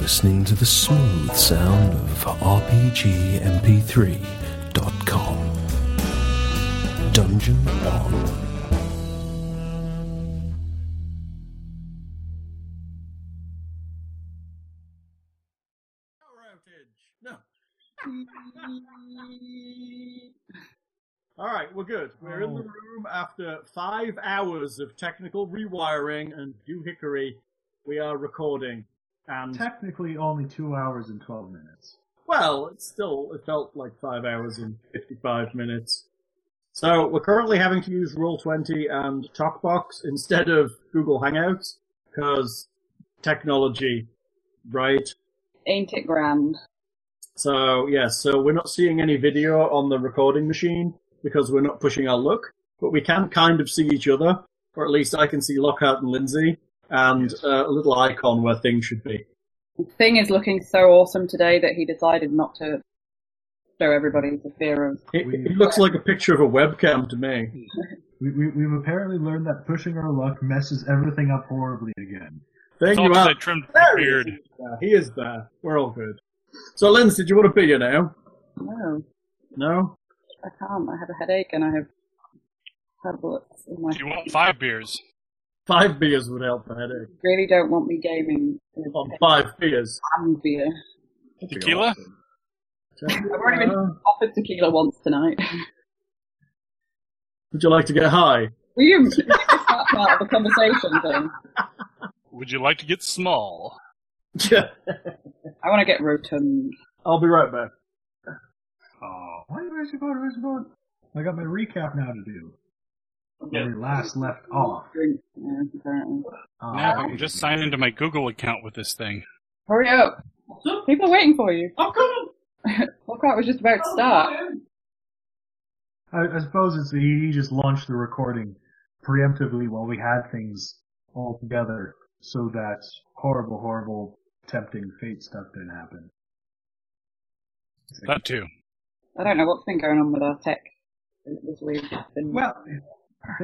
listening to the smooth sound of RPGMP3.com. Dungeon on. No. All right, we're good. We're Oh. in the room after five hours of technical rewiring and doohickery. We are recording, and Technically, only two hours and twelve minutes. well, it's still it felt like five hours and fifty-five minutes. So we're currently having to use Roll Twenty and TalkBox instead of Google Hangouts because technology, right? Ain't it grand? So yes, so we're not seeing any video on the recording machine because we're not pushing our luck, but we can kind of see each other, or at least I can see Lockhart and Lindsay, and uh, a little icon where things should be. Thing is looking so awesome today that he decided not to show everybody the fear of. It, We- it looks like a picture of a webcam to me. We, we, we've apparently learned that pushing our luck messes everything up horribly again. Thank It's you. all 'cause I Are. trimmed my There he is. beard. He's there. He is there. We're all good. So, Lindsay, do you want a beer now? No, No. I can't. I have a headache and I have tablets in my. You want five beers? Five beers would help the headache. Really don't want me gaming with On five beers. canned beer. Tequila? I've already been Uh, offered tequila once tonight. would you like to get high? Were you is that part of a conversation thing? Would you like to get small? I want to get rotund. I'll be right back. Oh, Why did I support? I support? I got my recap now to do. Where we last left off. Drink, yeah, apparently. Uh, now I'm just signed into my Google account with this thing. Hurry up! People are waiting for you. I'm coming. Lockhart was just about to start. I, I suppose it's he, he just launched the recording preemptively while we had things all together, so that horrible, horrible, tempting fate stuff didn't happen. That too. I don't know what's been going on with our tech this week. It's been- Well,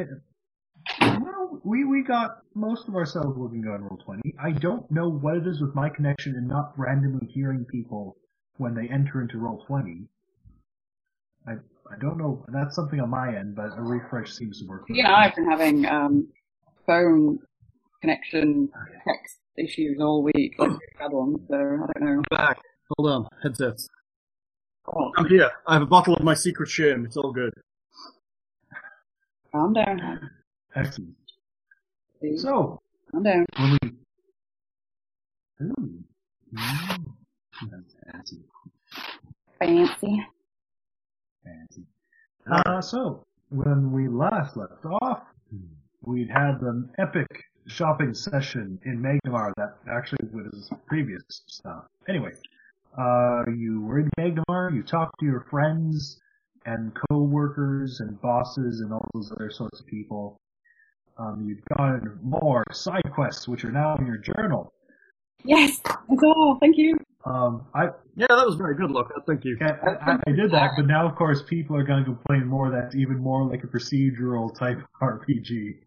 well, we we got most of ourselves looking on roll twenty. I don't know what it is with my connection and not randomly hearing people when they enter into roll twenty. I I don't know. That's something on my end, but a refresh seems to work. for you know, me. I've been having um, phone connection text issues all week. Like we've had one, so I don't know. back. Hold on. Headsets. I'm here. I have a bottle of my secret shame. It's all good. Calm down. Excellent. please. So Calm down. when we. Ooh. Mm. That's fancy, Fancy. fancy. Uh, so when we last left off, we'd had an epic shopping session in Magnemar that actually was previous stuff. Anyway, uh, you were in Magnemar, you talked to your friends and co-workers and bosses and all those other sorts of people. Um, you've gotten more side quests, which are now in your journal. Yes. That's all. Thank you. Um, I, Yeah, that was very good, Look, Thank you. I, I, I did that, but now of course people are going to complain more that's even more like a procedural type RPG.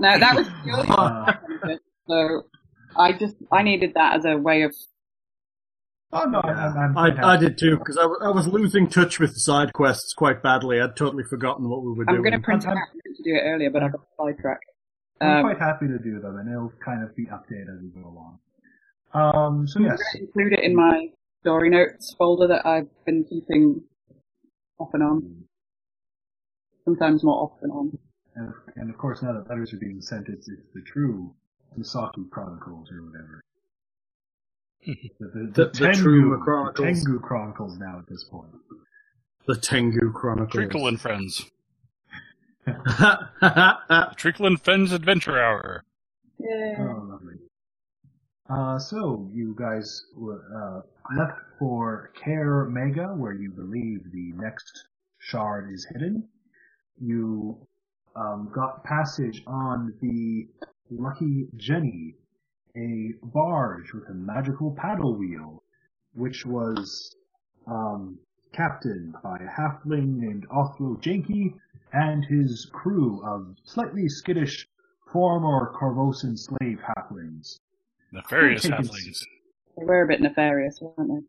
No, that was purely Uh, so. I just I needed that as a way of oh no, I'm, I'm, I'm I, I did too, because I, w- I was losing touch with the side quests quite badly. I'd totally forgotten what we were I'm doing. going to print it out. I'm- I meant to do it earlier, but I got sidetracked. I'm Um, quite happy to do them, and it'll kind of be updated as we go along. Um, so yes, include it in my story notes folder that I've been keeping off and on. Sometimes more off and on. and, and of course now that letters are being sent, it's, it's the true Misaki Chronicles or whatever. the, the, The- the true Chronicles. Tengu Chronicles now at this point. the Tengu Chronicles. Treacle and Friends. I Treacle and Friends Adventure Hour. Yeah. Oh, lovely. Uh, so you guys were, uh, left for Care Mega, where you believe the next shard is hidden. You um, got passage on the Lucky Jenny, a barge with a magical paddle wheel, which was um, captained by a halfling named Othlo Jenki and his crew of slightly skittish former Corvosan slave halflings. Nefarious Who taken- Halflings. They were a bit nefarious, weren't they?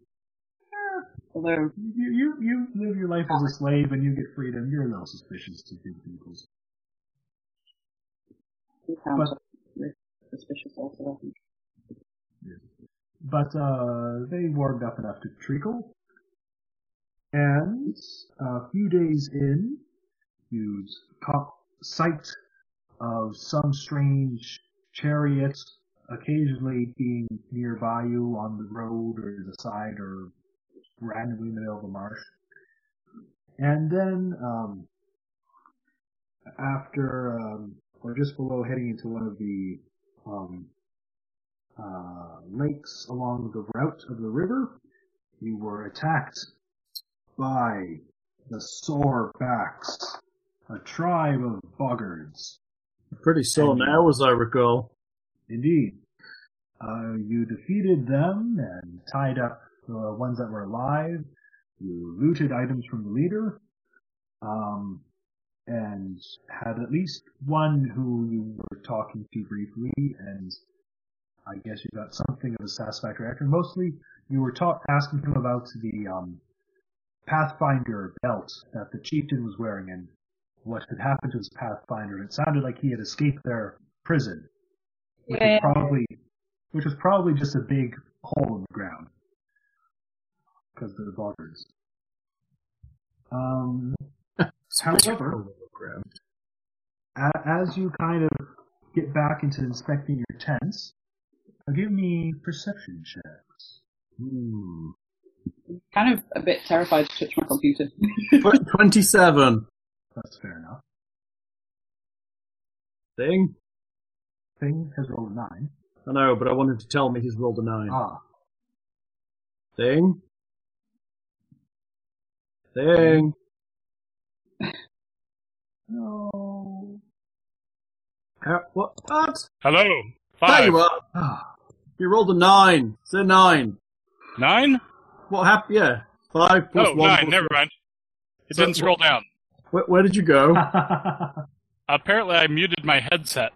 Although, You, you, you live your life as a slave and you get freedom. You're a little suspicious to big peoples. he sounds But- suspicious also, I think. But uh, they warmed up enough to treacle. And a few days in, you caught sight of some strange chariot occasionally being nearby you on the road or the side or randomly in the middle of the marsh. And then, um, after, um, or just below heading into one of the um, uh, lakes along the route of the river, you were attacked by the Sorebacks, a tribe of boggards. Pretty sore now, as I recall. Indeed. Uh, you defeated them and tied up the ones that were alive. You looted items from the leader, um, and had at least one who you were talking to briefly, and I guess you got something of a satisfactory answer. Mostly, you were ta- asking him about the um, Pathfinder belt that the chieftain was wearing and what had happened to his Pathfinder. and It sounded like he had escaped their prison which Yeah. is probably which is probably just a big hole in the ground because they're boggards. Um, However- a- as you kind of get back into inspecting your tents, uh, give me perception checks. Hmm. Kind of a bit terrified to touch my computer. Tw- 27. That's fair enough. Thing? Thing has rolled a nine. I know, but I wanted to tell me he's rolled a 9. Ah, Thing? Thing? no. How, what? What? Hello. There Five. you are. Ah, You rolled a 9. It's a 9. Nine? What happened? Yeah. 5 plus Oh, 1. nine. plus- Never mind. It So- didn't scroll down. Where, where did you go? Apparently, I muted my headset.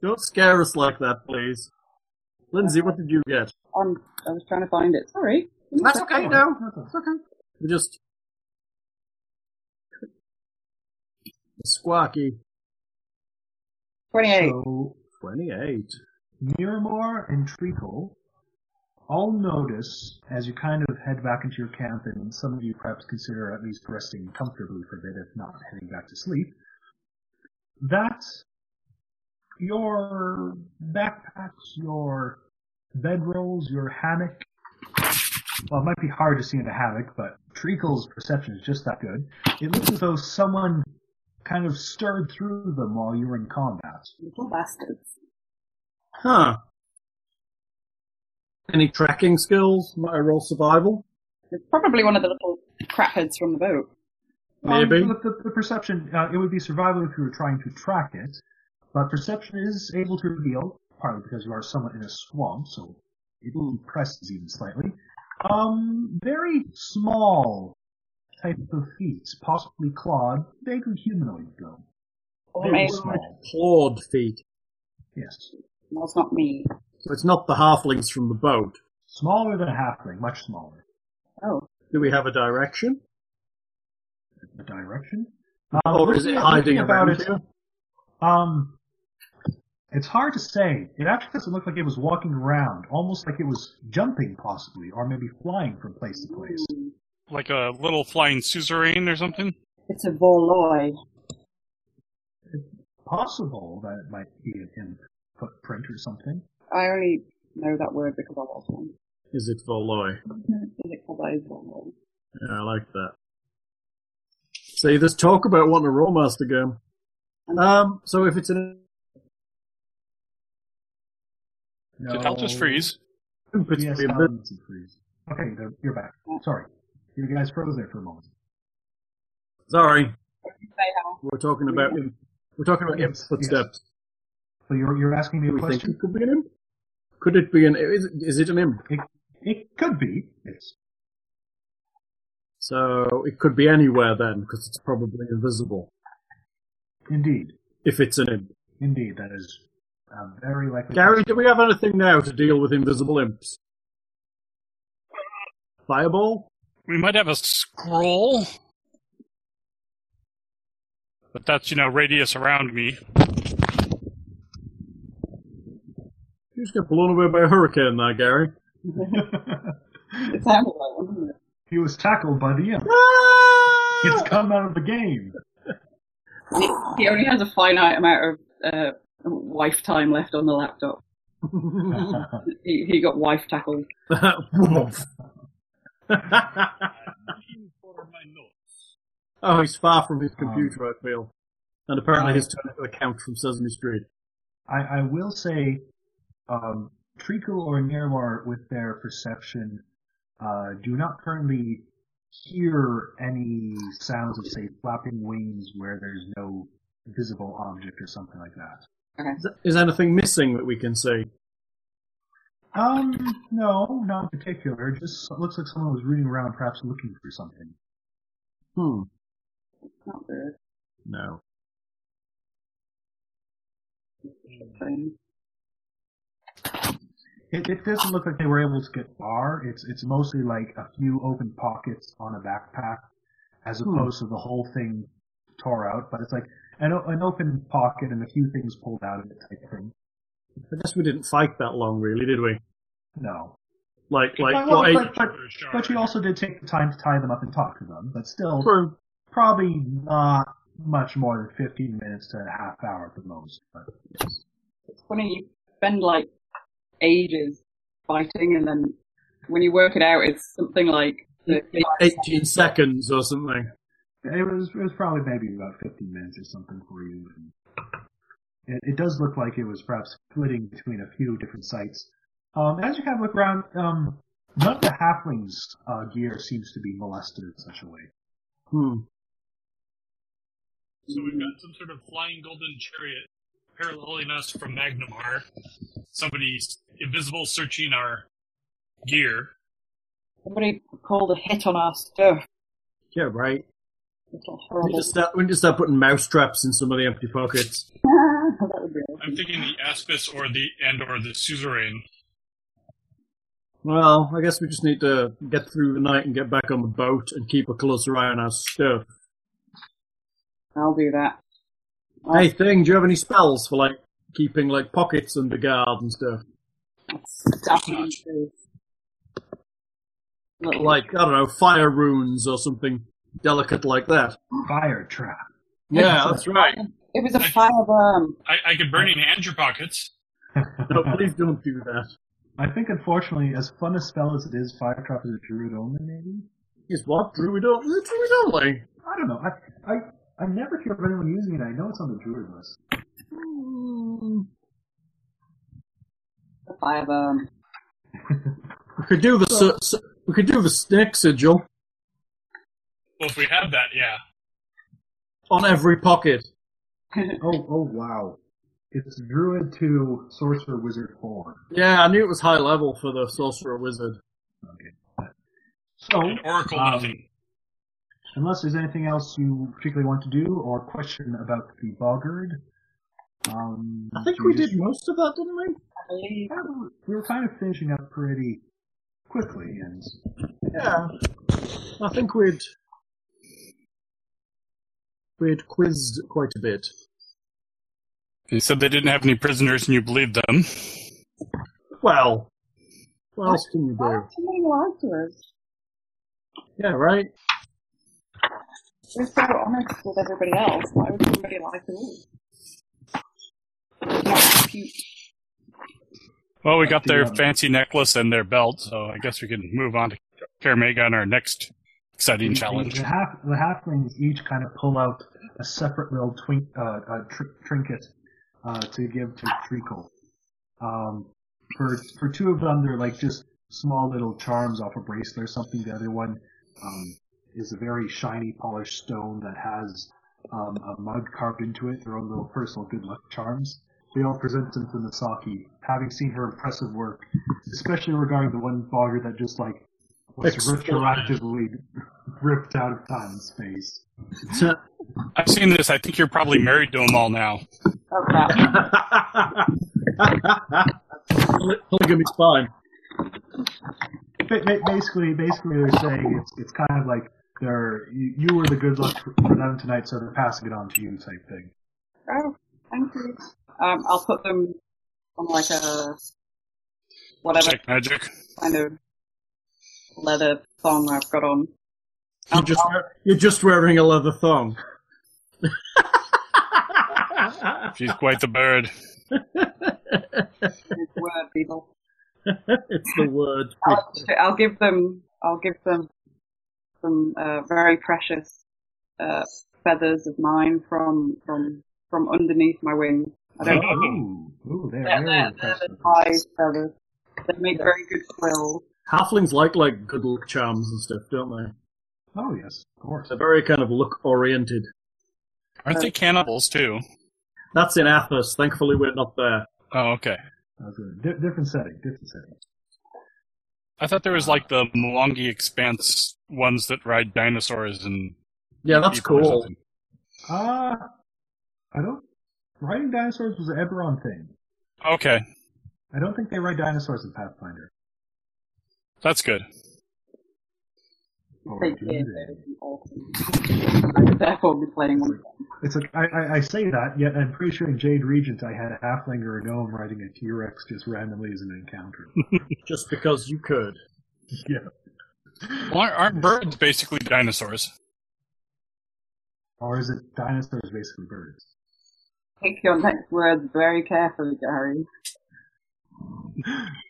Don't scare us like that, please. Lindsay, what did you get? On, I was trying to find it. Sorry. That's okay, no. that's We Just. Squawky. 28. so 28. Miramore and Treacle all notice as you kind of head back into your camp, and some of you perhaps consider at least resting comfortably for a bit, if not heading back to sleep, that your backpacks, your bedrolls, your hammock. Well, it might be hard to see in a hammock, but Treacle's perception is just that good. It looks as though someone kind of stirred through them while you were in combat. Little bastards. Huh. Any tracking skills? Might I roll survival? It's probably one of the little crapheads from the boat. Maybe. Um, look, the, the perception, uh, it would be survival if you were trying to track it, but perception is able to reveal, partly because you are somewhat in a swamp, so it impresses even slightly. Um, very small type of feet, possibly clawed, vaguely humanoid though. Or Very maybe small. Clawed feet. Yes. that's not me. So it's not the halflings from the boat. Smaller than a halfling, much smaller. Oh, Do we have a direction? The direction? Uh, or is it looking- hiding looking about around it, here? Um, it's hard to say. It actually doesn't look like it was walking around, almost like it was jumping, possibly, or maybe flying from place to place. Like a little flying suzerain or something? it's a Vorloi. Possible that it might be an imp footprint or something. I only know that word because I was one. Is it Voloi? Is it called I was Vorloi? Yeah, I like that. See, there's talk about wanting a Rollmaster game. Um, so if it's an No. Did Hell just freeze? imp, it's Yes, um, gonna be a Hal bit- did freeze. Okay, there- you're back. Sorry. You guys froze there for a moment. Sorry, Say how. we're talking about imp. We're talking about imp Yes, footsteps. So you're, you're asking me Do a we think question? it could be an imp? Could it be an? Is, is it an imp? It could be. Yes. So it could be anywhere then, because it's probably invisible. Indeed. If it's an imp, Indeed, that is Uh, very likely. Gary, do we have anything now to deal with invisible imps? Fireball? We might have a scroll. But that's, you know, radius around me. You just get blown away by a hurricane there, Gary. It sounded like one, didn't it? he was tackled by the imp. It's come out of the game. He only has a finite amount of uh, lifetime left on the laptop. He, he got wife tackled. oh, he's far from his computer, I feel. And apparently he's turned into a count from Sesame Street. I, I will say, um, Treacle or Nirmar, with their perception, uh, do not currently hear any sounds of, say, flapping wings where there's no visible object or something like that. Is- Is anything missing that we can see? Um, no, not in particular. Just it looks like someone was rooting around, perhaps looking for something. Hmm. Not good. No. Fine. It, it doesn't look like they were able to get far. It's it's mostly like a few open pockets on a backpack, as opposed to the whole thing tore out. But it's like an o- an open pocket and a few things pulled out of it type thing. I guess we didn't fight that long, really, did we? No, Like, like, Well, what, but, eight- but, but you also did take the time to tie them up and talk to them. But still, True. probably not much more than fifteen minutes to a half hour at the most. But It's funny, you spend like ages fighting, and then when you work it out, it's something like 35 18 seconds or something. It was it was probably maybe about 15 minutes or something for you. And it, it does look like it was perhaps flitting between a few different sites. Um, as you kind of look around, um, none of the halflings' uh, gear seems to be molested in such a way. Hmm. So we've got some sort of flying golden chariot paralleling us from Magnamar. Somebody's invisible searching our gear. Somebody called a hit on our stuff. Yeah, right. It's not We need horrible. to start, we need to start putting mouse traps in some of the empty pockets. that would be I'm thinking the Aspis or the and or the Suzerain. Well, I guess we just need to get through the night and get back on the boat and keep a closer eye on our stuff. I'll do that. Hey, thing, do you have any spells for like keeping like pockets under guard and stuff? That's definitely true. Little Like I don't know, fire runes or something delicate like that. Fire trap. Yeah, that's right. It was a um, fire bomb. I, I could burning hand your pockets. No, please don't do that. I think, unfortunately, as fun a spell as it is, fire trap is a druid only. Maybe Is what druid only? Is it Druid only? I don't know. I I I never hear of anyone using it. I know it's on the druid list. A um, fire bomb. We could do the so, we could do the snake sigil Well, if we have that, yeah. on every pocket. Oh oh wow! It's druid to sorcerer wizard form. Yeah, I knew it was high level for the sorcerer wizard. So An oracle um, nothing. Unless there's anything else you particularly want to do or question about the boggard. Um, I think do we you did most of that, didn't we? I believe. just- We were kind of finishing up pretty quickly, and Yeah. I think we'd we'd quizzed quite a bit. They said they didn't have any prisoners and you believed them. Well, what else can you Why do? somebody lied to us? Yeah, right. We're so honest with everybody else. Why would somebody lie to us? Not cute. Well, we got their Yeah. fancy necklace and their belt, so I guess we can move on to Karamega on our next Mm-hmm. exciting challenge. The, half, the halflings each kind of pull out a separate little twink, uh, uh, tr- trinket uh, to give to Treacle. Um, for for two of them, they're like just small little charms off a bracelet or something. The other one um, is a very shiny polished stone that has um, a mug carved into it. Their own little personal good luck charms. They all present them to Misaki, having seen her impressive work, especially regarding the one fogger that just like was Exploded. retroactively ripped out of time and space. I've seen this. I think you're probably married to them all now. Oh, crap. I Poly- Polygamy's fine. Ba- ba- Basically, basically, they're saying it's it's kind of like they're you, you were the good luck for them tonight, so they're passing it on to you type thing. Oh, thank you. Um, I'll put them on like a whatever Check magic. kind of leather thong I've got on. You're just, wear- you're just wearing a leather thong. She's quite the bird. Good Word, people. it's the word. I'll, I'll give them. I'll give them some uh, very precious uh, feathers of mine from from from underneath my wings. I don't. Ooh, ooh, they're They're, they're, very they're impressive. the prize feathers. They make very good quills. Halflings like like good luck charms and stuff, don't they? Oh yes, of course. They're very kind of luck oriented. Aren't Uh, they cannibals too? That's in Athos. Thankfully, we're not there. Oh, okay. That's good. Di- different setting, different setting. I thought there was like the Mulongi Expanse ones that ride dinosaurs and. Yeah, that's people or cool. something. Uh, I don't. Riding dinosaurs was an Eberron thing. Okay, I don't think they ride dinosaurs in Pathfinder. that's good. Or They do did. they? Awesome. I could therefore be playing one. It's like I, I, I say that, yet I'm pretty sure in Jade Regent I had a halfling or a gnome riding a T-Rex just randomly as an encounter. Just because you could. yeah. Well, aren't- aren't birds basically dinosaurs? Or is it dinosaurs basically birds? Take your next words very carefully, Gary.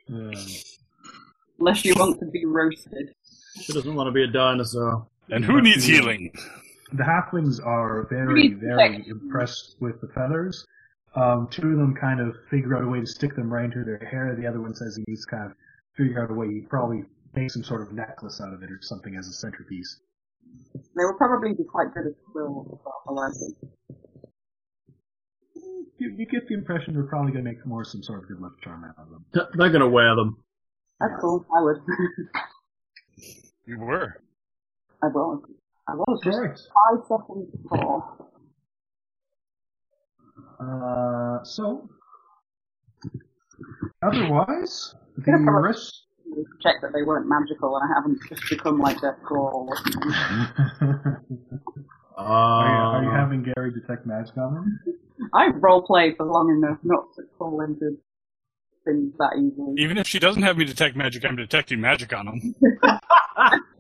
Um, Unless you want to be roasted. She doesn't want to be a dinosaur. And Mm-hmm. who needs healing? the halflings are very, Pretty very sexy. impressed with the feathers. Um, two of them kind of figure out a way to stick them right into their hair. The other one says he's kind of figure out a way. He probably makes some sort of necklace out of it or something as a centerpiece. They will probably be quite good at quills as well, I like it. You, you get the impression they're probably going to make more some sort of good luck charm out of them. Th- They're going to wear them. That's cool. I would. You were. I will. I was Oh, just Correct. five seconds before. Uh, so, otherwise, the Gonna come up- rest. to Check that they weren't magical and I haven't just become like their claw. or something. Uh, are, you, are you having Gary detect magic on them? I've roleplayed for long enough not to fall into things that easily. Even if she doesn't have me detect magic, I'm detecting magic on them.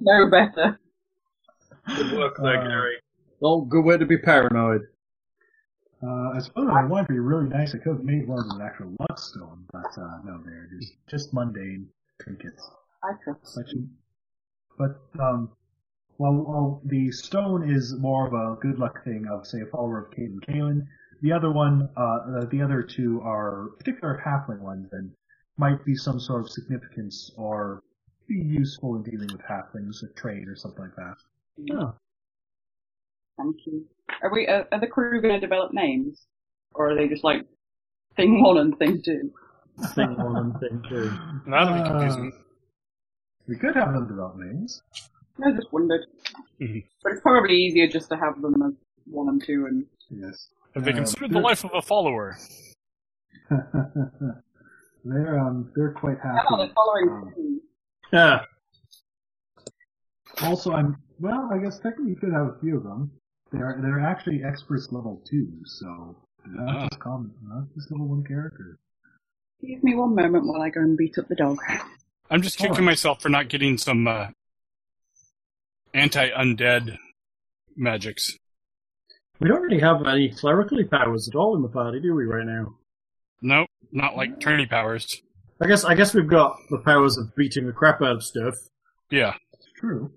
No better. Good work there, Uh, Gary. Oh, good way to be paranoid. Uh, I suppose I wanted to be really nice. I could have made one of them an actual luck stone, but uh, no, they're just, just mundane trinkets. I trust. But, you- but um, while, while the stone is more of a good luck thing of, say, a follower of Cain and Kalen, the other one, uh, uh, the other two are particular halfling ones and might be some sort of significance or be useful in dealing with halflings, a trade or something like that. Yeah. Thank you. Are we? uh, Are, are the crew going to develop names, or are they just like thing one and thing two? Thing Uh, one and thing two. That'll Ah, be confusing. We could have them develop names. I just wondered. Mhm. But it's probably easier just to have them as one and two and Yes. Have they Uh, considered the life of a follower? they're um they're quite happy. How about the following Um, two? Yeah. also, I'm well. I guess technically you could have a few of them. They're they're actually experts level two, so they're not Ah. just common, not just level one character. Give me one moment while I go and beat up the dog. I'm just kicking Alright. myself for not getting some uh, anti undead magics. We don't really have any clerically powers at all in the party, do we, right now? Nope, not like tourney powers. I guess I guess we've got the powers of beating the crap out of stuff, Yeah. True.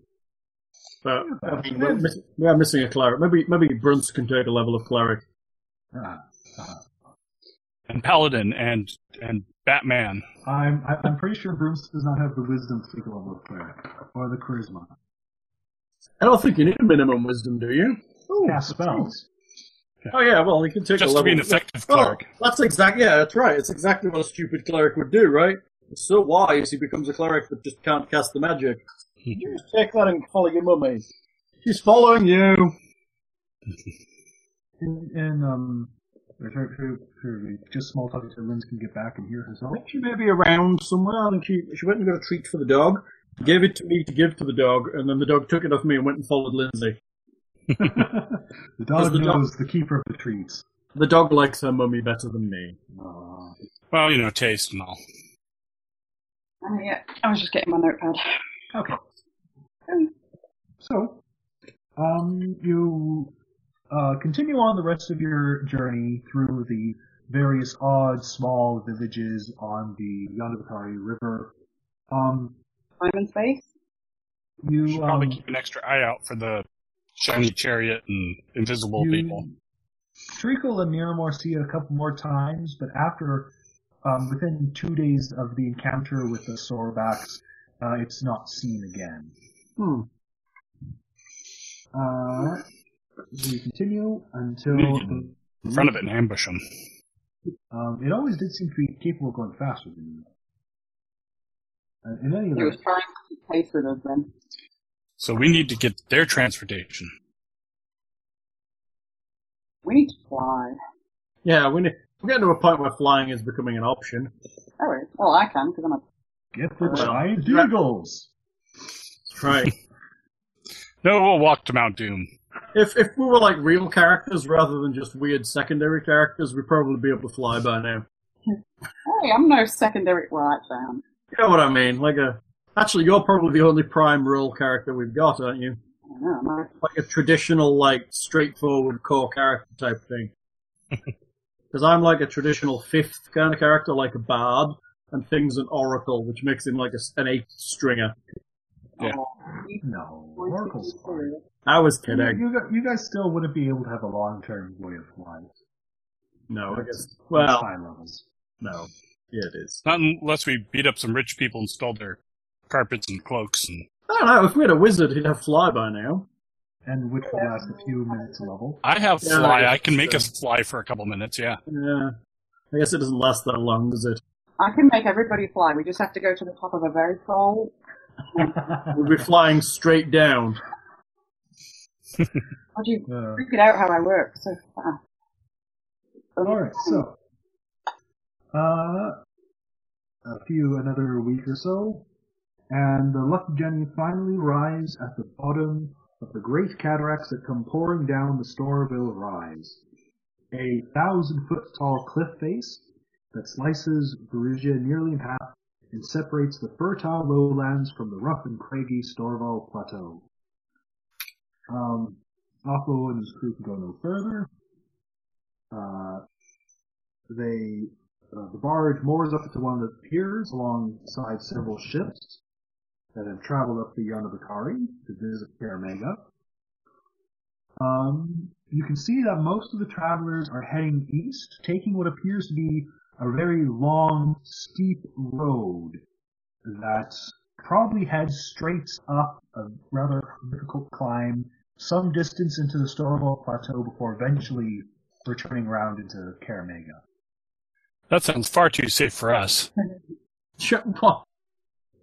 but I mean, we're, miss- we are missing a cleric. Maybe maybe Brunts can take a level of cleric. Ah, And Paladin and and Batman. I'm I- I'm pretty sure Brooms does not have the wisdom to take a level of cleric or the charisma. I don't think you need a minimum wisdom, do you? Cast spells. Oh yeah, well he can take a Just to level. be an effective Oh, cleric. that's exactly yeah, that's right. It's exactly what a stupid cleric would do, right? It's so wise he becomes a cleric but just can't cast the magic. You just take that and follow your mummy. She's following you. In, in um Or if- if- if- if just small talk until Linz can get back and hear I herself. think she may be around somewhere, and she she went and got a treat for the dog, gave it to me to give to the dog, and then the dog took it off me and went and followed Lindsay. the Does dog the dog- knows the keeper of the treats. The dog likes her mummy better than me. Aw. Well, you know, taste and all. Uh, yeah, I was just getting my notepad. Okay. So, um, you uh, continue on the rest of your journey through the various odd small villages on the Yandabakari River. Um, Time and space. You should you, probably um, keep an extra eye out for the shiny chariot and invisible you people. Treacle and Miramore see it a couple more times, but after, um, within two days of the encounter with the Sorobaks, uh, it's not seen again. Hmm. Uh, we continue until Hmm. In front of it and ambush them. Um, it always did seem to be capable of going faster than you. Uh, in any It was event, trying to keep pace with us then. So we need to get their transportation. We need to fly. Yeah, we need, we're getting to a point where flying is becoming an option. Oh, wait. well, I can because I'm a. get the Well, giant dra- eagles. Right. No, we'll walk to Mount Doom. if if we were like real characters rather than just weird secondary characters, we'd probably be able to fly by now. Hey, I'm no secondary. Well, actually, I am. You know what I mean? Like a actually, you're probably the only prime role character we've got, aren't you? I don't know. I'm a- like a traditional, like straightforward core character type thing. Because I'm like a traditional fifth kind of character, like a bard, and thing's an oracle, which makes him like a s an eighth stringer. Yeah. Oh, you No, want to Oracle's be fine. serious. I was You, kidding. you gu- you guys still wouldn't be able to have a long-term way of flying. No, I guess. That's Well, high levels. no. Yeah, it is. Not unless we beat up some rich people and stole their carpets and cloaks. And I don't know. If we had a wizard, he'd have fly by now. And which would last a few minutes level. I have Yeah, fly. yeah, I can make sure. us fly for a couple minutes. Yeah. Yeah. I guess it doesn't last that long, does it? I can make everybody fly. We just have to go to the top of a very tall. We'd be flying straight down. How do you Uh, figured out how I work so fast? All right, so uh, a few another week or so, and the Lucky Jenny finally arrives at the bottom of the great cataracts that come pouring down the Storeville Rise, a thousand-foot-tall cliff face that slices Brugia nearly in half and separates the fertile lowlands from the rough and craggy Storval Plateau. Um, Offlow and his crew can go no further. Uh, they uh, the barge moors up to one of the piers alongside several ships that have traveled up the Yonabakari to visit Karamega. Um, you can see that most of the travelers are heading east, taking what appears to be a very long, steep road that probably heads straight up a rather difficult climb some distance into the Storval Plateau before eventually returning round into Karamega. That sounds far too safe for us. Shut up.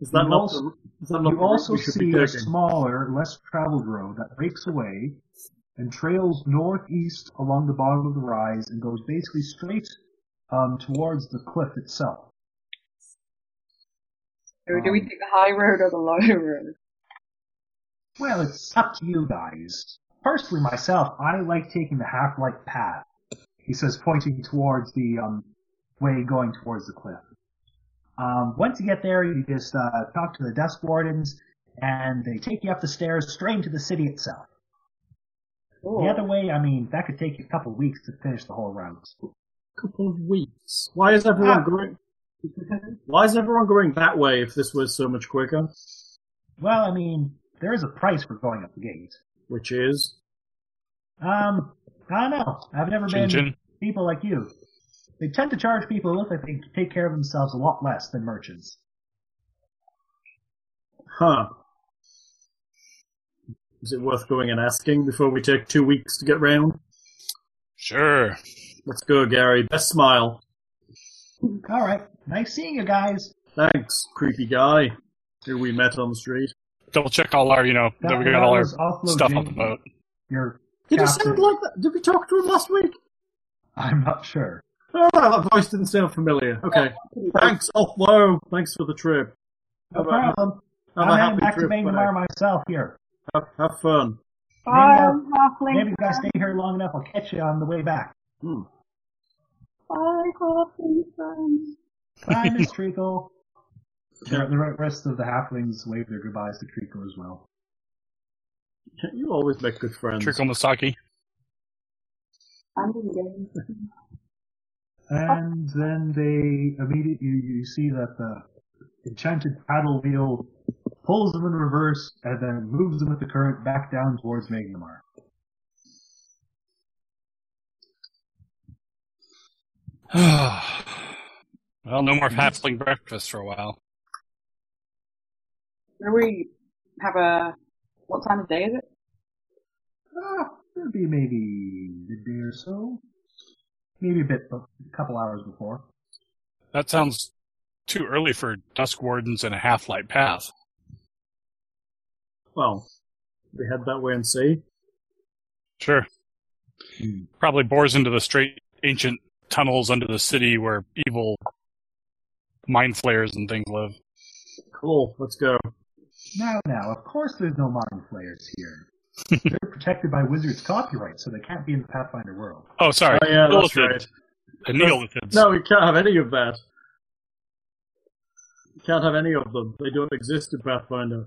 Is that You not also- the- is that not You the route also we should be see a taking? smaller, less traveled road that breaks away and trails northeast along the bottom of the rise and goes basically straight um, towards the cliff itself. Or do we Um, take the high road or the low road? Well, it's up to you guys. Personally, myself, I like taking the half-light path. He says, pointing towards the um, way going towards the cliff. Um, once you get there, you just uh, talk to the desk wardens, and they take you up the stairs straight into the city itself. Cool. The other way, I mean, that could take you a couple of weeks to finish the whole route. couple of weeks. Why is everyone Ah. going? Why is everyone going that way if this was so much quicker? Well, I mean, there is a price for going up the gate. Which is Um, I don't know. I've never Chin been chin. people like you. They tend to charge people who look like they can take care of themselves a lot less than merchants. huh? Is it worth going and asking before we take two weeks to get round? Sure. Let's go, Gary. Best smile. All right, nice seeing you guys. Thanks, creepy guy who we met on the street. Double check all our, you know, that, we got all our was offload stuff on Jamie, the boat. Your Did he Captain. sound like that? Did we talk to him last week? I'm not sure. Oh, that voice didn't sound familiar. Okay. Thanks, Offlow. Thanks for the trip. No Have a- have- problem. Have a I'm happy trip. activating back. tomorrow myself here. Have, have fun. Bye, Maybe halfling. Maybe if I stay here long enough, I'll catch you on the way back. Bye, halfling. friends. Bye, Miss Treacle. The, the rest of the halflings wave their goodbyes to Treacle as well. You always make good friends. Trickle Masaki. I'm in game. And then they immediately you, you see that the enchanted paddle wheel pulls them in reverse and then moves them with the current back down towards Magnamar. well, no more halfling breakfast for a while. Do we have a what time of day is it? Ah, it'd be maybe midday or so. Maybe a bit, but a couple hours before. That sounds too early for dusk wardens and a half light path. Well, we head that way and see. Sure. Hmm. Probably bores into the straight ancient tunnels under the city where evil mind flayers and things live. Cool. Let's go. Now, now, of course there's no mind flayers here. They're protected by wizards' copyright, so they can't be in the Pathfinder world. Oh, sorry. Oh, yeah, that's Neolithid. right. The Neolithids. No, we can't have any of that. We can't have any of them. They don't exist in Pathfinder.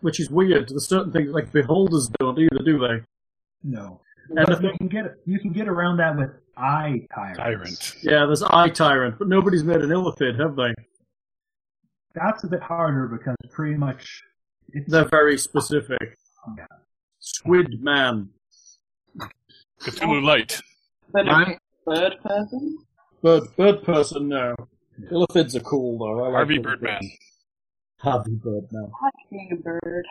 Which is weird. There's certain things like beholders don't either, do they? No. And But if you can get you can get around that with eye tyrants. Tyrant. Yeah, there's Eye Tyrant, but nobody's made an illithid, have they? That's a bit harder because pretty much it's They're very specific. Yeah. Squid Man, Cthulhu Light. Then it's Right. third person. bird, bird person, no. Illithids are cool though. I like Harvey illithids. Birdman. Harvey Birdman. I like being a bird.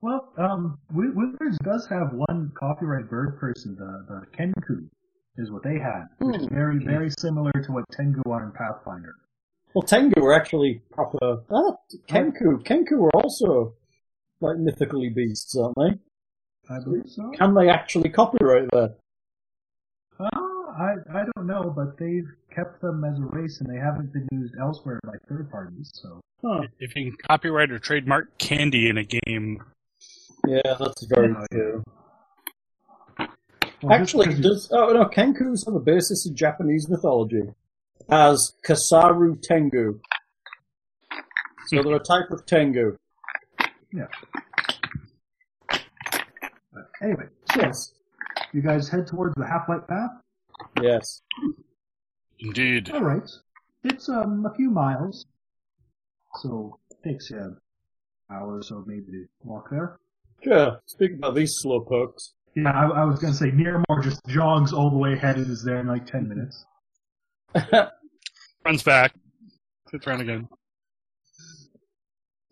well, um, Wi- Wizards does have one copyright bird person, the the Kenku, is what they had, which Hmm. is very very similar to what Tengu are in Pathfinder. Well, Tengu were actually proper. Ah, Kenku, Kenku were also like mythically beasts, aren't they? I believe so. Can they actually copyright that? Uh, I I don't know, but they've kept them as a race and they haven't been used elsewhere by third parties. So Huh. If you can copyright or trademark candy in a game, Yeah, that's very Oh, yeah. true. Well, just actually, 'cause you- does oh no, Kenku's have a basis in Japanese mythology as Kasaru Tengu. So they're a type of Tengu. anyway, Yes. you guys head towards the half light path. Yes. indeed. All right. It's um a few miles, so it takes you an hour or so maybe to walk there. Sure. Speaking about these slowpokes, Yeah, I, I was gonna say Nearmore just jogs all the way ahead and is there in like ten minutes. Runs back. Sits around again.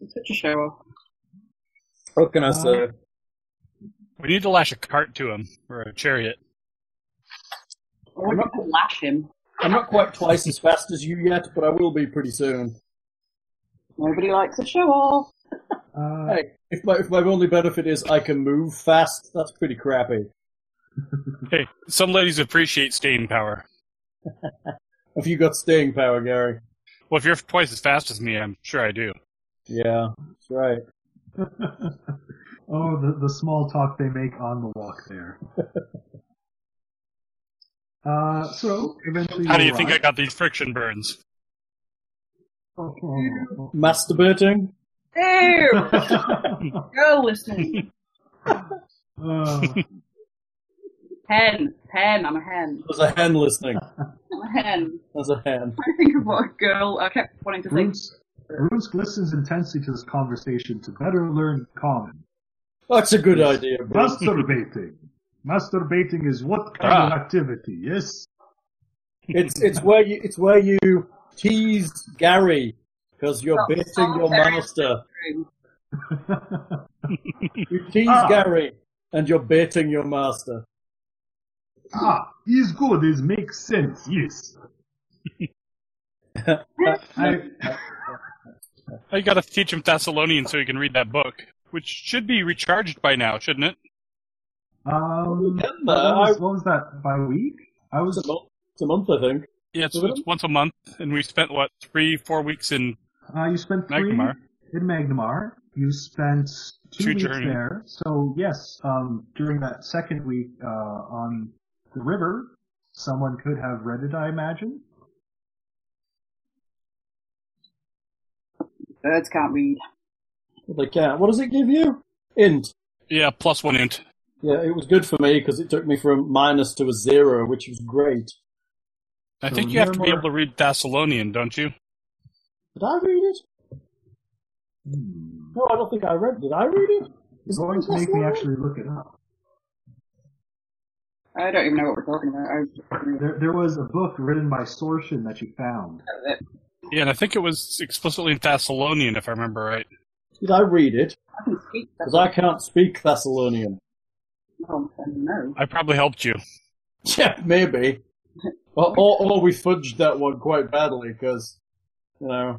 It's such a show off. what can I say? We need to lash a cart to him or a chariot. I want to lash him. I'm not quite twice as fast as you yet, but I will be pretty soon. Nobody likes a show off. Uh, Hey, if my if my only benefit is I can move fast, that's pretty crappy. Hey, some ladies appreciate staying power. Have you got staying power, Gary? Well, if you're twice as fast as me, I'm sure I do. Yeah, that's right. oh, the the small talk they make on the walk there. Uh, so eventually. How do you you think I arrive- got these friction burns? Oh, Masturbating. Ew! oh, oh. Girl listening. Uh, Hen. Hen. I'm a hen. There's a hen listening. I'm a hen. There's a hen. I think of what a girl. I kept wanting to think. Runes, Runes listens intensely to this conversation to better learn common. That's a good idea, bro. Masturbating. Masturbating is what kind of Ah. activity? Yes. It's it's where you it's where you tease Gary because you're Oh, baiting your okay. master. ah, You tease Ah. Gary and you're baiting your master. is Ah, good. It makes sense. Yes. I, Oh, You got to teach him Thessalonian so he can read that book, which should be recharged by now, shouldn't it? Um, Remember, what, was, I- what was that by week? I It's a, was. month, it's a month, I think. Yeah, it's, Really? it's once a month, and we spent what three, four weeks in Uh, you spent three Magnemar. in Magnemar. You spent two Two weeks journey. there. So yes, um, during that second week uh, on the river, someone could have read it. I imagine. Birds can't read. They can't. What does it give you? Int. Yeah, plus one int. Yeah, it was good for me because it took me from minus to a zero, which was great. I So think you have to be remember- able to read Thessalonian, don't you? Did I read it? Hmm. No, I don't think I read. Did I read it? It's going to make me actually look it up. I don't even know what we're talking about. I was just There, there was a book written by Sorshin that you found. Yeah, and I think it was explicitly in Thessalonian, if I remember right. Did I read it? I can speak that. Because I can't speak Thessalonian. No, I don't know. I probably helped you. Yeah, maybe. or, or, or we fudged that one quite badly because, you know,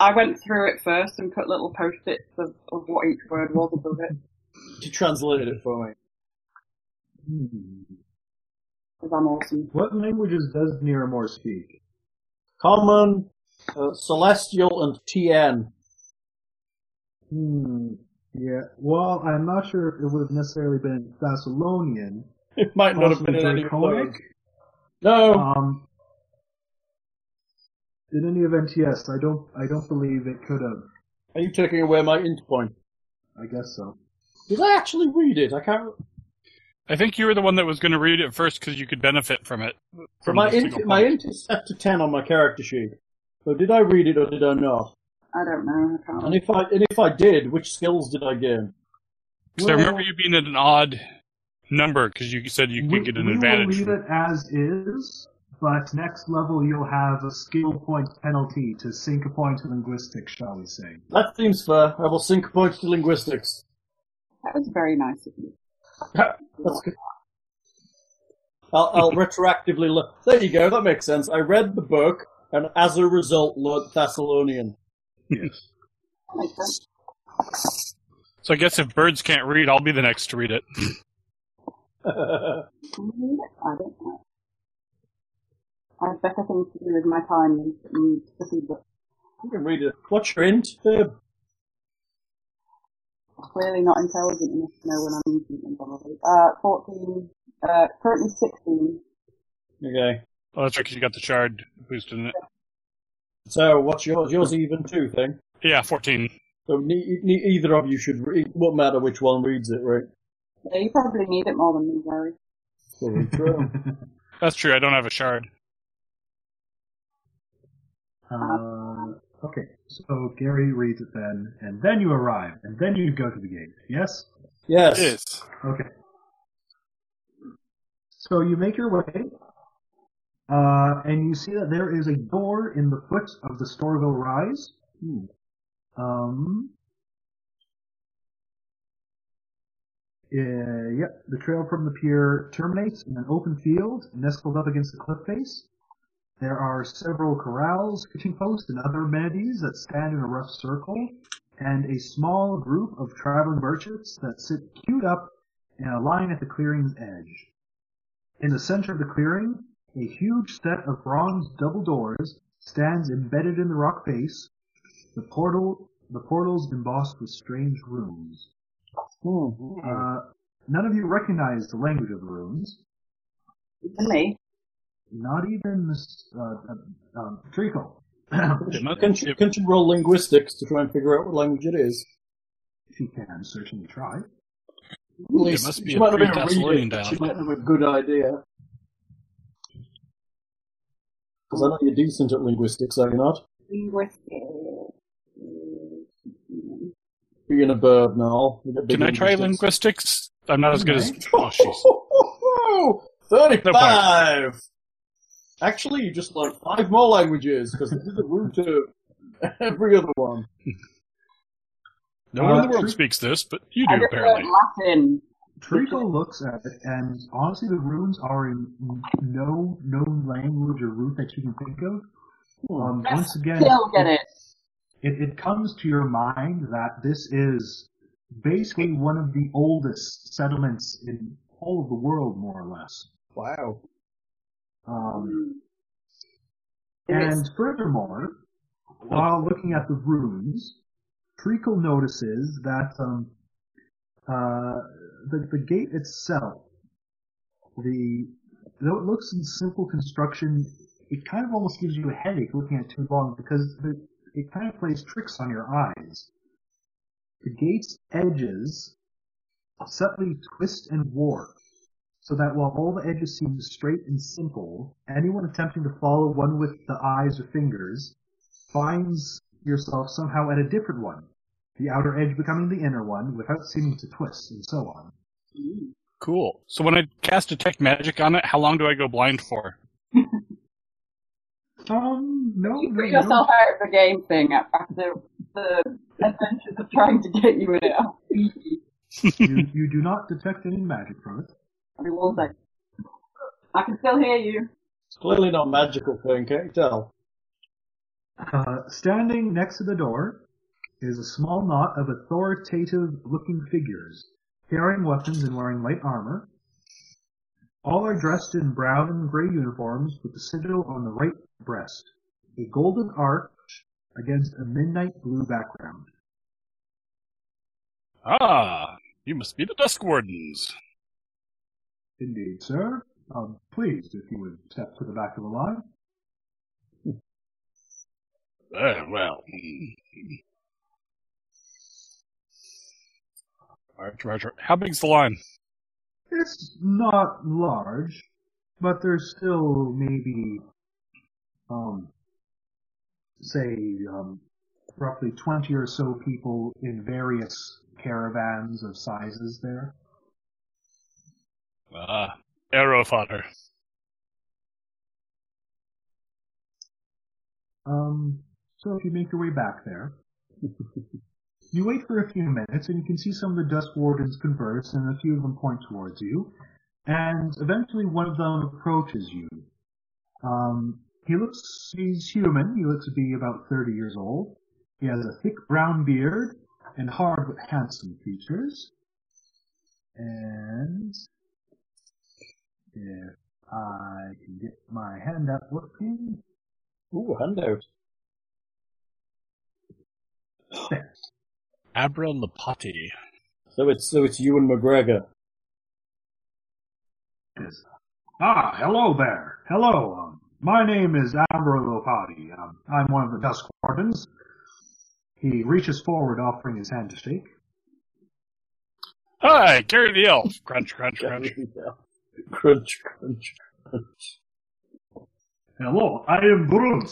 I went through it first and put little post-its of, of what each word was above it she translated it for me. Hmm. because I'm awesome. What languages does Niramore speak? Common, uh, Celestial, and TN. Hmm. Yeah. Well, I'm not sure if it would have necessarily been Thessalonian. It might not have been Possibly in any Uh, Draconic. clothes. No, Um. In any event, yes. I don't. I don't believe it could have. are you taking away my int point? I guess so. Did I actually read it? I can't. I think you were the one that was going to read it first because you could benefit from it. So From my the int, single my point. int is set to ten on my character sheet. So did I read it or did I not? I don't know. I can't. And if I and if I did, which skills did I gain? 'Cause I remember you being at an odd number because you said you we, could get an we advantage. will leave it as is, but next level you'll have a skill point penalty to sink a point to linguistics, shall we say? That seems fair. I will sink points to linguistics. That was very nice of you. That's good. I'll, I'll retroactively look. There you go. That makes sense. I read the book and, as a result, learnt Thessalonian. That makes sense. So I guess if birds can't read, I'll be the next to read it. I Can you read it? I don't know. I have better things to do with my time than to see books. can read it. What's your int, babe? Clearly not intelligent enough to know when I'm using them probably. Uh, 14, uh, currently 16. Okay. Oh, that's right, 'cause you got the shard boost in it. So what's yours? Yours even two thing. Yeah, 14. So ne- ne- either of you should. Re- it won't matter which one reads it, right? Yeah, you probably need it more than me, Gary. Probably true. That's true. I don't have a shard. Uh, okay, so Gary reads it then, and then you arrive, and then you go to the gate. Yes? yes. Yes. Okay. So you make your way, uh, and you see that there is a door in the foot of the Storville Rise. Um. uh, yep, the trail from the pier terminates in an open field nestled up against the cliff face. There are several corrals, fishing posts, and other amenities that stand in a rough circle, and a small group of traveling merchants that sit queued up in a line at the clearing's edge. In the center of the clearing, a huge set of bronze double doors stands embedded in the rock face, the portal the portals embossed with strange runes. Hmm. Uh, none of you recognize the language of the runes. Even me. Not even Miss uh, uh, um, Trico. Can you, can you roll linguistics to try and figure out what language it is? she can certainly try. It must be a might not able to read pre-Thessalonian it, but She dialect. might have a good idea. Because I know you're decent at linguistics, are you not? Linguistic. Being a bird and all. you get big Can I try linguistics. linguistics? I'm not as good as. Oh, jeez. Thirty-five. Actually, you just learned five more languages because this is the root of every other one. No one in the Uh, world speaks this, but you I do just apparently. learned Latin. Trico looks at it, and honestly, the runes are in no known language or root that you can think of. Um, once again, Still get it. it, it comes to your mind that this is basically one of the oldest settlements in all of the world, more or less. Wow. Um, There is- and furthermore, while looking at the runes, Treacle notices that um, uh, the, the gate itself, the though it looks in simple construction, it kind of almost gives you a headache looking at it too long because the, it kind of plays tricks on your eyes. The gate's edges subtly twist and warp so that while all the edges seem straight and simple, anyone attempting to follow one with the eyes or fingers finds yourself somehow at a different one, the outer edge becoming the inner one without seeming to twist, and so on. Cool. So when I cast detect magic on it, how long do I go blind for? Um, no, You no, put you yourself out of the game thing uh, after the adventures of trying to get you in it. I don't. you, you do not detect any magic from it. mean, one second. I can still hear you. It's clearly not magical thing, can't you tell? Uh, standing next to the door is a small knot of authoritative-looking figures, carrying weapons and wearing light armor. All are dressed in brown and gray uniforms with the sigil on the right breast, a golden arch against a midnight blue background. Ah, you must be the Dusk Wardens. Indeed, sir. I'm pleased if you would step to the back of the line. Uh, well. mm. Roger, roger. How big's the line? It's not large, but there's still maybe, um, say, um, roughly 20 or so people in various caravans of sizes there. Ah, arrow fodder. Um, so if you make your way back there, you wait for a few minutes and you can see some of the dust wardens converse and a few of them point towards you. And eventually one of them approaches you. Um, he looks, he's human. He looks to be about 30 years old. He has a thick brown beard and hard but handsome features. And if I can get my hand up working, Ooh, handout. Abra Lapati. So it's so it's you and McGregor. is, Ah, hello there. Hello. Um, my name is Ambro Lopati. Um, I'm one of the Dusk Wardens. He reaches forward, offering his hand to shake. Hi, Gary the Elf. Crunch, crunch, crunch. crunch, crunch, crunch. Hello, I am Bruns.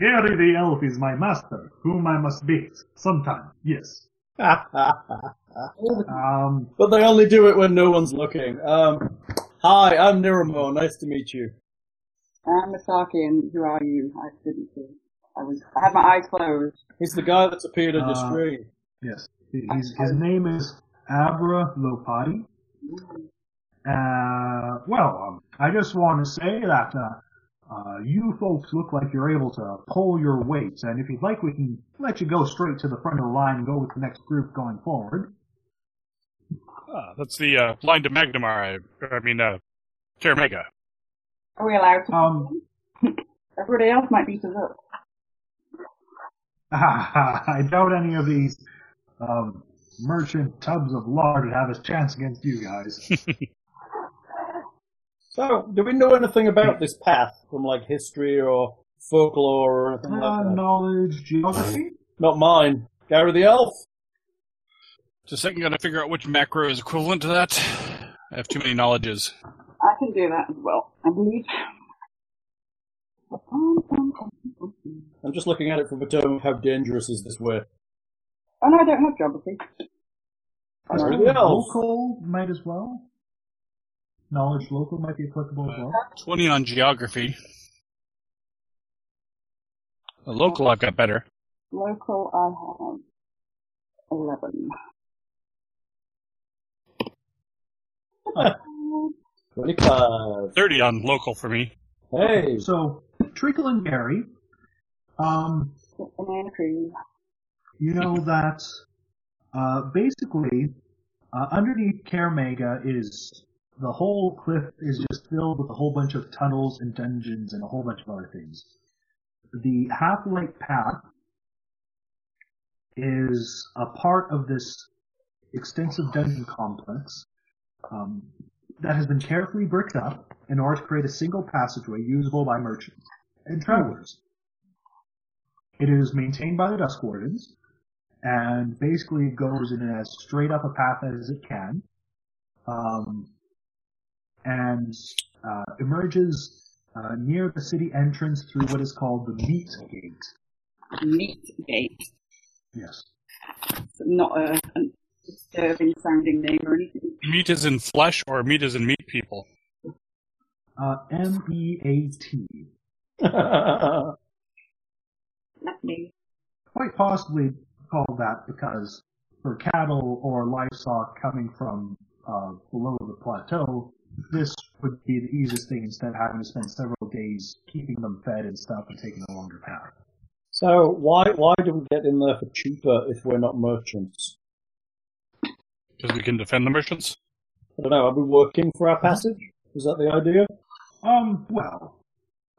Gary the Elf is my master, whom I must beat sometime. Yes. Um, but they only do it when no one's looking. Um, hi, I'm Niramo. Nice to meet you. I'm Misaki, and who are you? I didn't see. I was. I had my eyes closed. He's the guy that's appeared on your Uh, screen. yes. His, his name is Abra Lopati. Uh, well, um, I just want to say that uh, uh, you folks look like you're able to pull your weights, and if you'd like, we can let you go straight to the front of the line and go with the next group going forward. Ah, that's the uh, line to Magnamar. I, I mean, uh, Karamega. Are we allowed to? Um, Everybody else might beat us up. I doubt any of these um, merchant tubs of lard would have a chance against you guys. So, do we know anything about this path from like history or folklore or anything uh, like that? knowledge, geography? Not mine. Gary the Elf. Just a second, gotta figure out which macro is equivalent to that. I have too many knowledges. I can do that as well. I believe. Oh, I'm just looking at it from a term of how dangerous is this way. Oh no, I don't have geography. Gary Knowledge the Elf. Uh, Local might as well. Knowledge local might be applicable as well. 20 on geography. The local I've got better. Local, I have eleven. Twenty-five. 30 on local for me. Hey. So, Treacle and Gary, um, Banana tree. you know that Uh, basically, uh, underneath Karamega is the whole cliff is just filled with a whole bunch of tunnels and dungeons and a whole bunch of other things. The Half Light Path is a part of this extensive dungeon complex um, that has been carefully bricked up in order to create a single passageway usable by merchants and travelers. It is maintained by the Dusk Wardens, and basically it goes in as straight up a path as it can, um, and uh, emerges uh, near the city entrance through what is called the Meat Gate. Meat gate. Yes. It's not a, an disturbing sounding name or anything. Meat is in flesh, or meat is in meat people. Uh, M E A T. Let me. quite possibly called that because for cattle or livestock coming from uh, below the plateau, this would be the easiest thing instead of having to spend several days keeping them fed and stuff and taking a longer path. so why why do we get in there for cheaper if we're not merchants? Because we can defend the merchants. I don't know. Are we working for our passage? Is that the idea? Um, well,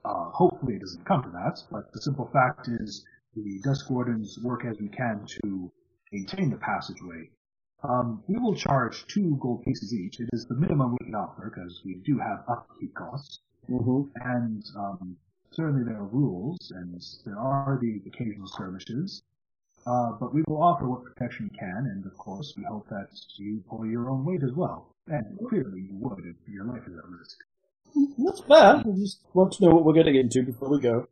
uh, hopefully it doesn't come to that, but the simple fact is the Dusk Wardens work as we can to maintain the passageway. Um, we will charge two gold pieces each. It is the minimum we can offer because we do have upkeep costs. Mm-hmm. and um, certainly there are rules, and there are the occasional skirmishes. Uh, but we will offer what protection we can, and of course, we hope that you pull your own weight as well. And clearly, you would if your life is at risk. That's fair. We just want to know what we're getting into before we go.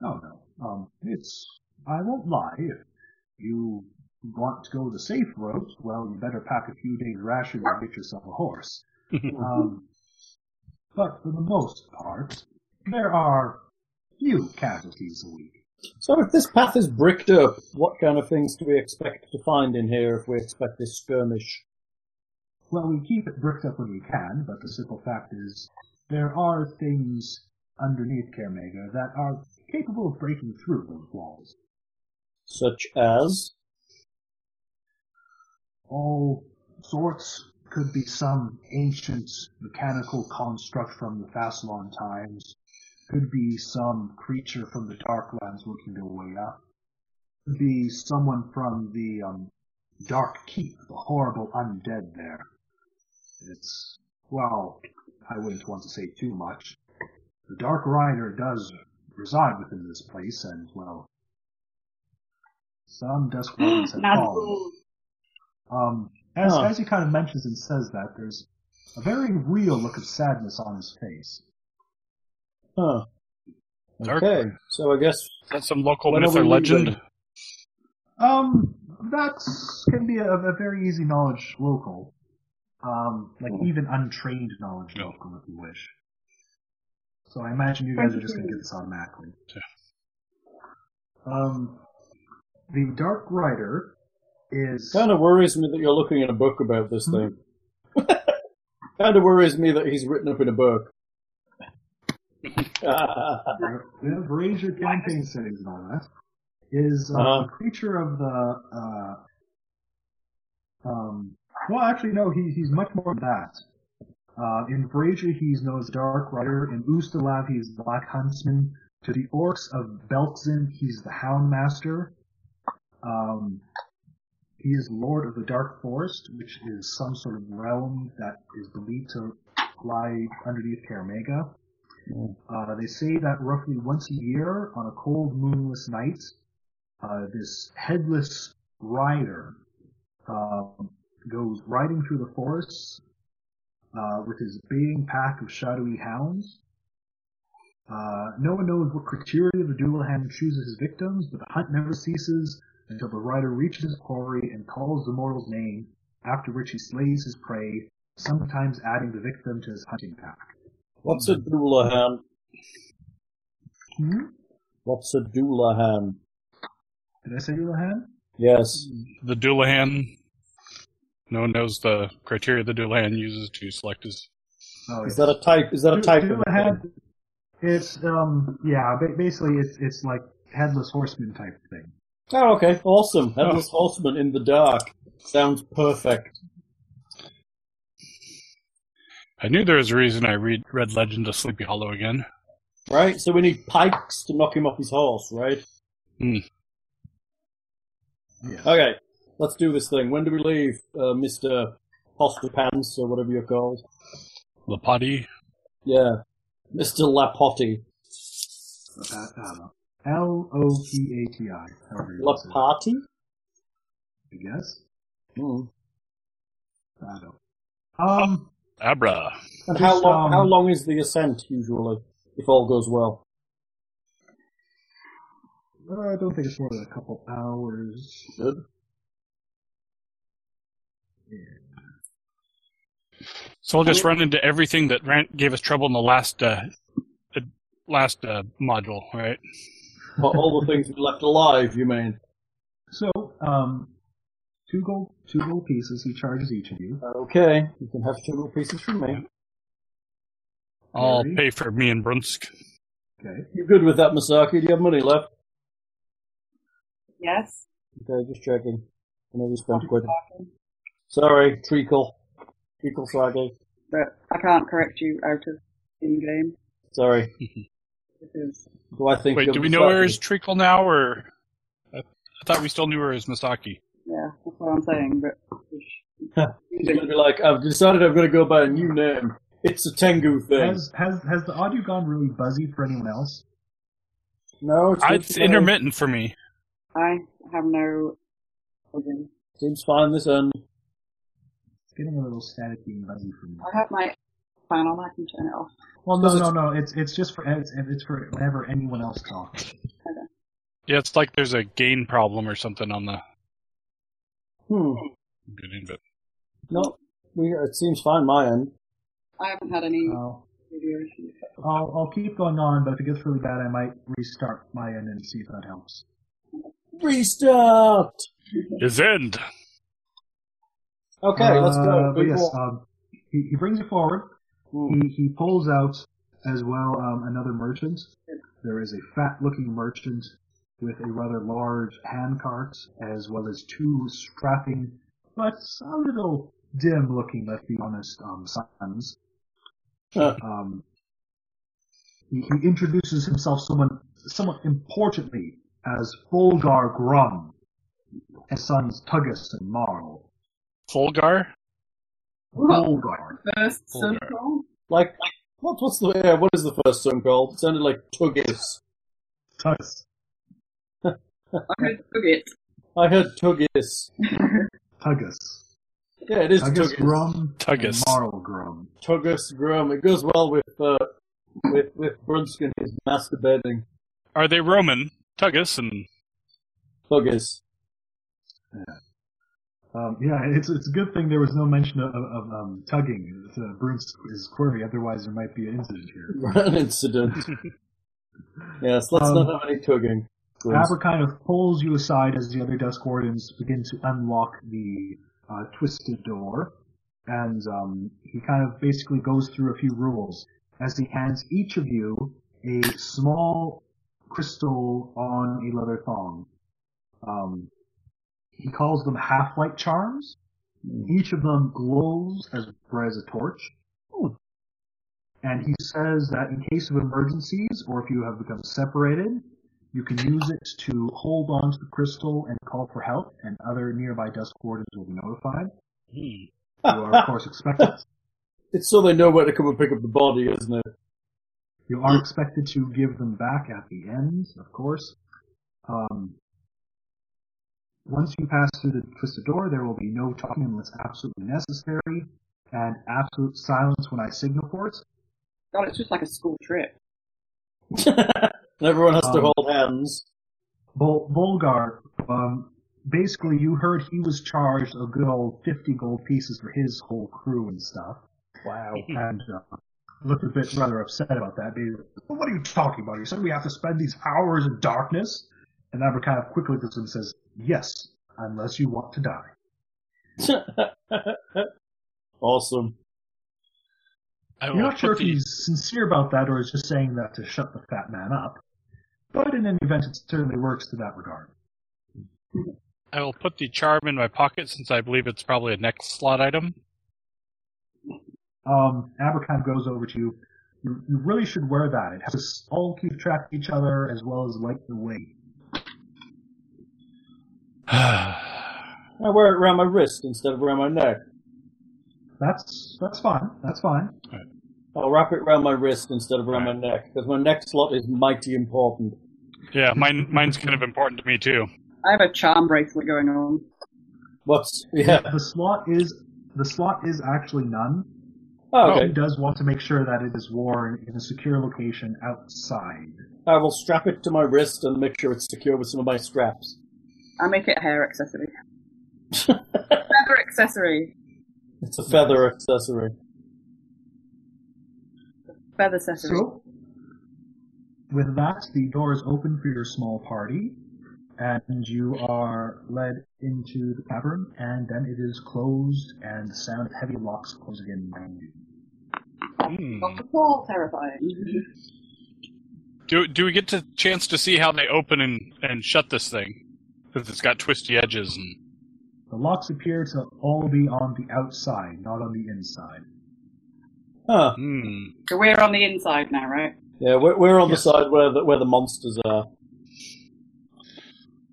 No, no. Um, it's. I won't lie. If you want to go the safe route, well, you better pack a few days' rations and get yourself a horse. um, but for the most part, there are few casualties a week. So if this path is bricked up, what kind of things do we expect to find in here if we expect this skirmish? Well, we keep it bricked up when we can, but the simple fact is there are things underneath Caremega that are capable of breaking through those walls. Such as All sorts could be some ancient mechanical construct from the Fastlon times, could be some creature from the Darklands working their way up, could be someone from the um, Dark Keep, the horrible undead there. It's, well, I wouldn't want to say too much. The Dark Rider does reside within this place, and, well, some Dusk Wardens have fallen. Nazgul. Um, as, Huh. as he kind of mentions and says that, there's a very real look of sadness on his face. huh. Dark. Okay, so I guess Is that some local When myth are or we legend? leaving? Um, that can be a, a very easy knowledge local. Um, like even untrained knowledge local, if you wish. So I imagine you guys are just going to get this automatically. Yeah. Um, the Dark Rider is kind of worries me that you're looking in a book about this thing. kind of worries me that he's written up in a book. we have raised your campaign settings and all that. Is uh, Uh-huh. a creature of the. Uh, um, well, actually, no. He, he's much more than that. Uh, in Brazier, he's known as Dark Rider. In Ustalav, he's the Black Huntsman. To the orcs of Belzin, he's the Hound Master. Um, he is Lord of the Dark Forest, which is some sort of realm that is believed to lie underneath Karamega. Uh, they say that roughly once a year, on a cold, moonless night, uh, this headless rider um, goes riding through the forests uh, with his baying pack of shadowy hounds. Uh, no one knows what criteria the dual hand chooses his victims, but the hunt never ceases until the rider reaches his quarry and calls the mortal's name, after which he slays his prey, sometimes adding the victim to his hunting pack. What's a Doulahan? Hmm? What's a Doulahan? Did I say dual hand? Yes. The Doulahan. No one knows the criteria the Doulahan uses to select his. Oh, Is yeah. that a type? Is that a Do- type do of it have- It's um yeah, ba- basically it's it's like headless horseman type thing. Oh, okay. Awesome. Headless Horseman in the dark. Sounds perfect. I knew there was a reason I read Red Legend of Sleepy Hollow again. Right? So we need pikes to knock him off his horse, right? Hmm. Yeah. Okay, let's do this thing. When do we leave, uh, Mr. Poster Pants, or whatever you're called? Lapati. Yeah. Mr. Lapotti. Pat- I don't know. L O P A T E I. however you want to say it, Lapati? I guess. Mm. I don't. Um, Abra. And how Just, long, um, how long is the ascent, usually, if all goes well? uh, I don't think it's more than a couple hours. Good. So we'll just run into everything that ran- gave us trouble in the last uh, the last uh, module, right? All- all the things we left alive, you mean? So, um, two gold, two gold pieces. He charges each of you. Okay, you can have two more pieces from me. I'll Very. pay for me and Brunsk. Okay. You good with that, Masaki? Do you have money left? Yes. Okay, just checking. I know we spent quite. Sorry, treacle, treacle sake. But I can't correct you out of in game Sorry. because Do I think? Wait, of do we know where Masaki? is Treacle now, or I, I thought we still knew where is Masaki? yeah, that's what I'm saying. But He's gonna be like, I've decided I'm gonna go by a new name. It's a Tengu thing. Has has has the audio gone really buzzy for anyone else? no, it I, seems Ah, it's fine. intermittent for me. I have no. organ. Seems fine this end. It's getting a little staticky and buzzy for me. I have my fan on. I can turn it off. Well, no, no, no. It's it's just for it's, it's for whenever anyone else talks. Yeah, it's like there's a gain problem or something on the. Hmm. But No, we- it seems fine my end. I haven't had any I'll, video issues. I'll I'll keep going on, but if it gets really bad, I might restart my end and see if that helps. Restart. his end. Okay, let's go. Uh, But Big yes, wall. um, he, he brings it forward. Hmm. He, he pulls out as well um, another merchant. There is a fat-looking merchant with a rather large hand cart, as well as two strapping but a little dim-looking, let's be honest, um, sons. Huh. um, he, he introduces himself someone somewhat importantly as Volgar Grum, his sons Tugus and Marl. Fulgar? Volgar. First Hold on. circle. Like, like what, what's the yeah, what is the first song called? It sounded like Tuggis. Tugus. I heard took it. I heard Tuggis. Tugus. Yeah, it is Tugus Tuggis. Grum. Tugus. and Marl Grum. Tuggis Grum. It goes well with uh, with with Brunsk and his masturbating Are they Roman? Tugus and Tuggis. Um, yeah, it's it's a good thing there was no mention of, of um, tugging to Bruce's his query. Otherwise, there might be an incident here. An incident. yes, let's Um, not have any tugging. Brunsk. Abra kind of pulls you aside as the other Dusk Wardens begin to unlock the uh, twisted door, and um, he kind of basically goes through a few rules as he hands each of you a small crystal on a leather thong. Um, he calls them half-light charms. Each of them glows as bright as a torch. And he says that in case of emergencies or if you have become separated, you can use it to hold on to the crystal and call for help, and other nearby Dusk Wardens will be notified. Hmm. You are, of course, expected. It's so they know where to come and pick up the body, isn't it? You are expected to give them back at the end, of course. Um, once you pass through the twisted door, there will be no talking unless absolutely necessary, and absolute silence when I signal for it. God, it's just like a school trip. and everyone has to Um, hold hands. Vol- Volgar, um, basically, you heard he was charged a good old 50 gold pieces for his whole crew and stuff. Wow. and uh, looked a bit rather upset about that. Being, what are you talking about? You said we have to spend these hours in darkness? And Abra kind of quickly looks at him and says, Yes, unless you want to die. awesome. I Oh, You're will not sure put if the- he's sincere about that or is just saying that to shut the fat man up. But in any event, it certainly works to that regard. I will put the charm in my pocket since I believe it's probably a next slot item. Um, Abercrombie goes over to you. You, you really should wear that. It has us all keep track of each other as well as light the way. I wear it around my wrist instead of around my neck. That's that's fine. That's fine. I'll wrap it around my wrist instead of around my neck because my neck slot is mighty important. yeah, mine, mine's kind of important to me too. I have a charm bracelet going on. What's yeah? The slot is the slot is actually none. Oh, He okay. does want to make sure that it is worn in a secure location outside. I will strap it to my wrist and make sure it's secure with some of my straps. I make it a hair accessory. Feather accessory. It's a feather accessory. Feather accessory. So, with that, the door is open for your small party, and you are led into the cavern, and then it is closed, and the sound of heavy locks close again behind you. Hmm. Not at all terrifying. Do do we get a chance to see how they open and, and shut this thing? Because it's got twisty edges and The locks appear to all be on the outside, not on the inside. Huh. hmm. so we're on the inside now, right? Yeah, we're, we're on Yes. the side where the, where the monsters are.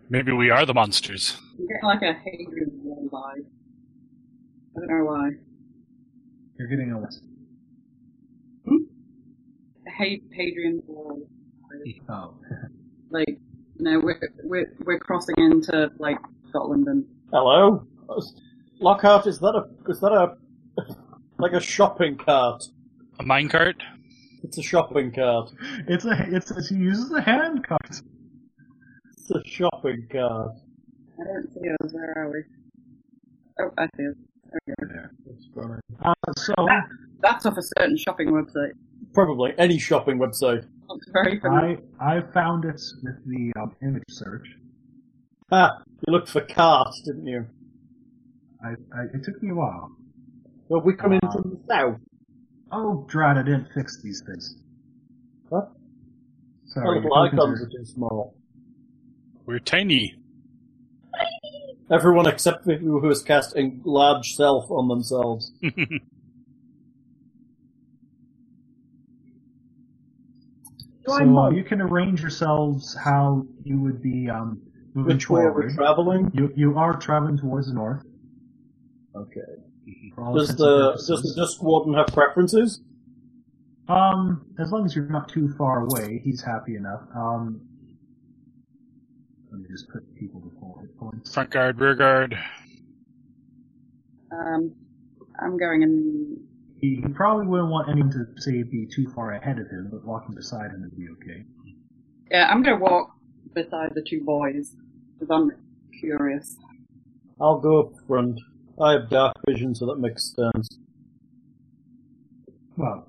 Maybe we are the monsters. I'm getting like a Hagen vibe. I don't know why. You're getting a A Ha- Hadrian wall. oh, Like, no, we're, we're, we're crossing into, like, Scotland and Hello, Lockhart. Is that a is that a like a shopping cart? A minecart? It's a shopping cart. it's a it's a, she uses a hand cart. It's a shopping cart. I don't see us. Where are we? Oh, I see us. There we go. Uh, so That's off a certain shopping website. Probably any shopping website. Looks very familiar. I I found it with the um, image search. Ha! Ah, You looked for cart, didn't you? I, I it took me a while. Well, we come in from the south. Oh, drat! I didn't fix these things. What? Our Sorry. little your tokens icons are- are too small. We're tiny. Everyone except the people who has cast a large self on themselves. So uh, you can arrange yourselves how you would be um, moving Which way are we forward. traveling? You you are traveling towards the north. Okay. For all Does intents and the purposes. does the Dusk Warden have preferences? Um, as long as you're not too far away, he's happy enough. Um, let me just put people before hit points. Front guard, rear guard. Um, I'm going in. He, he probably wouldn't want anyone to say be too far ahead of him, but walking beside him would be okay. Yeah, I'm going to walk beside the two boys because I'm curious. I'll go up front. I have dark vision, so that makes sense. Well,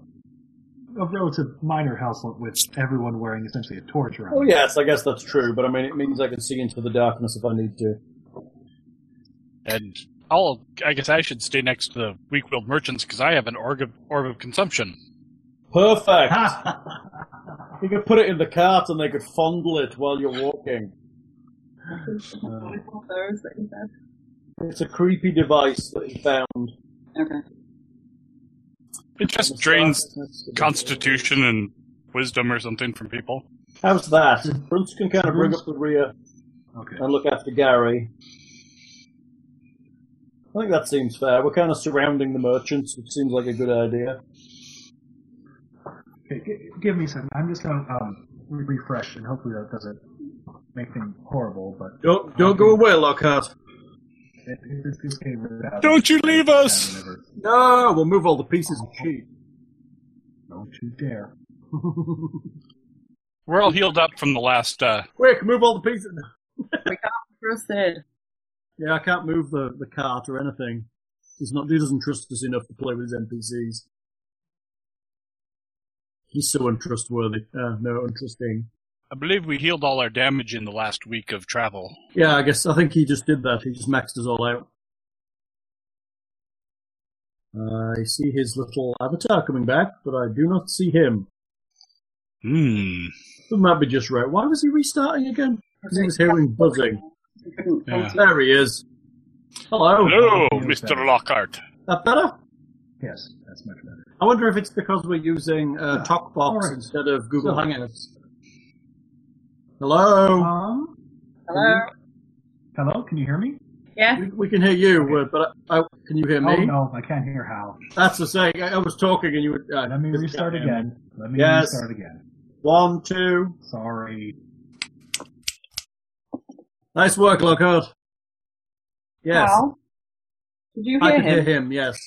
a relative minor household with everyone wearing essentially a torch around. Oh them. yes, I guess that's true, but I mean it means I can see into the darkness if I need to. And I'll I guess I should stay next to the weak willed merchants because I have an orb of, orb of consumption. Perfect. You could put it in the cart and they could fondle it while you're walking. Uh, What is one of those that you said? It's a creepy device that he found. Okay. It just drains constitution and wisdom or something from people. How's that? Bruce can kind of bring up the rear okay. and look after Gary. I think that seems fair. We're kind of surrounding the merchants, which seems like a good idea. Okay, g- give me a second. I'm just going to um, re- refresh, and hopefully that doesn't make things horrible, but Don't, don't go away, Lockhart. it, it, it's just getting rid of Don't you leave us! Yeah, whatever. No, we'll move all the pieces of cheap. Don't you dare. We're all healed up from the last uh Quick, move all the pieces. Trusted. Yeah, I can't move the, the cart or anything. He's not. He doesn't trust us enough to play with his NPCs. He's so untrustworthy. Uh, no, untrusting. I believe we healed all our damage in the last week of travel. Yeah, I guess I think he just did that. He just maxed us all out. I see his little avatar coming back, but I do not see him. Hmm. That might be just right. Why was he restarting again? Because he was hearing buzzing. I couldn't Yeah. place it. There he is. Hello. Hello, Oh, Mr. okay. Lockhart. That better? Yes, that's much better. I wonder if it's because we're using uh, all TalkBox right. instead of Google So- Hangouts. Hello. Um, Hello. hello, can you hear me? Yes. We, we can hear you, uh, but I, I, can you hear me? Um, Oh no, I can't hear Hal. That's the saying. I, I was talking and you would. Uh, Let me just restart can't hear me. again. Let me Yes. restart again. One, two. Sorry. Nice work, Lockhart. Yes. Hal? Did you I hear can hear him? him, yes.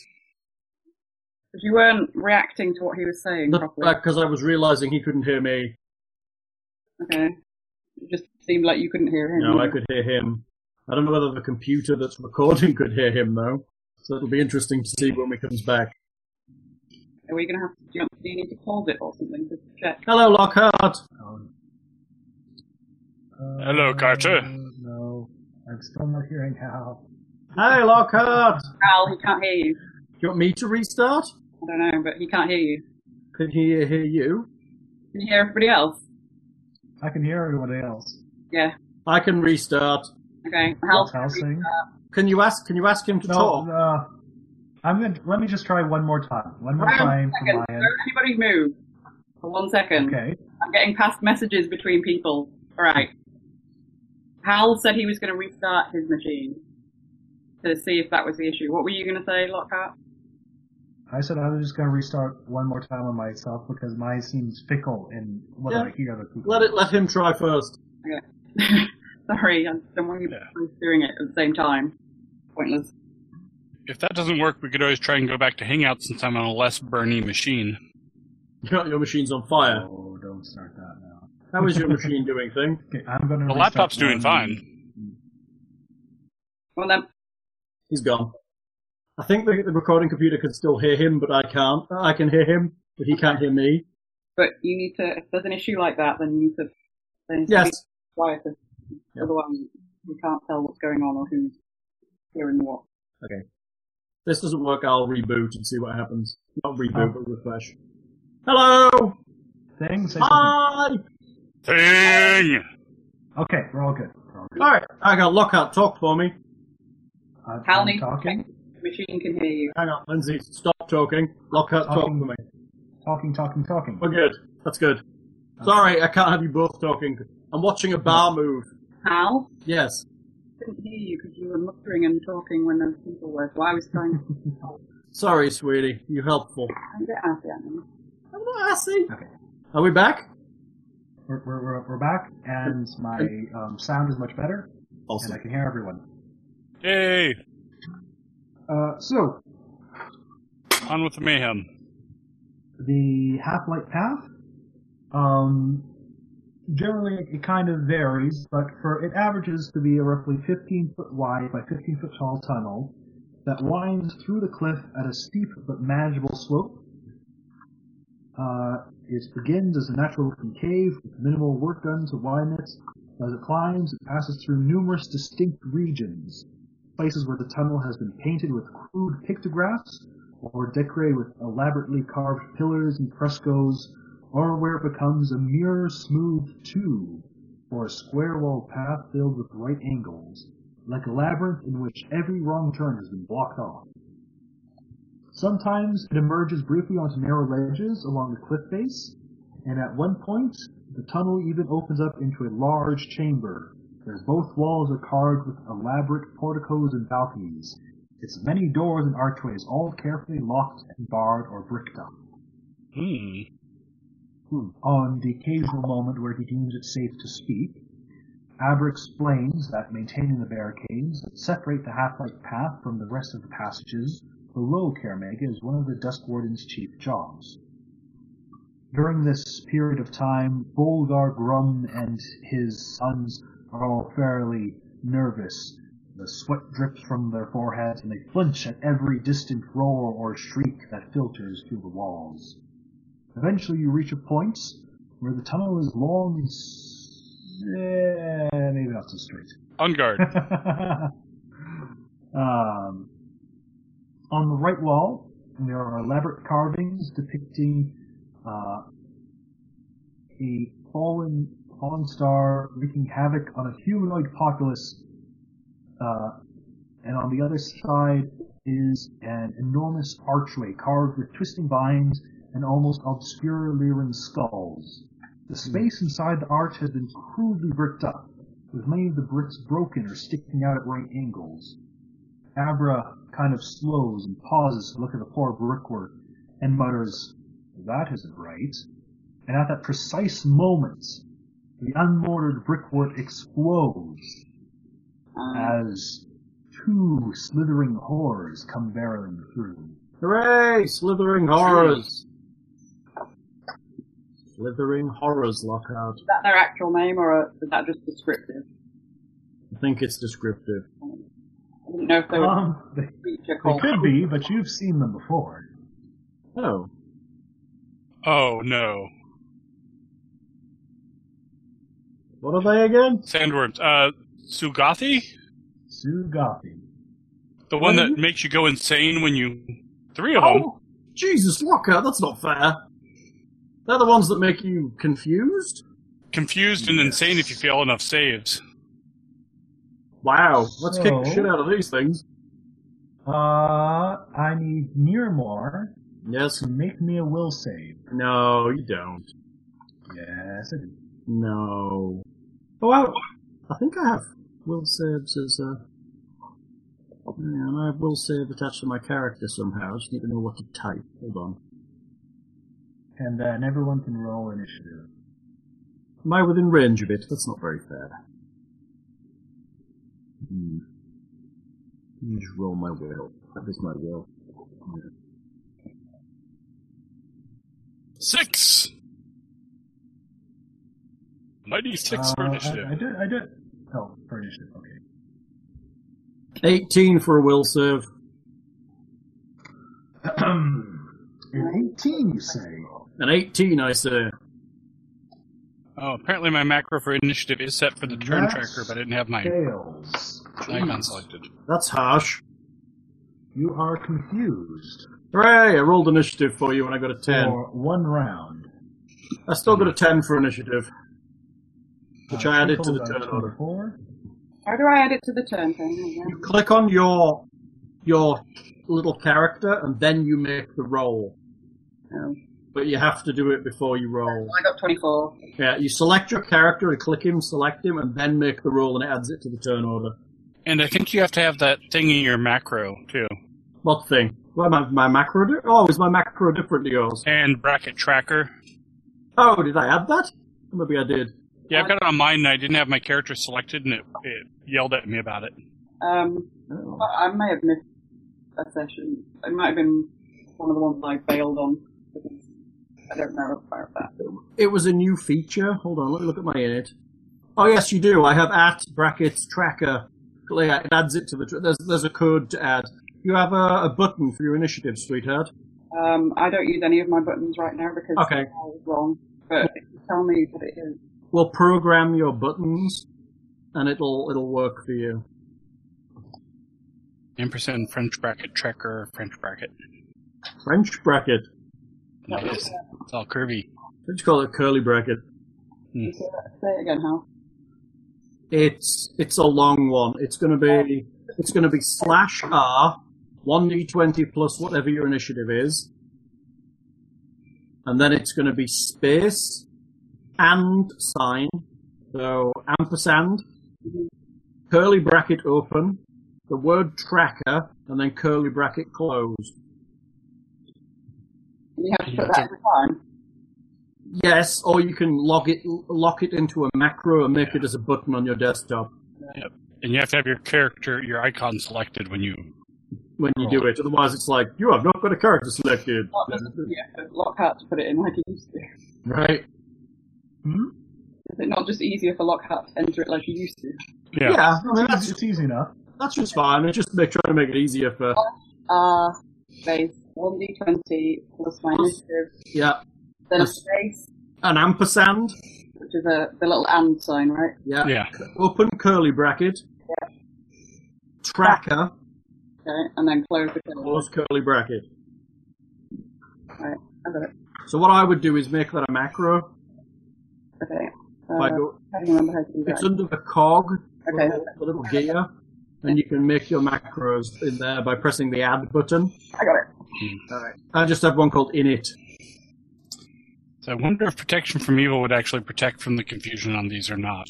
Because you weren't reacting to what he was saying properly. Because I was realizing he couldn't hear me. Okay. It just seemed like you couldn't hear him. No, I could hear him. I don't know whether the computer that's recording could hear him, though. So it'll be interesting to see when he comes back. Are we going to have to, do you, do you need to pause it or something to check? Hello, Lockhart. Um, Hello, Carter. No, I'm still not hearing Hal. Hey, Lockhart. Hal, he can't hear you. Do you want me to restart? I don't know, but he can't hear you. Can he hear you? Can you hear everybody else? I can hear everybody else. Yeah. I can restart. Okay. Uh, What's Hal's Hal saying? Can you ask? Can you ask him to No, talk? uh, I'm gonna. Let me just try one more time. One more Round time second. from my Don't end. anybody move. For one second. Okay. I'm getting past messages between people. All right. Hal said he was going to restart his machine to see if that was the issue. What were you going to say, Lockhart? I said I'm just gonna restart one more time on myself because mine seems fickle in what Yeah. I hear other people. Let it. Let him try first. Sorry, I don't want you both doing it at the same time. Pointless. If that doesn't work, we could always try and go back to Hangout since I'm on a less burny machine. Your your machine's on fire. Oh, don't start that now. How is your machine doing, thing? Okay, I'm gonna. The restart laptop's doing one- fine. Well, then, He's gone. I think the, the recording computer can still hear him, but I can't. I can hear him, but he can't hear me. but you need to. If there's an issue like that, then you need to. Then you need Yes. To be quieter. Yeah. Otherwise, you can't tell what's going on or who's hearing what. This doesn't work. I'll reboot and see what happens. Not reboot, but refresh. Hello. Thing. Say something. Hi. Thing! Okay, we're all good. We're all good. All right. I got Lockhart. Talk for me. Uh, Hal I'm needs to talking, check. The machine can hear you. Hang on, Lindsay. Stop talking. Lockhart, talk for Talking. me. talking, talking, talking. We're good. That's good. Sorry, I can't have you both talking. I'm watching a bar move. Hal Yes. couldn't hear you because you were muttering and talking when those people were. So I was trying to. Sorry, sweetie. You helpful. I'm a bit out there Um, now. I'm not asking. Okay. Are we back? We're, we're, we're, we're back, and my um, sound is much better, and I can hear everyone. Yay! Uh, so, On with the mayhem. the half-light path, um, generally it kind of varies, but for it averages to be a roughly 15-foot wide by 15-foot tall tunnel that winds through the cliff at a steep but manageable slope. Uh, it begins as a natural-looking cave with minimal work done to widen it. As it climbs, it passes through numerous distinct regions, places where the tunnel has been painted with crude pictographs or decorated with elaborately carved pillars and frescoes, or where it becomes a mirror smooth tube, or a square walled path filled with right angles, like a labyrinth in which every wrong turn has been blocked off. Sometimes it emerges briefly onto narrow ledges along the cliff face, and at one point the tunnel even opens up into a large chamber, where both walls are carved with elaborate porticos and balconies, its many doors and archways all carefully locked and barred or bricked up. Hmm. Hmm. On the occasional moment where he deems it safe to speak, Aber explains that maintaining the barricades that separate the half-light path from the rest of the passages below Karamega is one of the Dusk Warden's chief jobs. During this period of time, Bolgar Grum and his sons are all fairly nervous. The sweat drips from their foreheads and they flinch at every distant roar or shriek that filters through the walls. Eventually, you reach a point where the tunnel is long and. s- eh, maybe not so straight. On guard. um, on the right wall, there are elaborate carvings depicting uh, a fallen, fallen star wreaking havoc on a humanoid populace Uh, and on the other side is an enormous archway carved with twisting vines and almost obscure leering skulls. The space inside the arch has been crudely bricked up, with many of the bricks broken or sticking out at right angles. Abra kind of slows and pauses to look at the poor brickwork and mutters, That isn't right. And at that precise moment, the unmortared brickwork explodes Uh, Um, as two slithering horrors come barreling through. Hooray! Slithering horrors. Slithering horrors, Lockhart. is that their actual name or uh, is that just descriptive? I think it's descriptive. I didn't know if there was Um, they, a creature they called. could be, but you've seen them before. Oh. Oh no. What are they again? Sandworms. Uh, Sugathi? Sugathi. The one that Mhm. makes you go insane when you. Three of them. Oh, Jesus, Lockhart, that's not fair. They're the ones that make you confused? Confused and insane if you fail enough saves. Wow, let's kick the So- shit out of these things. Uh, I need Nearmore Yes. to make me a will save. No, you don't. Yes, I do. No. Oh, I, I think I have will saves as a. Yeah, and I have will save attached to my character somehow. I just need to know what to type. Hold on. And then everyone can roll initiative. Am I within range of it? That's not very fair. Hmm. Let me just roll my will. That is my will. Six! Mighty six for Uh, I- initiative. I, did. I did. Oh, for initiative. Okay. 18 for a will save. An 18, you say? An 18, I say. Oh, apparently my macro for initiative is set for the turn That's- tracker, but I didn't have mine. Fails. Icon selected. That's harsh. You are confused Hooray! I rolled initiative for you and I got a 10. for one round. I still got a 10 for initiative. Which I added to the Trickle turn got order. 24. How do I add it to the turn thing? You click on your your little character and then you make the roll. Oh. But you have to do it before you roll. I got 24. Yeah, you select your character and click him, select him, and then make the roll and it adds it to the turn order. And I think you have to have that thing in your macro, too. What thing? Well, my, my macro. Di- oh, is my macro different to yours? And bracket tracker. Oh, did I add that? Maybe I did. Yeah, I've got it on mine, and I didn't have my character selected, and it, it yelled at me about it. Um, Oh. I I may have missed a session. It might have been one of the ones I failed on. because I don't know about that. It was a new feature. Hold on, let me look at my init. Oh yes, you do. I have at brackets tracker. Yeah, it adds it to the. Tra- there's there's a code to add. You have a, a button for your initiative, sweetheart. Um, I don't use any of my buttons right now because Okay. I was wrong. But if you tell me what it is, We'll program your buttons, and it'll it'll work for you. Ampersand French bracket tracker, French bracket. French bracket. It is. It's all curvy. Let's call it curly bracket. say it again, Hal. It's it's a long one. It's going to be it's going to be slash r one d twenty plus whatever your initiative is, and then it's going to be space and sign. So ampersand, curly bracket open, the word tracker, and then curly bracket closed. And you have to Yeah, put that every time. Yes, or you can log it lock it into a macro and make it as a button on your desktop And you have to have your character, your icon selected when you. when you do it. Otherwise, it's like you have not got a character selected. Not just, yeah, but Lockhart to put it in like it used to. Is Right. it not just easier for Lockhart to enter it like he used to? Yeah. Yeah, I mean, that's, It's easy enough. that's just fine. It's just make, trying to make it easier for. Uh, space 1d20 plus my initiative, Yeah. then a Plus- space, An ampersand. which is a, the little and sign, right? Yeah. Yeah. Open curly bracket. Tracker. Okay, and then close the curly. Close curly bracket. Right, I got it. So what I would do is make that a macro. Okay. If I Uh, go, I don't remember how to do it's that. under the cog. Okay. The little gear. and you can make your macros in there by pressing the add button. I got it. I just have one called init. So I wonder if protection from evil would actually protect from the confusion on these or not.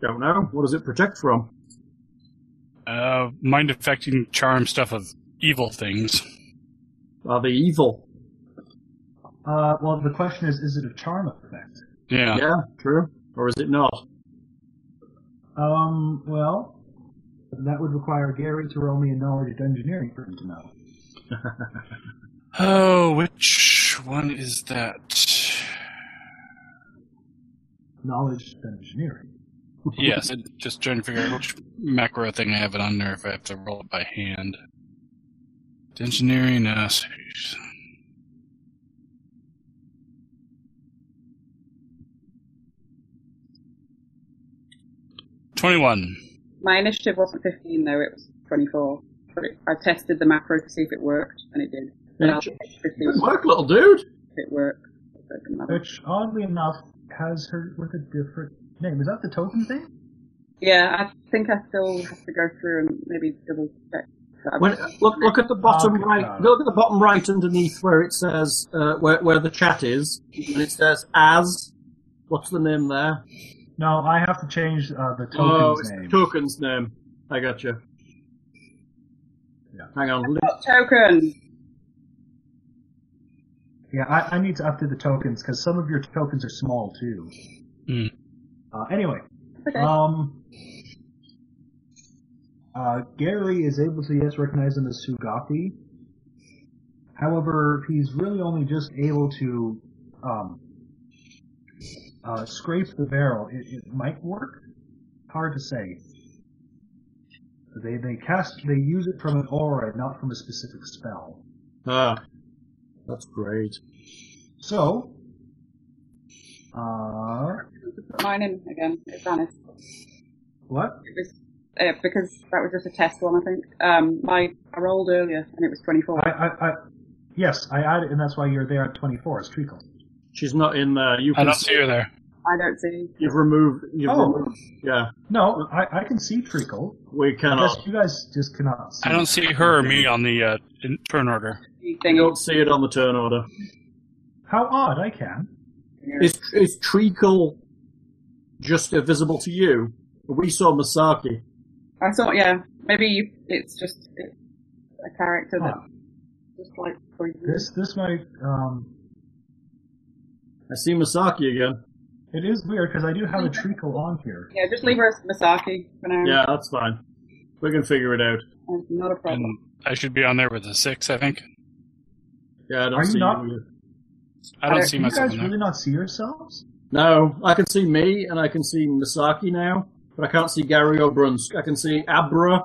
Don't know. What does it protect from? Uh, mind affecting charm stuff of evil things. Are they evil? Uh, well, the question is, is it a charm effect? Yeah. Yeah, true. Or is it not? Um, well, that would require Gary to roll me a knowledge of engineering for him to know. Oh, which one is that? Knowledge of engineering. yes, I'm just trying to figure out which macro thing I have it on there if I have to roll it by hand. Engineering, uh, series. Twenty-one. My initiative wasn't 15 though, it was 24. But it, I tested the macro to see if it worked, and it did. But I'll Good take 15 work, little dude. if it worked. It doesn't matter. Which, oddly enough, has her with a different name. Is that the token thing? Yeah, I think I still have to go through and maybe double check. that I've- When, look, look at the bottom Okay. right. Look at the bottom right underneath where it says uh, where where the chat is, and it says as. What's the name there? No, I have to change uh, the token's oh, it's name. the token's name. I got you. Yeah. Hang on. Got Oh, token. yeah, I, I need to update the tokens because some of your tokens are small too. Hmm. Uh, anyway, Okay. um, uh, Gary is able to yes recognize him as Sugaki. However, he's really only just able to um, uh, scrape the barrel. It, it might work. Hard to say. They they cast they use it from an aura, not from a specific spell. Ah, that's great. So, uh, Put mine in again. It vanished. what? It was, uh, because that was just a test one, I think. Um, my I rolled earlier, and it was 24. I, I, I, yes, I added, and that's why you're there at 24. It's treacle. She's not in there. You I can don't see her there. I don't see. You've removed. You've Oh. removed. Yeah, No, I, I can see treacle. we I guess cannot. you guys just cannot see. I don't see her or me on the uh, in- turn order. You Anything don't see it on the turn order. How odd! I can. Is is treacle just visible to you? We saw Masaki. I thought, yeah, maybe you, it's just it's a character that Huh. just like for you. This this might. Um, I see Masaki again. it is weird because I do have a treacle on here. Yeah, just leave her as Masaki for now. Mm. Yeah, that's fine. We can figure it out. It's not a problem. And I should be on there with a six, I think. Yeah, I don't Are you see not- you. I don't Are see Can you myself guys in there. really not see yourselves? No, I can see me and I can see Misaki now, but I can't see Gary or Brunsk. I can see Abra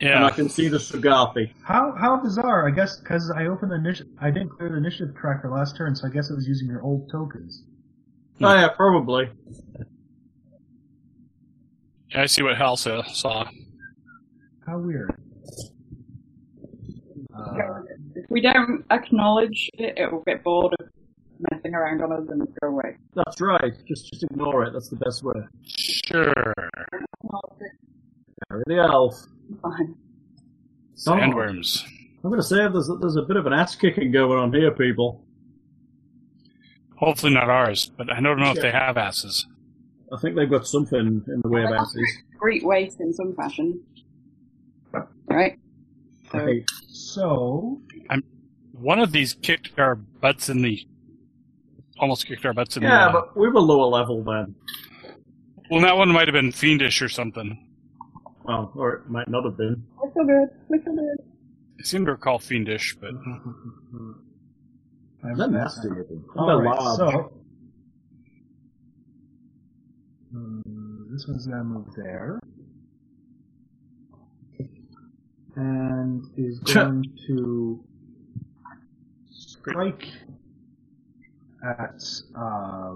and I yeah. can see the Sugathi. How how bizarre! I guess because I opened the initiative, I didn't clear the initiative tracker last turn, so I guess it was using your old tokens. Hmm. Oh, yeah, probably. yeah, I see what Halsa saw. How weird. Uh, If we don't acknowledge it, it will get bored of messing around on us and go away. That's right. Just just ignore it. That's the best way. Sure. Oh. Acknowledge it, Gary the elf. Oh, Fine. Sandworms. I'm going to say there's a, there's a bit of an ass kicking going on here, people. Hopefully not ours, but I don't know if they have asses. I think they've got something in the way of asses. Great waste in some fashion. Right? I So, hate- so One of these kicked our butts in the. Almost kicked our butts in the. Yeah, uh, but we were lower level then. Well, that one might have been fiendish or something. Well, or it might not have been. we're still good. We're still good. I seem to recall fiendish, but Mm-hmm. I'm They're nasty. looking. They're All right, large. so Hmm, this one's gonna move there, and is going to strike at uh,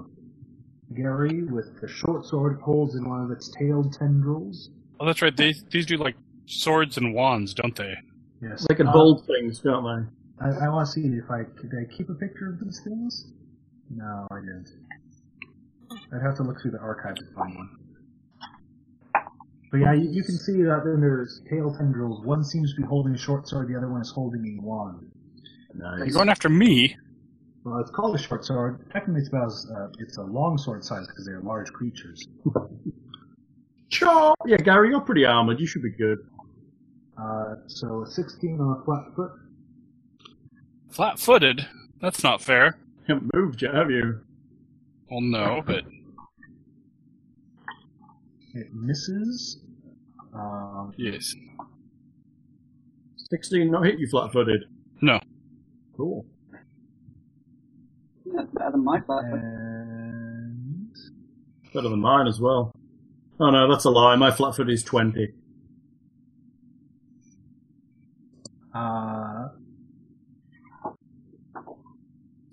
Gary with the short sword it holds in one of its tailed tendrils. oh, that's right. They, these do like swords and wands, don't they? Yes, They can uh, hold things, can't they? I, I want to see if I did I keep a picture of these things. No, I didn't. I'd have to look through the archive to find one. But yeah, you, you can see that then there's tail tendrils. One seems to be holding a short sword, the other one is holding a wand. You're Nice. going after me. Well, it's called a short sword. Technically, it's about as, uh, it's a long sword size because they're large creatures. Sure. Yeah, Gary, you're pretty armored. You should be good. Uh, so 16 on a flat foot. Flat footed? That's not fair. You haven't moved yet, have you? Well, no, Mm-hmm. but It misses. Um, yes. 16 not hit you flat footed. No. Cool. That's better than my flat foot. and Better than mine as well. Oh no, that's a lie. My flat foot is 20. uh,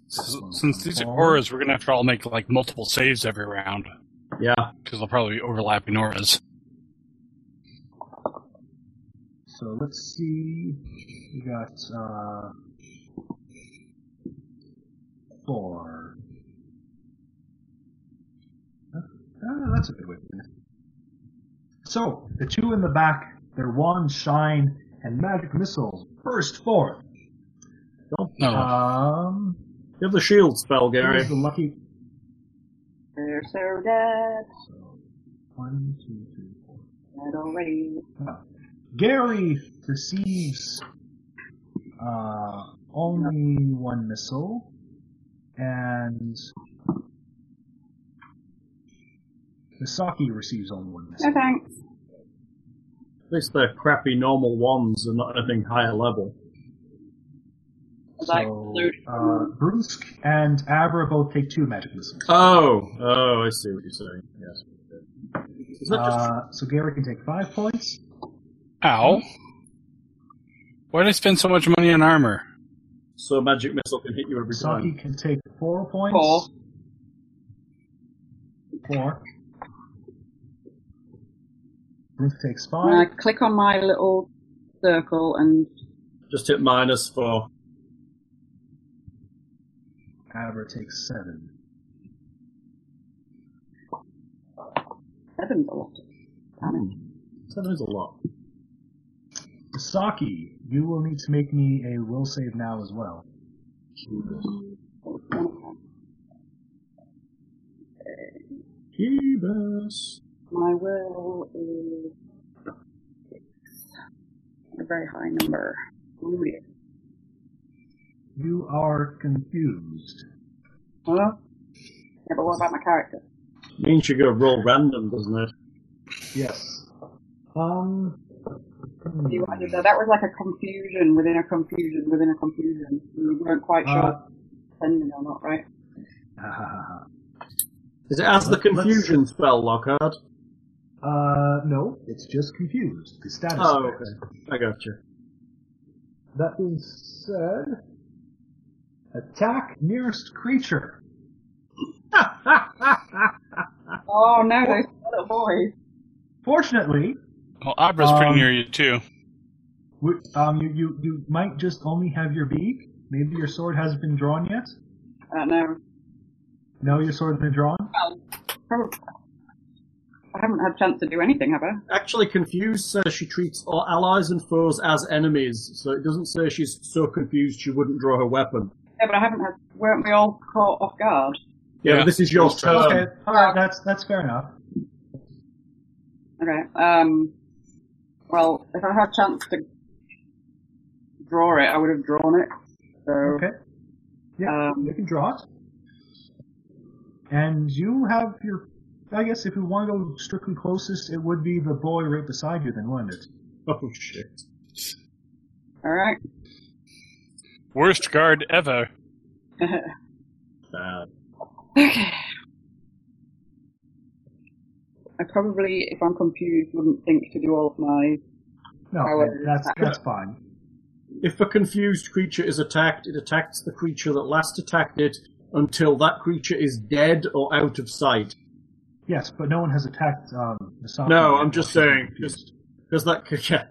S- Since these are auras, we're going to have to all make like multiple saves every round Yeah. because they'll probably be overlapping auras. so let's see. We got uh, four. Uh, that's a good way to do it. So the two in the back, their wands shine, and magic missiles burst forth. No. Um, You have the shield spell, Gary. here's the lucky They're so dead. So, one, two, three, four. Dead already. Gary receives uh, only one missile, and Misaki receives only one No missile. thanks. At least they're crappy normal wands and not anything higher level. As I So, explode uh, from Brunsk and Abra both take two magic missiles. Oh, oh, I see what you're saying. Yes. Is that just Uh, so Gary can take five points. Ow. Why did I spend so much money on armor? so magic missile can hit you every time? Misaki can take four points. four. Four. Brunsk takes And five. I click on my little circle and Just hit minus four. Abra takes seven. seven's a lot. Damn it. Seven is a lot. Saki, you will need to make me a will save now as well. Keybus. My will is a very high number. Oh, yeah. You are confused. Huh? Yeah, but what about my character? Means you go roll random, doesn't it? Yes. Um. hmm. You wanted that. That was like a confusion within a confusion within a confusion. You weren't quite sure Uh, if ending or not, right? ha, ha, ha, Is it as the Let- let's- confusion spell, Lockhart? ha. uh, no, it's just confused. The status. Oh, effect. okay. I got you. That being said, attack nearest creature. Oh no, those little boys. Fortunately, Well, Abra's pretty Um, near you too. we- um, you, you you might just only have your beak. Maybe your sword hasn't been drawn yet. I don't know. No, your sword's been drawn. Um, Well, probably. I haven't had a chance to do anything, have I? Actually, confused says she treats all allies and foes as enemies, so it doesn't say she's so confused she wouldn't draw her weapon. Yeah, but I haven't had. Weren't we all caught off guard? Yeah, Yeah. but this is your turn. Okay, all right, that's that's fair enough. Okay. Um. Well, if I had a chance to draw it, I would have drawn it. So Okay. Yeah, Um, you can draw it. And you have your. I guess if you want to go strictly closest, it would be the boy right beside you, then, wouldn't it? Oh shit. all right. Worst guard ever. Bad. okay. I probably, if I'm confused, wouldn't think to do all of my. No, I would- that's that's fine. If a confused creature is attacked, it attacks the creature that last attacked it until that creature is dead or out of sight. Yes, but no one has attacked um, Misaki. No, yet, I'm just so she's saying, confused. just because that kid, yeah,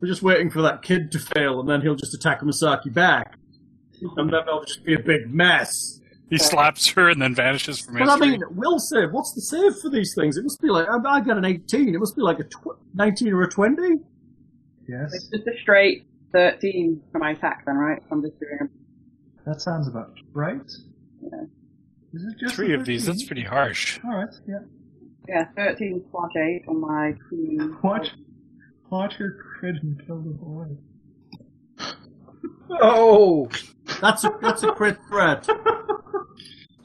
we're just waiting for that kid to fail, and then he'll just attack Masaki back, and then they'll just be a big mess. He Sorry. slaps her and then vanishes from But I history. mean, will save. What's the save for these things? It must be like I, I got an eighteen. It must be like a tw- nineteen or a twenty. Yes, It's just a straight 13 for my attack then, right? I'm just doing a that sounds about right. Yeah. Is it just Three the of these. 13? That's pretty harsh. All right. Yeah. Yeah, 13 slash 8 on my queen. Watch, watch her crit and kill the boy. Oh, that's a, that's a crit threat.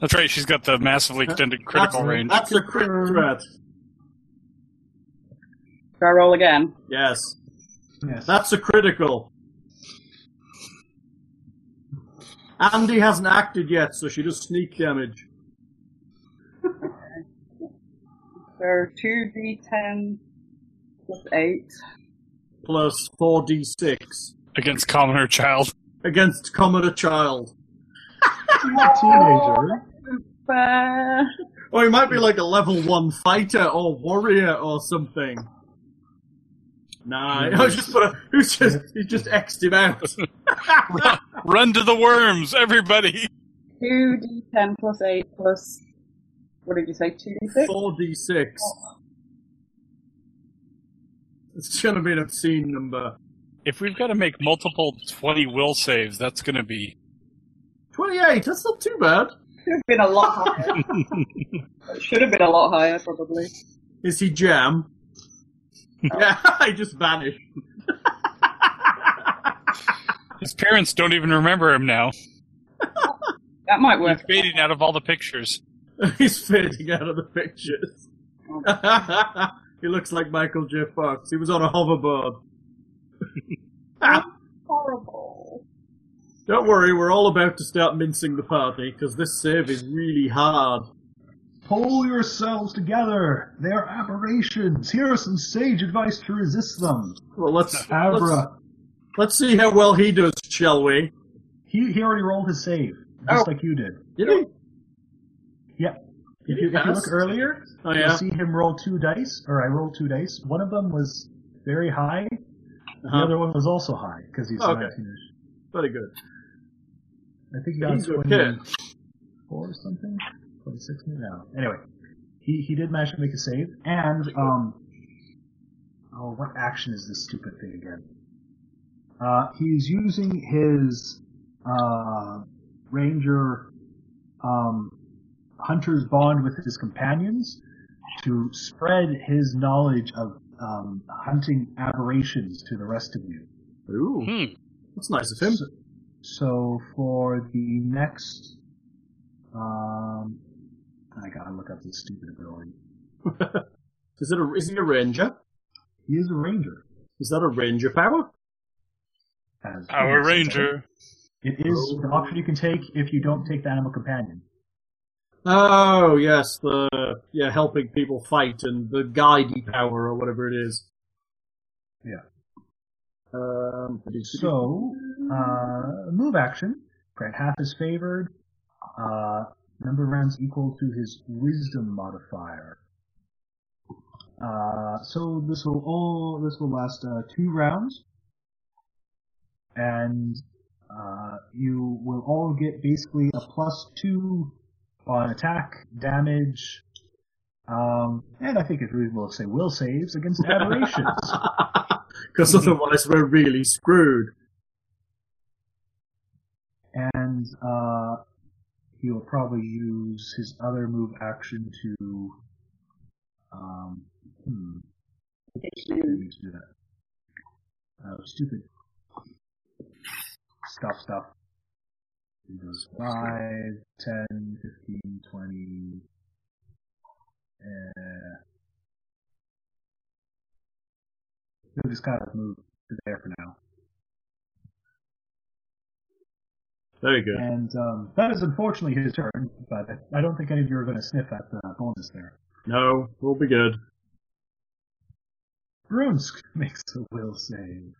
That's right. She's got the massively extended critical that's, range. That's a crit threat. Do I roll again? Yes, Yes. that's a critical. Andy hasn't acted yet, so she does sneak damage. So 2d10 plus 8. Plus four d six against commoner child. against Commodore Child. teenager. Uh, Or he might be like a level one fighter or warrior or something. Nah, I just put a, he just he just xed him out. Run to the worms, everybody! 2d10 plus 8 plus. What did you say? 2d6? Four d six. It's gonna be an obscene number. If we've got to make multiple 20 will saves, that's going to be. Twenty eight. That's not too bad. Should have been a lot higher. It should have been a lot higher, probably. Is he jam? yeah, he just vanished. His parents don't even remember him now. That might He's work. fading out of all the pictures. He's fading out of the pictures. he looks like Michael J. Fox. He was on a hoverboard. Horrible. Don't worry, we're all about to start mincing the party because this save is really hard. Pull yourselves together. They're aberrations. Here are some sage advice to resist them. Well, let's let's, Abra. let's see how well he does, shall we? He, he already rolled his save, Oh. just like you did. Did he? Yeah. If you, if you look earlier, Oh you'll yeah. see him roll two dice, or I rolled two dice. One of them was very high. The Uh-huh. other one was also high because he's Okay. 19 Very good. I think he got He's a 24 or something. 26 now. Anyway, he, he did manage to make a save. And, um, oh, what action is this stupid thing again? Uh, he's using his, uh, ranger, um, hunter's bond with his companions to spread his knowledge of, um, hunting aberrations to the rest of you. Ooh, Hmm. that's nice of him. So, so for the next, um, I gotta look up this stupid ability. Is it a is he a ranger? He is a ranger. Is that a ranger power? as- Power Ranger. It is an option you can take if you don't take the animal companion. Oh yes, the yeah helping people fight and the guidey power or whatever it is. Yeah. Um, So, uh, move action. Grant half is favored. Uh, number of rounds equal to his wisdom modifier. Uh, so this will all this will last uh, two rounds, and uh, you will all get basically a plus two on attack, damage, um, and I think it's reasonable to say will saves against aberrations. because otherwise we're really screwed. and uh, he will probably use his other move action to. Um, hmm, he didn't do that. Uh, stupid. Stuff, stuff. He goes 5, 10, 15, 20. Uh, we just gotta move to there for now. Very good. And um, that is unfortunately his turn, but I don't think any of you are going to sniff at the bonus there. No, we'll be good. Brunsk makes a will save.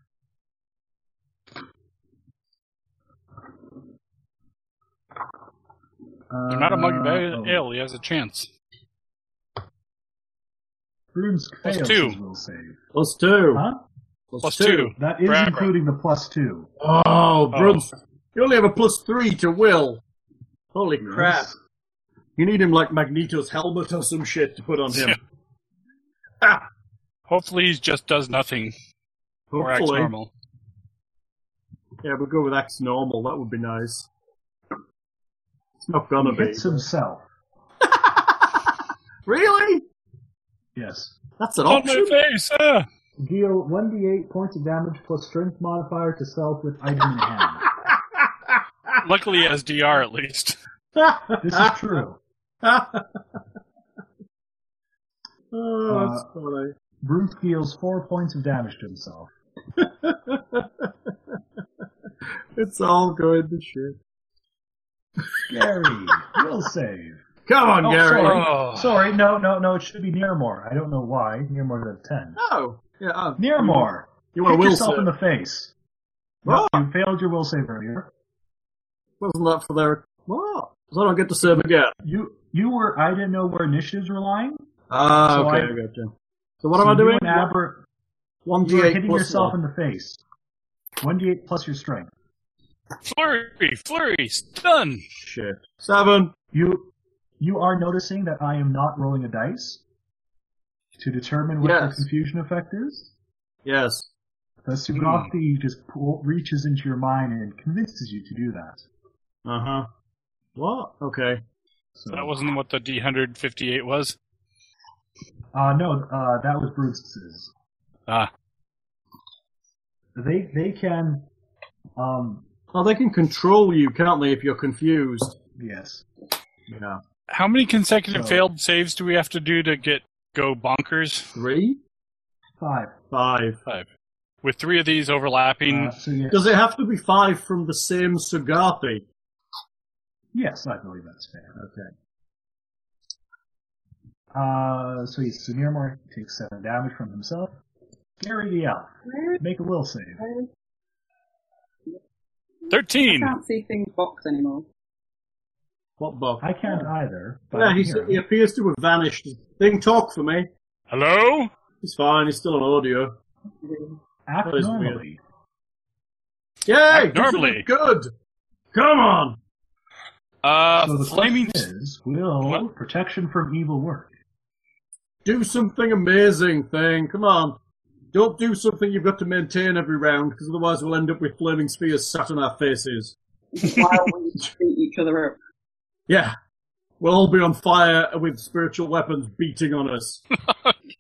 They're not a mug of Uh, ale. oh. ale, He has a chance. Brunsk Plus fails two. his will save. Plus two. Huh? Plus two. Oh. That is Brabra. including the plus two. Oh, Bruns. You only have a plus three to will. Holy crap. Yes. You need him like Magneto's helmet or some shit to put on him. Yeah. ah, Hopefully, he just does nothing or acts hopefully. normal. Yeah, we'll go with Axe Normal. That would be nice. It's not gonna He be. hits himself. Really? Yes. That's an Oh, On option? my face! Ah! Deal 1d8 points of damage plus strength modifier to self with item in hand. Luckily, he has DR at least. This is true. oh, that's Uh, funny. Bruce deals 4 points of damage to himself. It's all going to shit. Gary, will save. Come on, Oh, Gary. sorry. Oh. Sorry, no, no, no, it should be near more. I don't know why. Near more than 10. Oh, yeah. Oh. Near more. You want Hit to will yourself save? in the face. What? You failed your will save earlier. Wasn't that for their what? So I don't get to serve again. You you were I didn't know where initiatives were lying. Ah, So okay, I- I gotcha. So what So am I you doing? and Aber, One you d are eight hitting yourself in the face. One d eight plus your strength. Flurry! Flurry! Stun! shit. Seven. You you are noticing that I am not rolling a dice to determine what the Yes. confusion effect is. Yes. Thus, Hmm. Sugathi just pull, reaches into your mind and convinces you to do that. Uh huh. What? Okay. So, That wasn't what the D158 was? uh, no, uh, that was Bruce's. Ah. They they can, um, Oh, they can control you, can't they? If you're confused. yes. Yeah. How many consecutive So- failed saves do we have to do to get go bonkers? Three. Five. Five. Five. With three of these overlapping, Uh, so yeah, Does it have to be five from the same Sugathi? yes, I believe that's fair. Okay. Uh, so he's Sunirmar takes seven damage from himself. Gary the elf, Where is- make a will save. where is- 13! I can't see things box anymore. What Bob? I can't either. But Yeah, I'm he's, here. he appears to have vanished. They can talk for me. Hello? He's fine. He's still on audio. act that is normally. Yay! This Normally. is good. Come on. Uh, So the flaming. question is, will What? protection from evil work? Do something amazing thing. Come on. Don't do something you've got to maintain every round, because otherwise we'll end up with flaming spheres sat on our faces. While we beat each other up. Yeah. We'll all be on fire with spiritual weapons beating on us.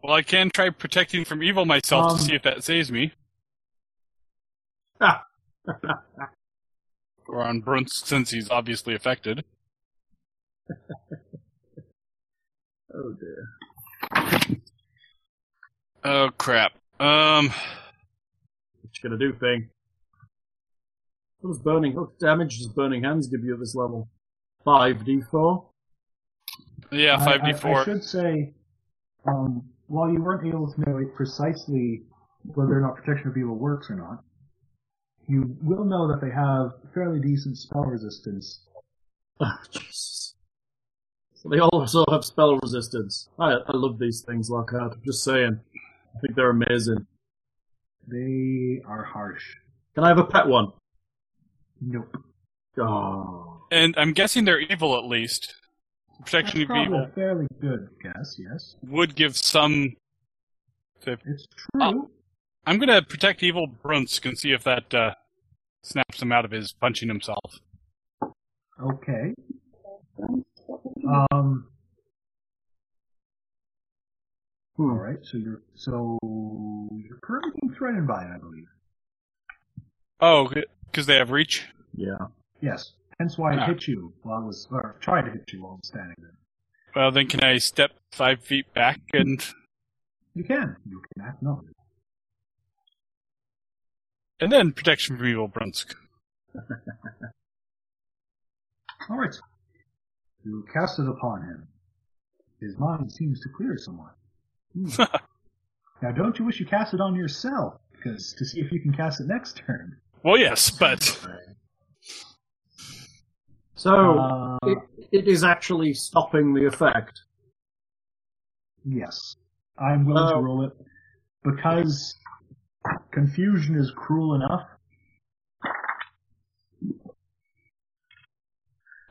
Well, I can try protecting from evil myself Um, to see if that saves me. Ah. or on Brunt, since he's obviously affected. oh dear. Oh, crap. Um, It's gonna do thing. What does burning hook damage does burning hands give you at this level? 5d4? yeah, I- I- I, 5d4. should say, um, while you weren't able to know precisely whether or not protection of evil works or not, you will know that they have fairly decent spell resistance. Ah, Jesus. So they also have spell resistance. I, I love these things, Lockhart. I'm just saying. I think they're amazing. They are harsh. Can I have a pet one? Nope. Oh. And I'm guessing they're evil at least. Protection That's of evil probably a fairly good guess, yes. would give some. It's true. Oh. I'm gonna protect evil Brunsk and see if that uh, snaps him out of his punching himself. Okay. Um, Hmm. all right. So you're so you're currently being threatened by it, I believe. Oh, because they have reach. Yeah. Yes. Hence why it Ah. hit you while it was or tried to hit you while it was standing there. Well, then can I step five feet back and You can. You can act normally. and then protection from evil Brunsk? All right. You cast it upon him. His mind seems to clear somewhat. Hmm. Now, don't you wish you cast it on yourself? Because to see if you can cast it next turn. well, yes, but So, Uh, it, it is actually stopping the effect. Yes. I'm willing to Oh. roll it because confusion is cruel enough.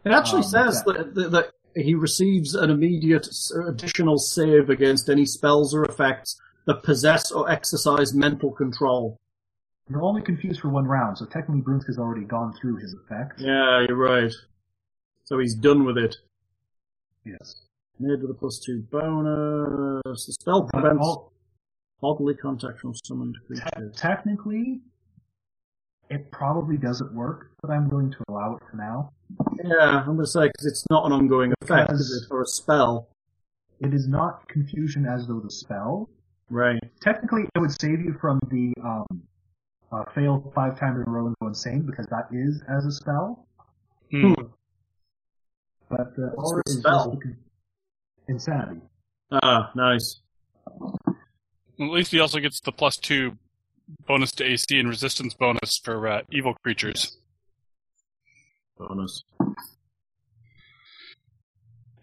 It actually Um, says that, that, that he receives an immediate s- additional save against any spells or effects that possess or exercise mental control. You're only confused for one round, so technically Brunsk has already gone through his effect. Yeah, you're right. So he's done with it. Yes. Made with a plus two bonus. The spell But prevents all- bodily contact from summoned te- creatures. Uh, technically, it probably doesn't work, but I'm willing to allow it for now. Yeah, I'm going to say because it's not an ongoing effect, Because- is it? Or a spell. It is not confusion as though the spell. Right. Technically, it would save you from the um, uh, fail five times in a row and go insane because that is as a spell. Hmm. But the What's aura the is just spell? the con- insanity. Ah, nice. Well, at least he also gets the plus two bonus to AC and resistance bonus for uh, evil creatures. Bonus.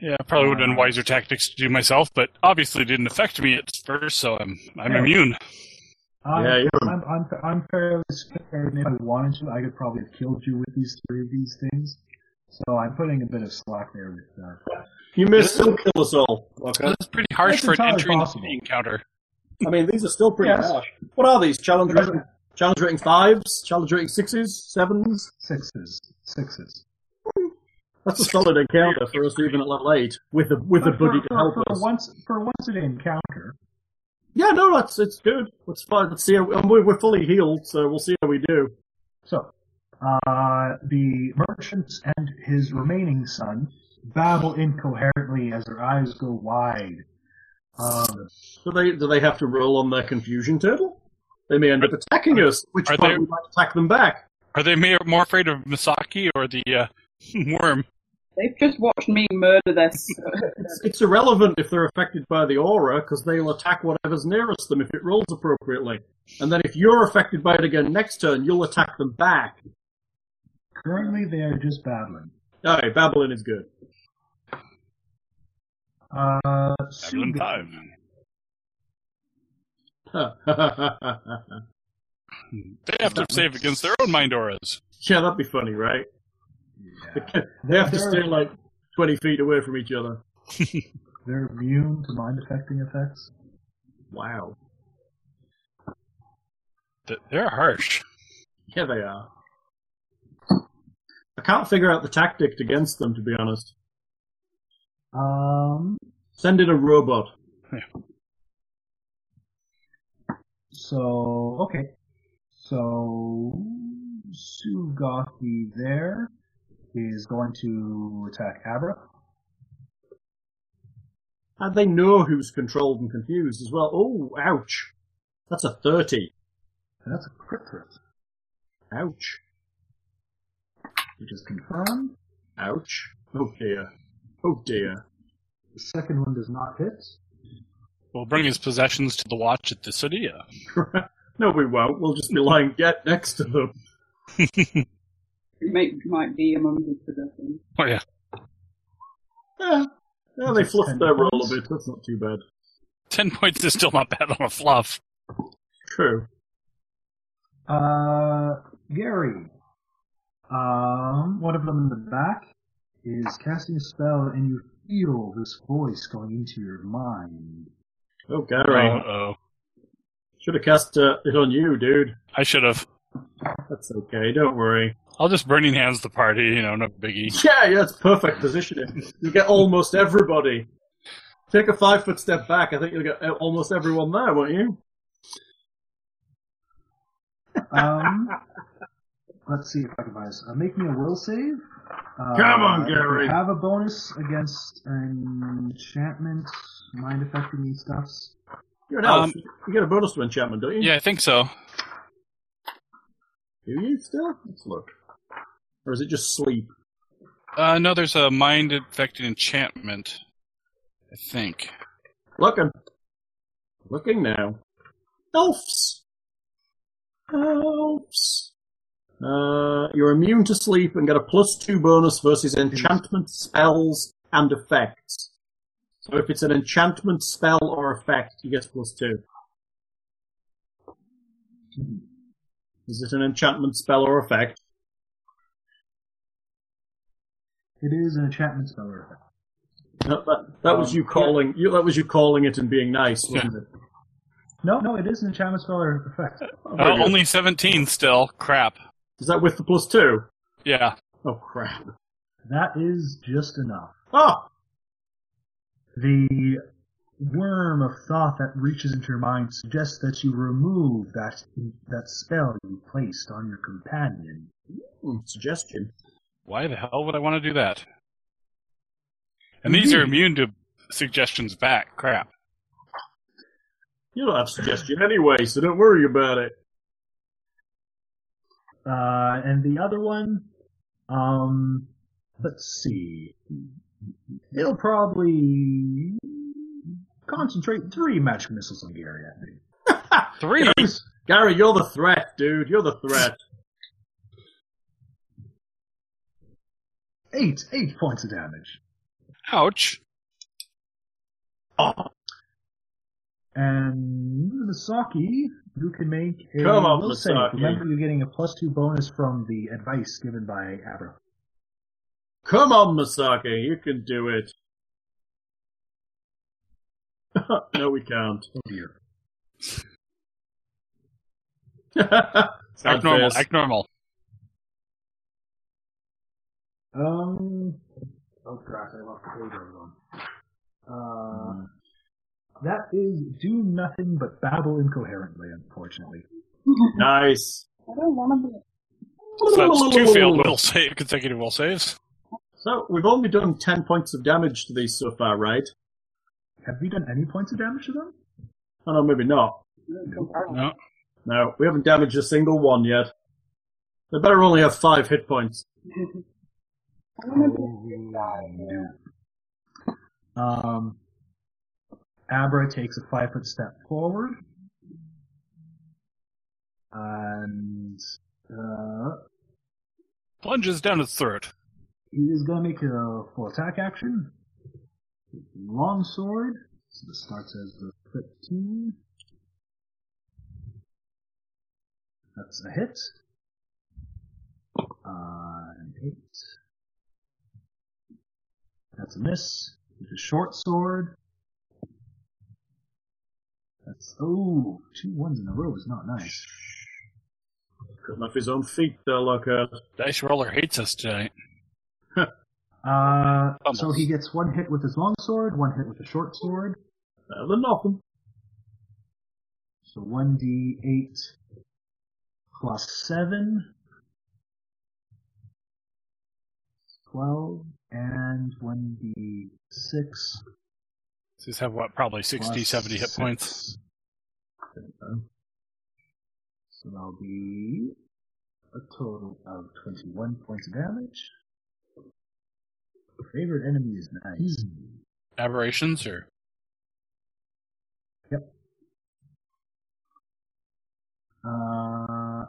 Yeah, probably would have been wiser tactics to do myself, but obviously it didn't affect me at first, so I'm I'm Yeah. immune. I'm, Yeah, you're- I'm, I'm, I'm fairly scared. and If I wanted to, I could probably have killed you with these three of these things. So I'm putting a bit of slack there with uh, You may still kill us all. Okay. That's pretty harsh That's for an entirely entry into possible. the encounter. I mean, these are still pretty Yes. harsh. What are these? Challenge Yes. rating, challenge rating fives, challenge rating sixes, sevens. sixes. Sixes. That's a solid encounter for us, even at level eight, with a with a But for- buddy to for- help for us. Once, for once an encounter, Yeah, no, that's it's good. It's fine. Let's see. How, and we're, we're fully healed, so we'll see how we do. So, uh, the merchants and his remaining son babble incoherently as their eyes go wide. Um, Do they do they have to roll on their confusion turtle? They may end up attacking us, which are point they- we might attack them back. Are they ma- more afraid of Misaki or the uh, worm? They've just watched me murder this. It's, it's irrelevant if they're affected by the aura, because they'll attack whatever's nearest them if it rolls appropriately. And then if you're affected by it again next turn, you'll attack them back. currently, they are just babbling. All right, Babylon is good. Uh, Babylon Suga- five. yeah, They have to save against their own mind auras. that'd be funny, right? Yeah. They have to They're- stay like 20 feet away from each other. They're immune to mind affecting effects. Wow. Th- They're harsh. Yeah, they are. I can't figure out the tactic against them, to be honest. Um, Send in a robot. so, okay. So, Sugothi there is going to attack Abra. And they know who's controlled and confused as well. Oh, ouch. That's a 30. And that's a crit threat, Ouch. which is confirmed. Ouch. Oh dear. Oh dear. The second one does not hit. We'll bring his possessions to the watch at the city. uh, no, we won't. We'll just be lying dead next to them. You may, might be among these possessions. Oh yeah, Yeah. Eh, Yeah, they Just fluffed ten their roll points. a bit. That's not too bad. ten points is still not bad on a fluff. True. Uh, Gary. Um, one of them in the back is casting a spell, and you feel this voice going into your mind. Oh, Gary. Uh, oh, Should have cast uh, it on you, dude. I should have. That's okay. Don't worry. I'll just burning hands the party. You know, no biggie. Yeah, yeah, it's perfect positioning. You get almost everybody. Take a five foot step back. I think you'll get uh, almost everyone there, won't you? Um, let's see if I can buy this. Uh, make me a will save. Uh, Come on, if you Gary. Have a bonus against enchantment, mind affecting and stuffs. You're an elf. Um, you get a bonus to enchantment, don't you? Yeah, I think so. Do you still? Let's look. Or is it just sleep? Uh, no, there's a mind affecting enchantment. I think. Looking. Looking now. Elves! Elves! Uh, you're immune to sleep and get a plus two bonus versus enchantment spells and effects. So if it's an enchantment spell or effect, you get plus two. Is it an enchantment spell or effect? It is an enchantment spell artifact. That, that, that was Um, you calling you. That was you calling it and being nice, wasn't it? No, no, it is an enchantment spell artifact. Oh, very Oh, good. only 17 still. Crap. Is that with the plus two? Yeah. Oh crap! That is just enough. Oh, The worm of thought that reaches into your mind suggests that you remove that that spell you placed on your companion. hmm, suggestion. Why the hell would I want to do that? And these are immune to suggestions back. Crap. You don't have suggestion anyway, so don't worry about it. Uh, and the other one, um, let's see. It'll probably concentrate three magic missiles on Gary, I think. Three. Gary, you're the threat, dude. You're the threat. Eight, eight points of damage. Ouch. And Misaki, you can make a Come on, will save. Misaki. Remember, you're getting a plus two bonus from the advice given by Abra. Come on, Masaki, you can do it. no, we can't. Oh dear. Sad Act normal. face. Act normal. Um. Oh crap! I lost the page I was on. Uh, that is do nothing but babble incoherently. Unfortunately, Nice. I don't want to be. So that's two failed will save, consecutive will saves. So we've only done ten points of damage to these so far, right? have you done any points of damage to them? Oh no, maybe not. No. No, we haven't damaged a single one yet. They better only have five hit points. I wanna be- Oh, Um, Abra takes a five foot step forward. And uh, Plunges down his throat. he is going to make a full attack action. Long sword. So this starts as the 15. That's a hit. Uh, an 8. That's a miss. With a short sword. That's, oh, two ones in a row is not nice. Cutting off his own feet there, Lockhart. Dice roller hates us tonight. Uh, Fumbles. so he gets one hit with his long sword, one hit with the short sword. Better than nothing. So 1d8 plus 7. 12. And 1d6. These have what, probably 60, plus 70 hit six. points. So that'll be a total of 21 points of damage. Favorite enemy is nice. Aberrations or Hmm. Uh,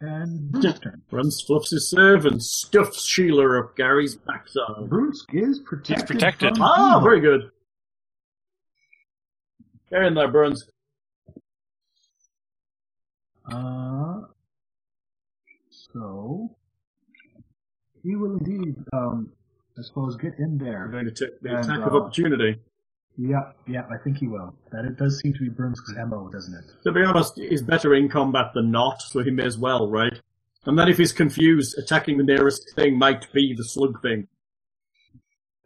and Bruce's turn. Runs, fluffs his serve, and stuffs Sheila up Gary's backside. Bruce is protected. protected. from Ah, evil. very good. Get in there, Burns. Uh, so he will indeed, um, I suppose, get I'm in there. going to take the And, attack of uh, opportunity. Yeah, yeah, I think he will. That it does seem to be Brunsk's MO, doesn't it? To be honest, he's better in combat than not, so he may as well, right? And then if he's confused, attacking the nearest thing might be the slug thing.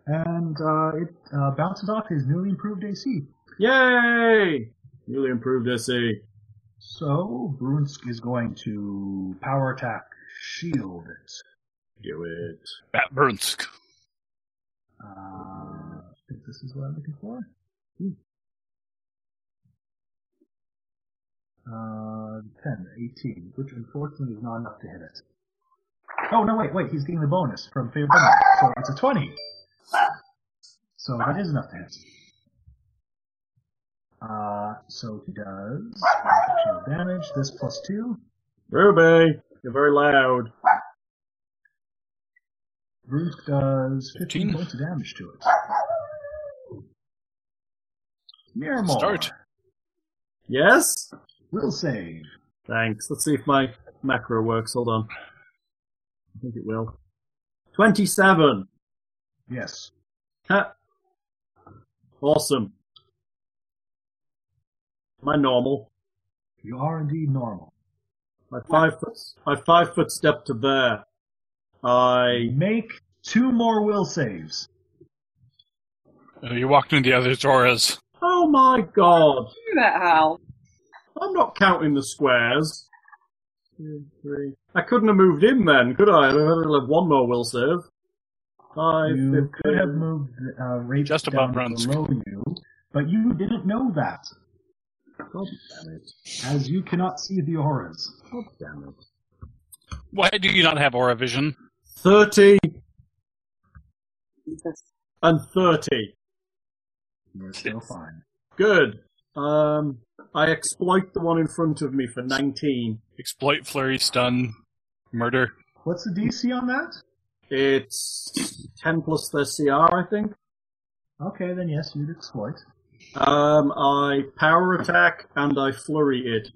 And uh, it uh, bounces off his newly improved AC. Yay! Newly improved SE. So Brunsk is going to power attack shield it. Do it. Bat Bernsk. Uh, I think this is what I'm looking for. Uh, 10, 18, which unfortunately is not enough to hit it. Oh, no, wait, wait, he's getting the bonus from favorite bonus, so it's a 20. So that is enough to hit. Uh, so he does additional damage, this plus 2. Ruby, you're very loud. Brunsk does 15 15. points of damage to it. Miramor Start. Yes? will save. Thanks. Let's see if my macro works. Hold on. I think it will. 27. Yes. Ha. Awesome. Am I normal? You are indeed normal. My five foot, my five foot step to there. I Make two more will saves. Uh, you walked into the other Zoras. oh my god! Do that, Hal. I'm not counting the squares. Two, three. I couldn't have moved in then, could I? I'll have one more will save. Five, You could have fifteen. moved uh, rate Just down above Brunsk. below you, but you didn't know that, God damn it! as you cannot see the auras. God damn it! Why do you not have aura vision? Thirty Jesus. and thirty. You're still fine. Good. Um, I exploit the one in front of me for nineteen. Exploit, flurry, stun, murder. What's the DC on that? It's ten plus their CR, I think. Okay, then yes, you'd exploit. Um, I power attack and I flurry it.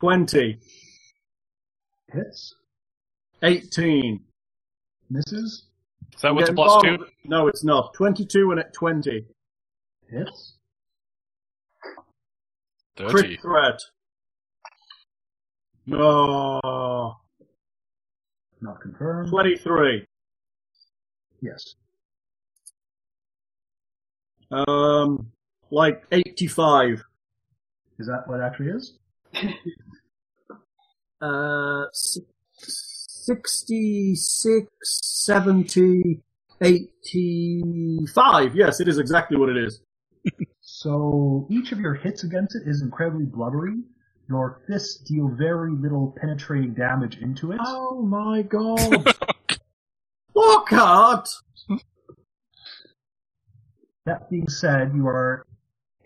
Twenty. Hits, 18. misses, Is that I'm what's a getting plus bottom- two? No, it's not. 22 and at 20. hits, Thirty. Crit threat. No. not confirmed. 23. Yes. Um, like 85. Is that what it actually is? Uh, si- 66, 70, 85. Yes, it is exactly what it is. So each of your hits against it is incredibly blubbery. Your fists deal very little penetrating damage into it. Oh my god. Look at! That being said, you are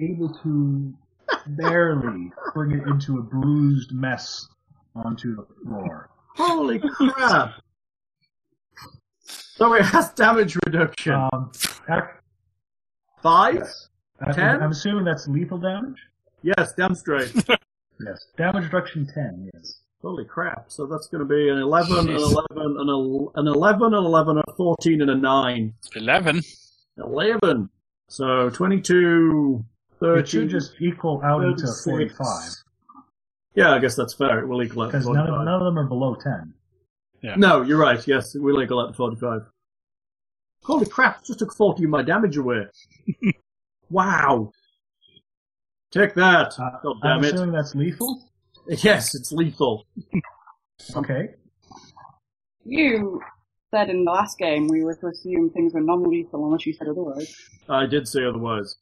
able to barely bring it into a bruised mess onto the floor. Holy crap! So it has damage reduction. Um, ac- Five? ac- Ten? I'm assuming that's lethal damage. Yes, damn straight. Yes, damage reduction ten. Yes. Holy crap. So that's going to be an 11, an Jeez. 11, an, el- an 11, an 11, a 14, and a 9. Eleven. 11. So 22, It 30. should just equal out into 36. forty-five Yeah, I guess that's fair. It will equal out to because none 45. of, none of them are below ten. No, you're right. Yes, it will equal out to 45. Holy crap, it just took 40 of my damage away. wow. Take that. Uh, God I'm damn it. assuming that's lethal. Yes, it's lethal. Okay. You said in the last game we were to assume things were non-lethal unless you said otherwise. I did say otherwise.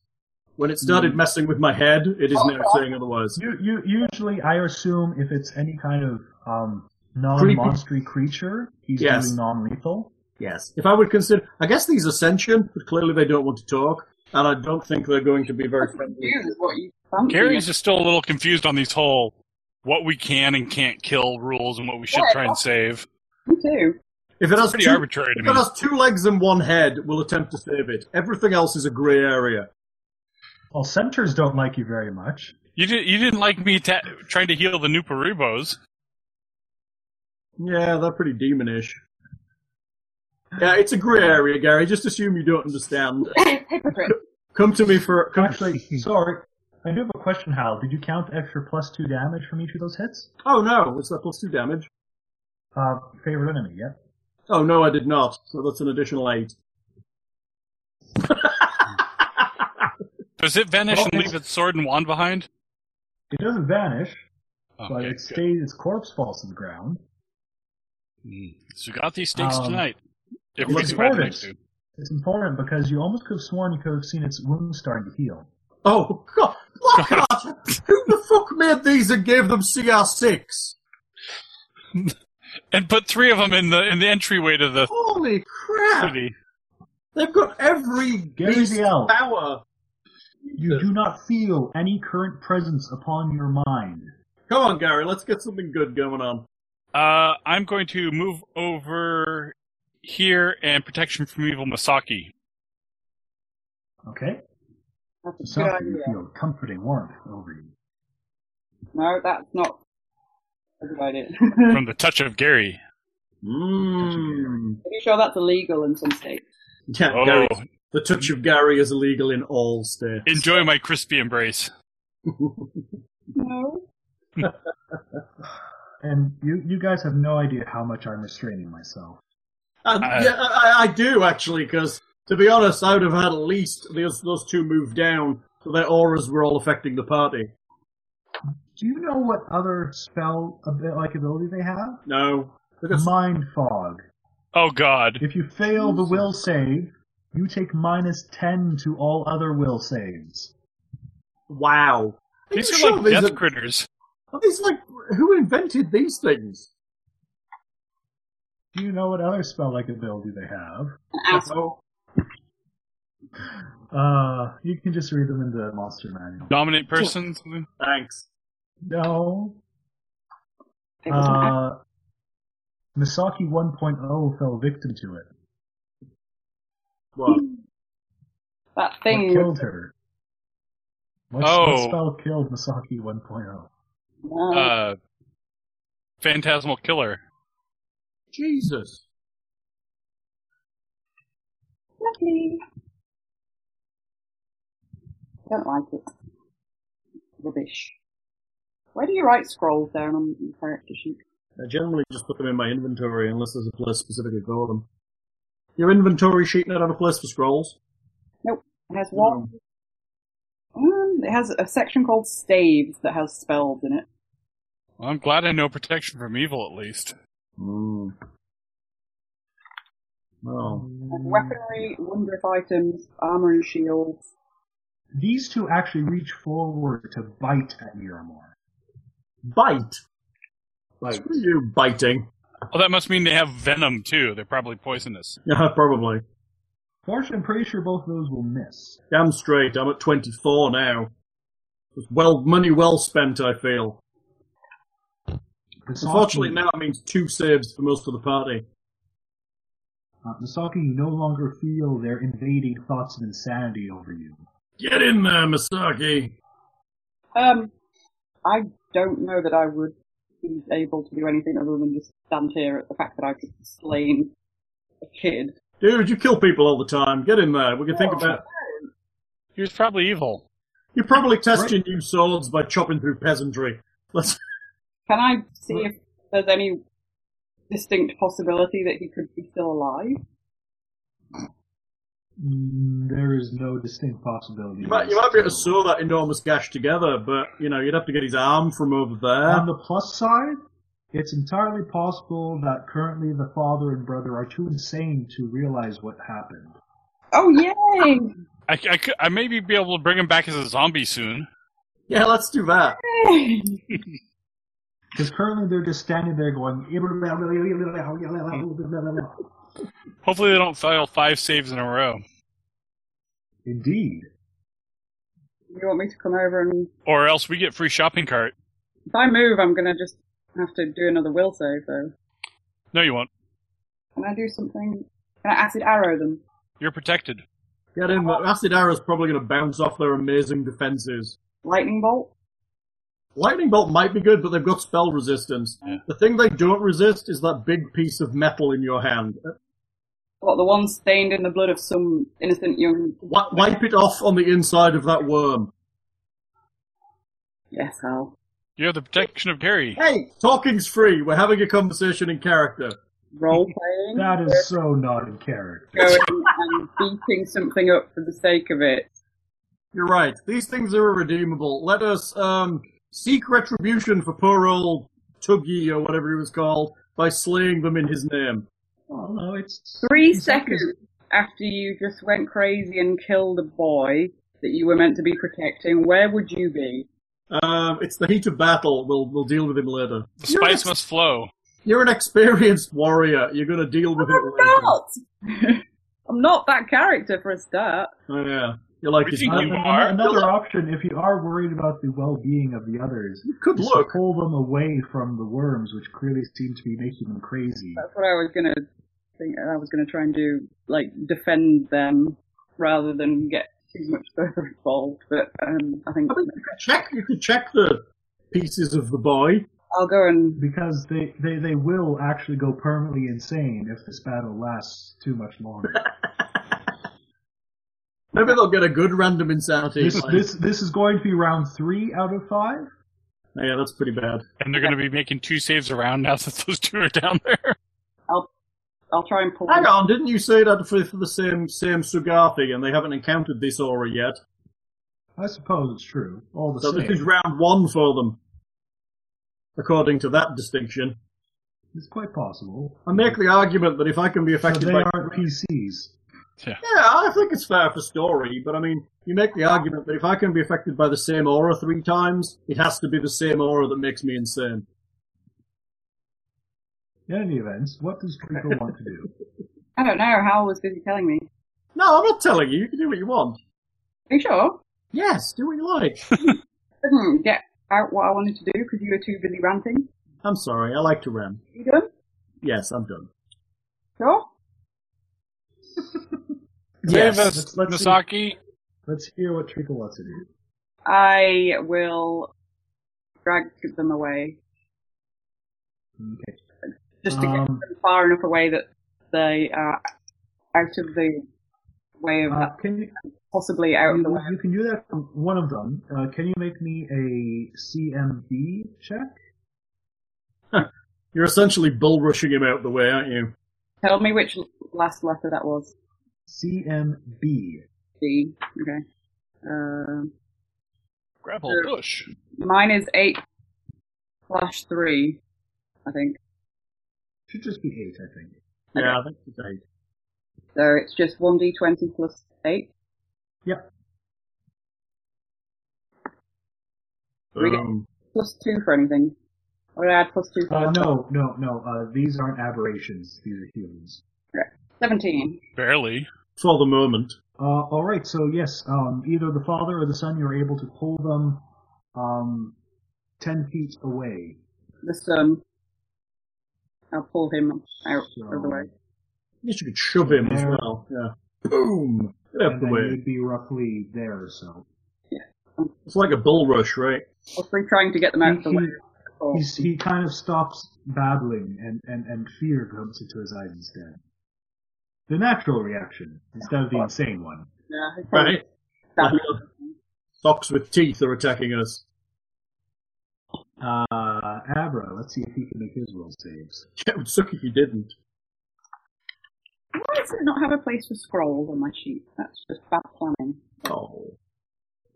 When it Hmm. started messing with my head, it is now saying otherwise. You, you usually I assume if it's any kind of um, non-monstery creature, he's Yes. doing non-lethal. Yes. If I would consider, I guess these are sentient, but clearly they don't want to talk, and I don't think they're going to be very friendly. You is what you fancy. Gary's just still a little confused on these whole what we can and can't kill rules and what we should Yeah, try and save. Me too. If it has Pretty two, arbitrary to if me. it has two legs and one head, we'll attempt to save it. Everything else is a grey area. Well, centers don't like you very much. You, did, you didn't like me ta- trying to heal the new Perubos. Yeah, they're pretty demonish. Yeah, it's a grey area, Gary. Just assume you don't understand. Hypocrite. Come to me for. Come, Actually, sorry, I do have a question, Hal. Did you count extra plus two damage from each of those hits? oh no, it's that plus two damage? Uh, favorite enemy, yeah. Oh no, I did not. So that's an additional eight. Does it vanish Oh, and leave its sword and wand behind? Oh, It doesn't vanish, but Okay, it good. stays. Its corpse falls to the ground. Mm. So we got these stakes Um, tonight. If it's we survive important. next two. It's important because you almost could have sworn you could have seen its wounds starting to heal. Oh God! Look at who the fuck made these and gave them CR six? And put three of them in the in the entryway to the Holy crap! city. They've got every Gary beast Zell. power. You do not feel any current presence upon your mind. Come on, Gary. Let's get something good going on. Uh, I'm going to move over here and protection from evil Masaki. Okay. That's a good Something you idea. feel comforting warmth over you. No, that's not a good idea. From the touch of Gary. Mm. Are you sure that's illegal in some states? Yeah, Oh, Gary. The touch of Gary is illegal in all states. enjoy my crispy embrace. No. And you, you guys have no idea how much I'm restraining myself. Uh, I- yeah, I, I do actually, because to be honest, I would have had at least those, those two move down, so their auras were all affecting the party. Do you know what other spell abi- like ability they have? No, because Mind fog. Oh God. If you fail the will save, you take minus ten to all other will saves. wow, These are Sure, like death are, critters. are these like who invented these things? Do you know what other spell like ability they have? Oh, Asshole. Uh, you can just read them in the monster manual. Dominant person. something? Thanks. No. It was an ass- Uh, Misaki 1.0 fell victim to it. What? that What thing. killed her? What, what Oh. spell killed Misaki oh? 1.0? No. Uh, phantasmal killer. Jesus. Lovely. Don't like it. Rubbish. Where do you write scrolls down on your character sheet? I generally just put them in my inventory unless there's a place specifically for them. Your inventory sheet not have a place for scrolls? It has one. Um, it has a section called staves that has spells in it. Well, I'm glad I know protection from evil at least. Mm. Oh. Um, Mm. And weaponry, wondrous items, armor and shields. These two actually reach forward to bite at Miramore. Bite. Bite. Screw you biting. Well, that must mean they have venom too. They're probably poisonous. Yeah, probably. Fortunately, I'm pretty sure both of those will miss. Damn straight, I'm at 24 now. It's Well, money well spent, I feel. Misaki- Unfortunately, now it means two saves for most of the party. Uh, Misaki, you no longer feel their invading thoughts of insanity over you. Get in there, Masaki! Um, I don't know that I would be able to do anything other than just stand here at the fact that I've just slain a kid. Dude, you kill people all the time. Get in there. We can think about. He was probably evil. You probably test your new swords by chopping through peasantry. Let's. Can I see if there's any distinct possibility that he could be still alive? Mm, there is no distinct possibility. You might, you might be able to sew that enormous gash together, but you know you'd have to get his arm from over On there. the plus side, it's entirely possible that currently the father and brother are too insane to realize what happened. Oh yay! I, I, could- I may be able to bring him back as a zombie soon. Yeah, let's do that. Because currently they're just standing there going. Hopefully they don't fail five saves in a row. Indeed. you want me to come over and Or else we get free shopping cart. if I move, I'm gonna just have to do another will save though. No, you won't. Can I do something? Can I acid arrow them? You're protected. Get in there. Acid arrow's probably going to bounce off their amazing defenses. Lightning bolt? Lightning bolt might be good, but they've got spell resistance. The thing they don't resist is that big piece of metal in your hand. Uh, What the one stained in the blood of some innocent young? wi- Wipe it off on the inside of that worm. Yes, hell. You have the protection of Gary. Hey, talking's free. We're having a conversation in character. Role playing. That is so not in character. Going and beating something up for the sake of it. You're right. These things are irredeemable. Let us um, seek retribution for poor old Tuggy or whatever he was called by slaying them in his name. Oh no, it's Three it's like seconds after you just went crazy and killed a boy that you were meant to be protecting, where would you be? Um, it's the heat of battle. We'll we'll deal with him later. The You're an, spice must flow. you're an experienced warrior. You're gonna deal with it I'm later. not! I'm not that character for a start. Oh, yeah. You're like We his think mother. you An- an- are. Another option, if you are worried about the well-being of the others, Good is to look. pull them away from the worms, which clearly seem to be making them crazy. That's what I was gonna think. I was gonna try and do, like, defend them rather than get too much further involved. But um, I think I mean, you could check. You could check the pieces of the boy. I'll go and because they, they, they will actually go permanently insane if this battle lasts too much longer. Maybe they'll get a good random insanity. this, claim. this this is going to be round three out of five. yeah, that's pretty bad. And they're going to be making two saves around now since those two are down there. I'll try and pull. Hang on, didn't you say that for, for the same same Sugathi and they haven't encountered this aura yet? I suppose it's true. All the So same, this is round one for them, according to that distinction. it's quite possible. I make the argument that if I can be So affected they by aren't PCs. Yeah, I think it's fair for story, but I mean, you make the argument that if I can be affected by the same aura three times, it has to be the same aura that makes me insane. In any event, what does Draco want to do? I don't know. Hal was busy telling me. No, I'm not telling you. You can do what you want. Are you sure? Yes, do what you like. Didn't get out what I wanted to do because you were too busy ranting. I'm sorry, I like to rem. You done? Yes, I'm done. Sure. Yes, Save let's- us, let's see. Misaki. Let's hear what Draco wants to do. I will drag them away Okay. just to get Um, them far enough away that they are out of the way of Uh, can you possibly out of the you, way. you can do that for one of them. Uh, can you make me a CMB check? You're essentially bull rushing him out the way, aren't you? Tell me which last letter that was. CMB. D. Okay. Um Grab Sure. hold, push. mine is eight slash three, I think. Should just be eight, I think. Yeah, I think you did. So it's just one d twenty plus eight. Yep. We get- Um, plus two for anything. Or did I add plus two for Uh, no, no, no. Uh, these aren't aberrations. These are humans. seventeen. Barely. for the moment. Uh, all right. So yes, um, either the father or the son, you're able to pull them um, ten feet away. The sun. um, I'll pull him out of the way. At least you could shove him as There. well. Yeah. Boom! Get out and the then way. you'd be roughly there or so. It's like a bull rush, right? I'll be trying to get them out of the way. Oh, He- He's, he kind of stops babbling and, and, and fear comes into his eyes instead. The natural reaction instead of the insane one. Yeah, he's probably Right? stabbed. Socks with teeth are attacking us. Uh, Abra, let's see if he can make his will saves. It would suck if you didn't. Why does it not have a place for scrolls on my sheet? That's just bad planning. Oh.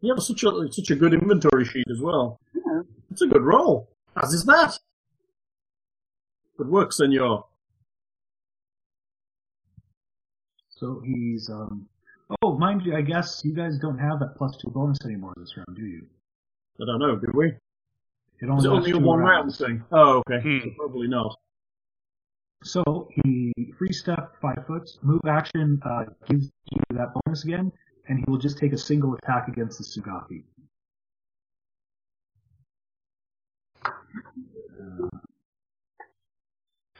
You have such a such a good inventory sheet as well. Yeah. It's a good roll. As is that. Good work, senor. So he's, um, oh, mind you, I guess you guys don't have that plus two bonus anymore this round, do you? I don't know, do we? It Is it lasts only a two one round rounds. thing? Oh, okay. Hmm. So probably not. So he free step five foot move action uh, gives you that bonus again, and he will just take a single attack against the Sugathi. Uh,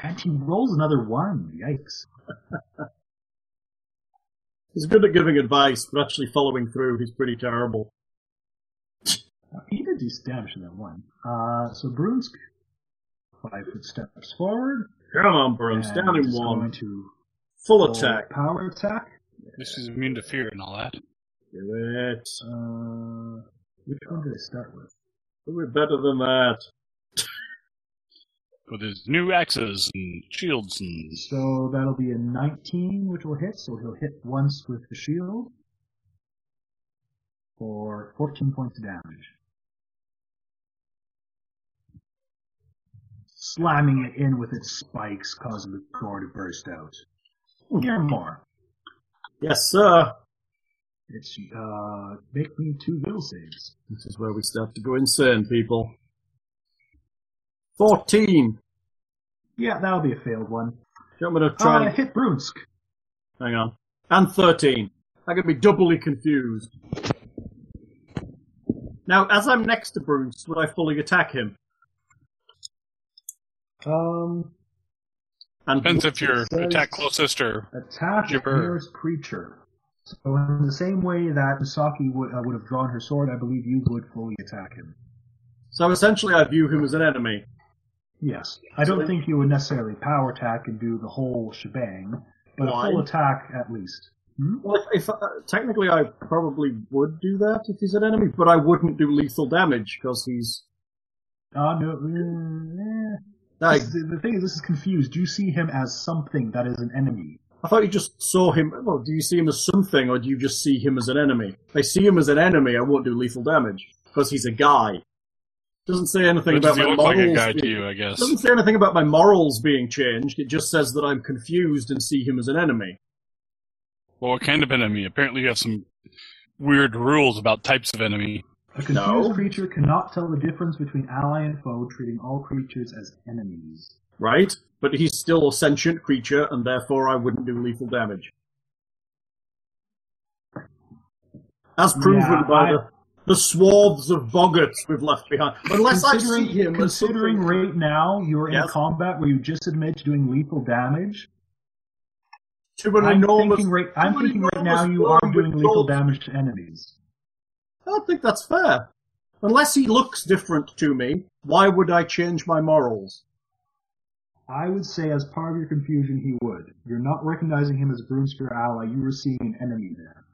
and he rolls another one. Yikes! He's good at giving advice, but actually following through, he's pretty terrible. He did do some damage in that one. Uh, so Brunsk five foot steps forward. Come on, Burns, and down in is Going one. to Full roll attack. Power attack. This is immune to fear and all that. Do it. Uh, which one did I start with? We're better than that. With his new axes and shields and So that'll be a 19, which will hit. So he'll hit once with the shield for 14 points of damage. Slamming it in with its spikes, causing the core to burst out. Hear more. Yes, sir. It's, uh, make me two will saves. This is where we start to go insane, people. Fourteen. Yeah, that'll be a failed one. Do you want me to try Uh, and- hit Brunsk. Hang on. And 13. I could be doubly confused. Now, as I'm next to Bruce, would I fully attack him? Um, And depends if you're It says- attack closest or attack the Jabir. nearest creature. So in the same way that Misaki would, uh, would have drawn her sword, I believe you would fully attack him. So essentially, I view him as an enemy. Yes. I don't think you would necessarily power attack and do the whole shebang, but a full Why? attack at least. Well, if, if uh, technically I probably would do that if he's an enemy, but I wouldn't do lethal damage because he's. Ah, no. mm, eh. I, This- the, the thing is, this is confused. You see him as something that is an enemy. I thought you just saw him. Well, do you see him as something, or do you just see him as an enemy? If I see him as an enemy, I won't do lethal damage because he's a guy. Doesn't say anything But about does he my look morals. like a guy to being, you, I guess? doesn't say anything about my morals being changed. It just says that I'm confused and see him as an enemy. Well, what kind of enemy? Apparently, you have some weird rules about types of enemy. A confused No. creature cannot tell the difference between ally and foe, treating all creatures as enemies. right? But he's still a sentient creature, and therefore I wouldn't do lethal damage. As proven Yeah, by I- the, the swaths of boggarts we've left behind. Unless I see considering, him as considering something- right now you're in Yes. combat where you just admit to doing lethal damage, to an I'm enormous. thinking right, I'm to an thinking right now enormous you are worm with doing lethal gold- damage to enemies. I don't think that's fair. Unless he looks different to me, why would I change my morals? I would say, as part of your confusion, he would. You're not recognizing him as Broomspear ally. You were seeing an enemy there.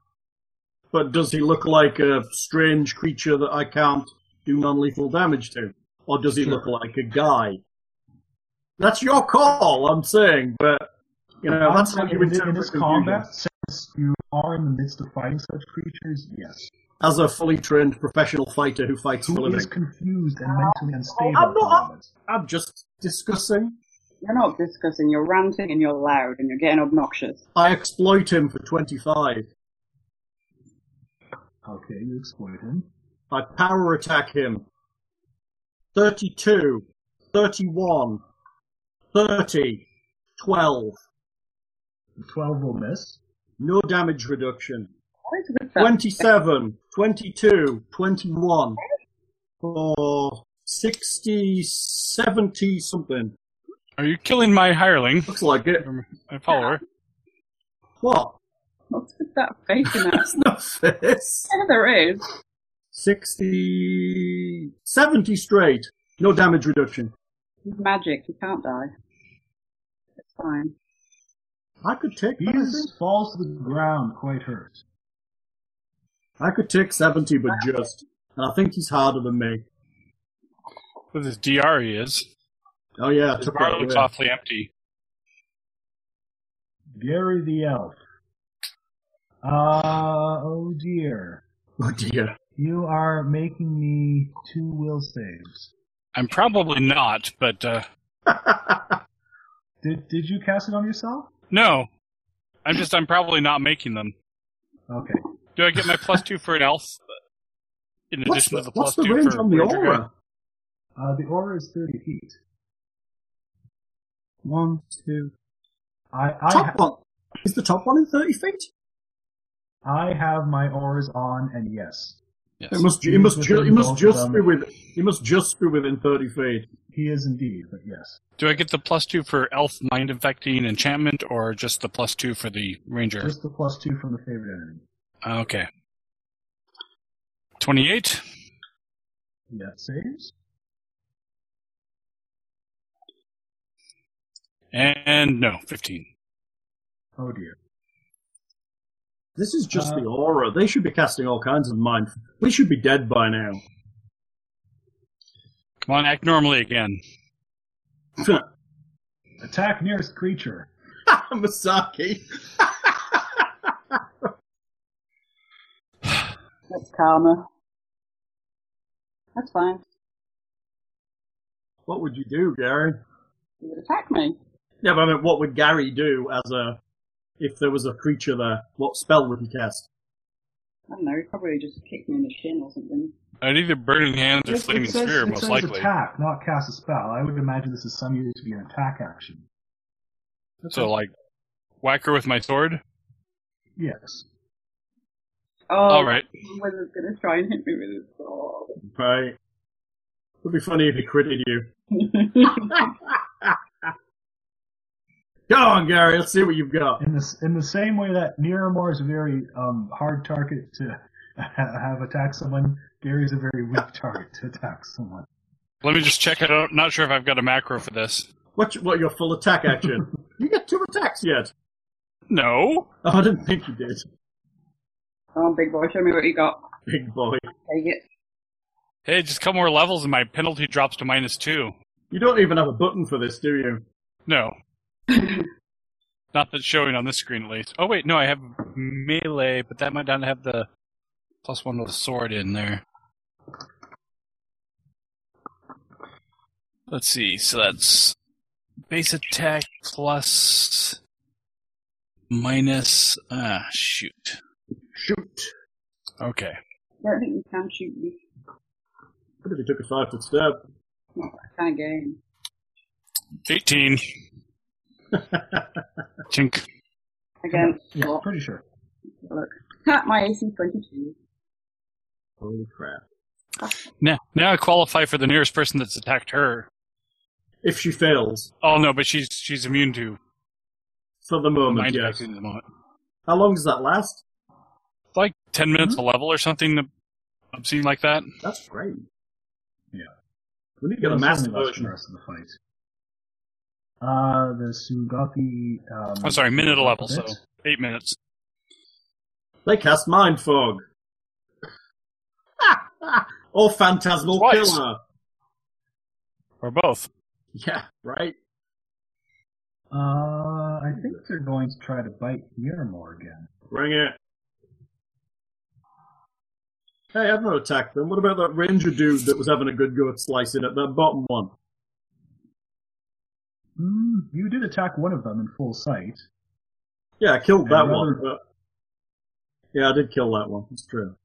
But does he look like a strange creature that I can't do non lethal damage to? Or does he look like a guy? That's your call, I'm saying, but, you know, that's how Honestly, you in, thi- in interpret this confusion. combat, since you are in the midst of fighting such creatures, yes. As a fully trained professional fighter who fights for a Who is living. confused and mentally unstable I'm at the not- moment? I'm just discussing. You're not discussing, you're ranting and you're loud and you're getting obnoxious. I exploit him for 25. Okay, you exploit him. I power attack him. 32, 31, 30, 12. The 12 will miss. No damage reduction. What is with that? 27, 22, 21, or 60, 70 something. Are you killing my hireling, Looks like it. my follower? What? What's with that face in that? That's not this. yeah, there is. 60, 70 straight. No damage reduction. He's magic, he can't die. It's fine. I could take He that, I is, think. falls to the ground quite hurt. I could take 70, but just. And I think he's harder than me. With his DR, he is. Oh yeah, I His took bar that looks away. awfully empty. Gary the Elf. Uh, oh dear. Oh dear. You are making me two will saves. I'm probably not, but uh, Did, did you cast it on yourself? no. I'm just, I'm probably not making them. Okay. Do I get my plus two for an elf? In What's addition the, to the plus what's the two range for on the ranger guy? aura? Uh, the aura is 30 feet. One, two. I, I, top ha- one. Is the top one in 30 feet? I have my auras on, and yes. It must, it He's must, ju- it within must both just of be them. with, it must just be within 30 feet. He is indeed, but yes. Do I get the plus two for elf mind infecting enchantment, or just the plus two for the ranger? Just the plus two from the favorite enemy. Okay. Twenty-eight. That saves. And no, 15. Oh dear. This is just Uh, the aura. They should be casting all kinds of mind. We should be dead by now. Come on, act normally again. Attack nearest creature. Masaki. That's karma. That's fine. What would you do, Gary? He would attack me. Yeah, but I mean, what would Gary do as a, if there was a creature there? What spell would he cast? I don't know, he probably just kicked me in the shin or something. I'd either burning hands or It- it flaming says- spear, it most says likely. attack, not cast a spell. I would imagine this is some used to be an attack action. So, like, whack her with my sword. Yes. Oh, All right. the wizard's gonna try and hit me with his sword. Right. It would be funny if he critted you. Go on, Gary. Let's see what you've got. In this, in the same way that Miramar is a very um, hard target to ha- have attack someone, Gary is a very weak target to attack someone. Let me just check it out. Not sure if I've got a macro for this. What, what your full attack action? you get two attacks yet. No. Oh, I didn't think you did. Come on, big boy, show me what you got. Big boy. Take it. Hey, just couple more levels and my penalty drops to minus two. You don't even have a button for this, do you? No. not that's showing on this screen at least. Oh wait, no, I have melee, but that might not have the plus one to the sword in there. Let's see, so that's base attack plus minus ah shoot. Shoot. Okay. I don't think you can shoot me. What if you took a five foot stab? Not that kind of game. Eighteen. Chink. Again, Yeah, what? pretty sure. Look. Ha, My AC 22. Holy crap. Now now I qualify for the nearest person that's attacked her. If she fails, Oh no, but she's she's immune to for the moment, mind yes. attacking at the moment. How long does that last? Like ten minutes a level or something obscene like that. That's great. Yeah. We need to get a There's massive only left for the version. rest of the fight. Uh, the Sugaki. Um, I'm sorry, minute a level, so alphabet. eight minutes. They cast Mind Fog. or Phantasmal Twice. Killer. Or both. Yeah, right? Uh, I think they're going to try to bite Miramore again. Bring it. Hey, I've not attacked them. What about that ranger dude that was having a good go at slicing at that bottom one? Mm, you did attack one of them in full sight. Yeah, I killed that Another- one. But... Yeah, I did kill that one. It's true.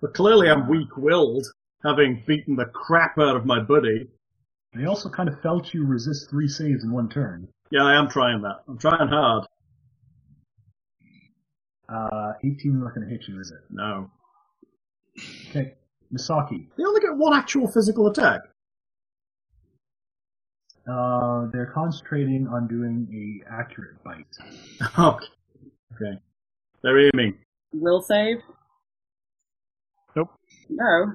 But clearly, I'm weak-willed, having beaten the crap out of my buddy. They also kind of felt you resist three saves in one turn. Yeah, I am trying that. I'm trying hard. Uh, 18 not going to hit you, is it? No, Okay. Misaki. they only get one actual physical attack. Uh, they're concentrating on doing a accurate bite. okay. Okay. They're aiming. Will save? Nope. No.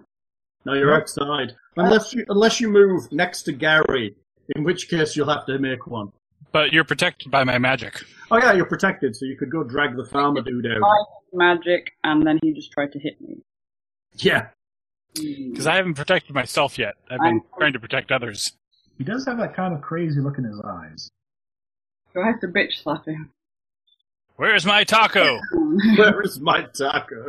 No, you're outside. Unless you unless you move next to Gary, in which case you'll have to make one. But you're protected by my magic. Oh yeah, you're protected, so you could go drag the farmer dude out. I magic, and then he just tried to hit me. Yeah. Hmm. Because I haven't protected myself yet. I've been I'm- trying to protect others. He does have that kind of crazy look in his eyes. So I have to bitch slap him. Where's my taco? Where is my taco?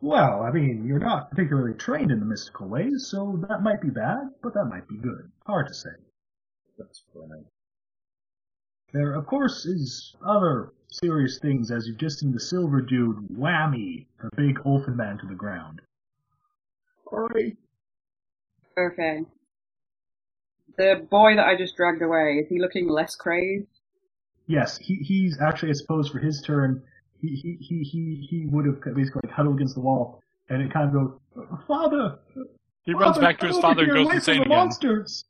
Well, I mean, you're not particularly trained in the mystical ways, so that might be bad, but that might be good. Hard to say. That's funny. There, of course, is other serious things, as you've just seen the silver dude whammy the big Olfen man to the ground. Sorry. okay. The boy that I just dragged away, is he looking less crazed? Yes, he, he's actually, I suppose, for his turn, he he he he, he would have basically like huddled against the wall, and it kind of goes, "Father." He runs father, back to his come over father and here, goes away from insane the again. monsters.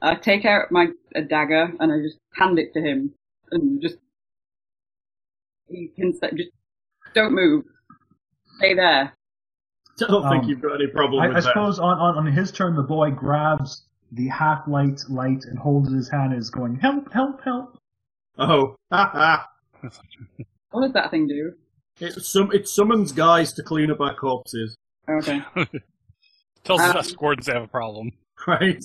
I take out my a dagger and I just hand it to him and just he can say, just don't move, stay there. I don't think Um, you've got any problem I, with I that. suppose on, on on his turn, the boy grabs the half light light and holds it in his hand and is going, "Help! Help! Help!" Oh. Ha ha. What does that thing do? It, sum- it summons guys to clean up our corpses, Oh, Okay, Tells Um, us Gordon's have a problem. right?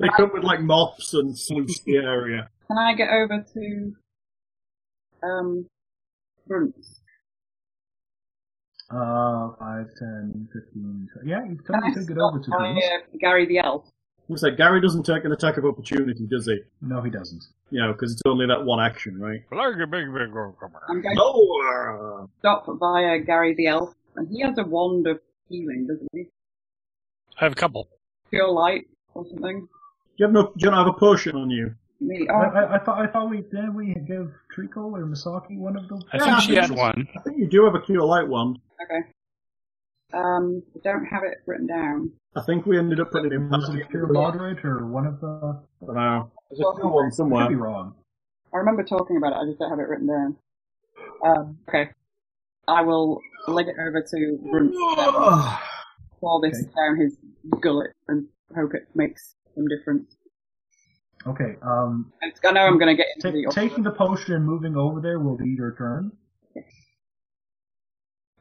They come with like mops and sluice the area. can I get over to um Brunts? Uh, five, ten, fifteen. Yeah, you Can totally I could get stop over to by, things. uh, Gary the elf? Looks like Gary doesn't take an attack of opportunity, does he? No, he doesn't. You know, because it's only that one action, right? I'm going to Oh, stop by uh, Gary the elf, and he has a wand of healing, doesn't he? I have a couple. Pure light or something. you have no, do you not have a potion on you? Me, I, oh, I, I thought I thought we did we give Trico or Misaki one of those. I Yeah, think she had there's- one. I think you do have a cure light one. Oh, okay. Um, I don't have it written down. I think we ended up putting it in Was it a pure moderate or one of the? I don't know. There's a Well, cure one I could somewhere. be wrong. I remember talking about it. I just don't have it written down. Um, okay, I will leg it over to Brunt, um, Ugh. pour this Okay. down his gullet, and hope it makes some difference. Okay, um, And I know I'm going to get into ta- the taking the potion and moving over there will be your turn.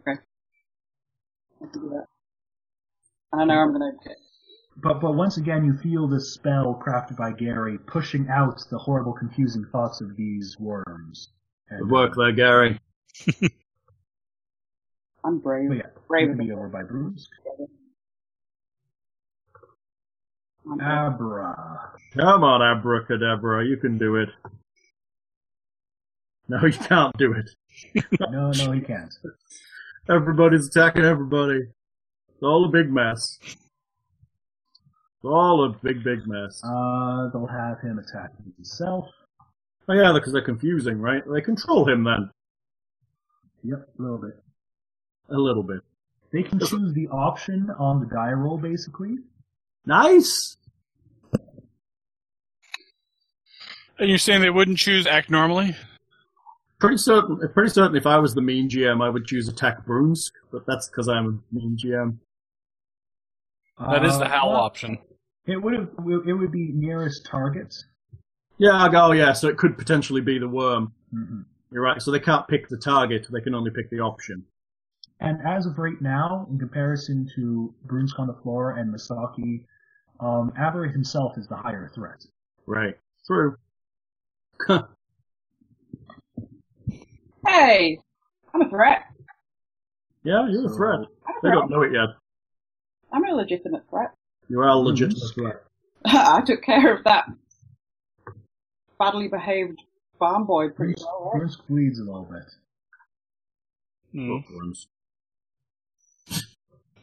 I can do that. And I know I'm going to get. But but once again, you feel this spell crafted by Gary pushing out the horrible, confusing thoughts of these worms. And, Good work there, Gary. I'm brave. But oh, yeah, Brave it'll and be over by Bruce. I'm brave. Abra. Come on, abracadabra, you can do it. No, you can't do it. No, no, he can't. Everybody's attacking everybody. It's all a big mess. It's all a big, big mess. Uh, they'll have him attack himself. Oh yeah, because they're confusing, right? They control him then. Yep, a little bit. A little bit. They can choose the option on the die roll, basically. Nice! And you're saying they wouldn't choose act normally? Pretty certain, pretty certain if I was the mean GM, I would choose attack brooms, but that's because I'm a mean GM. That is Uh, the howl well, option. It would have. It would be nearest target. Yeah, I go, oh, yeah, so it could potentially be the worm. hmm You're right, so they can't pick the target, they can only pick the option. And as of right now, in comparison to Bruins on the floor and Masaki, um, Avery himself is the higher threat. Right. True. Hey! I'm a threat. Yeah, you're a threat. I'm a They threat. don't know it yet. I'm a legitimate threat. You are Mm-hmm. a legitimate threat. I took care of that badly behaved farm boy pretty Bruins, well. right? Bruins bleeds a little bit. Hmm. Worms.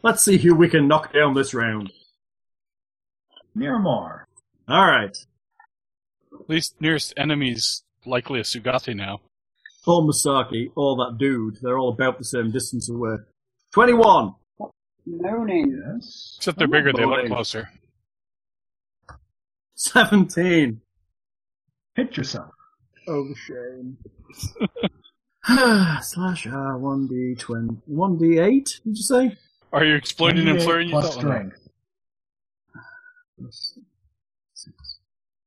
Let's see who we can knock down this round. Miramar. Alright. At least nearest enemy's likely a Sugati now. Or Masaki, or that dude. They're all about the same distance away. 21! Moaning. Yes. Except they're Oh, bigger, they boy. look closer. 17! Hit yourself. Oh, shame. Slash uh, R, 1D20. 1D8, did you say? Are you exploding and 28 flaring plus yourself? strength.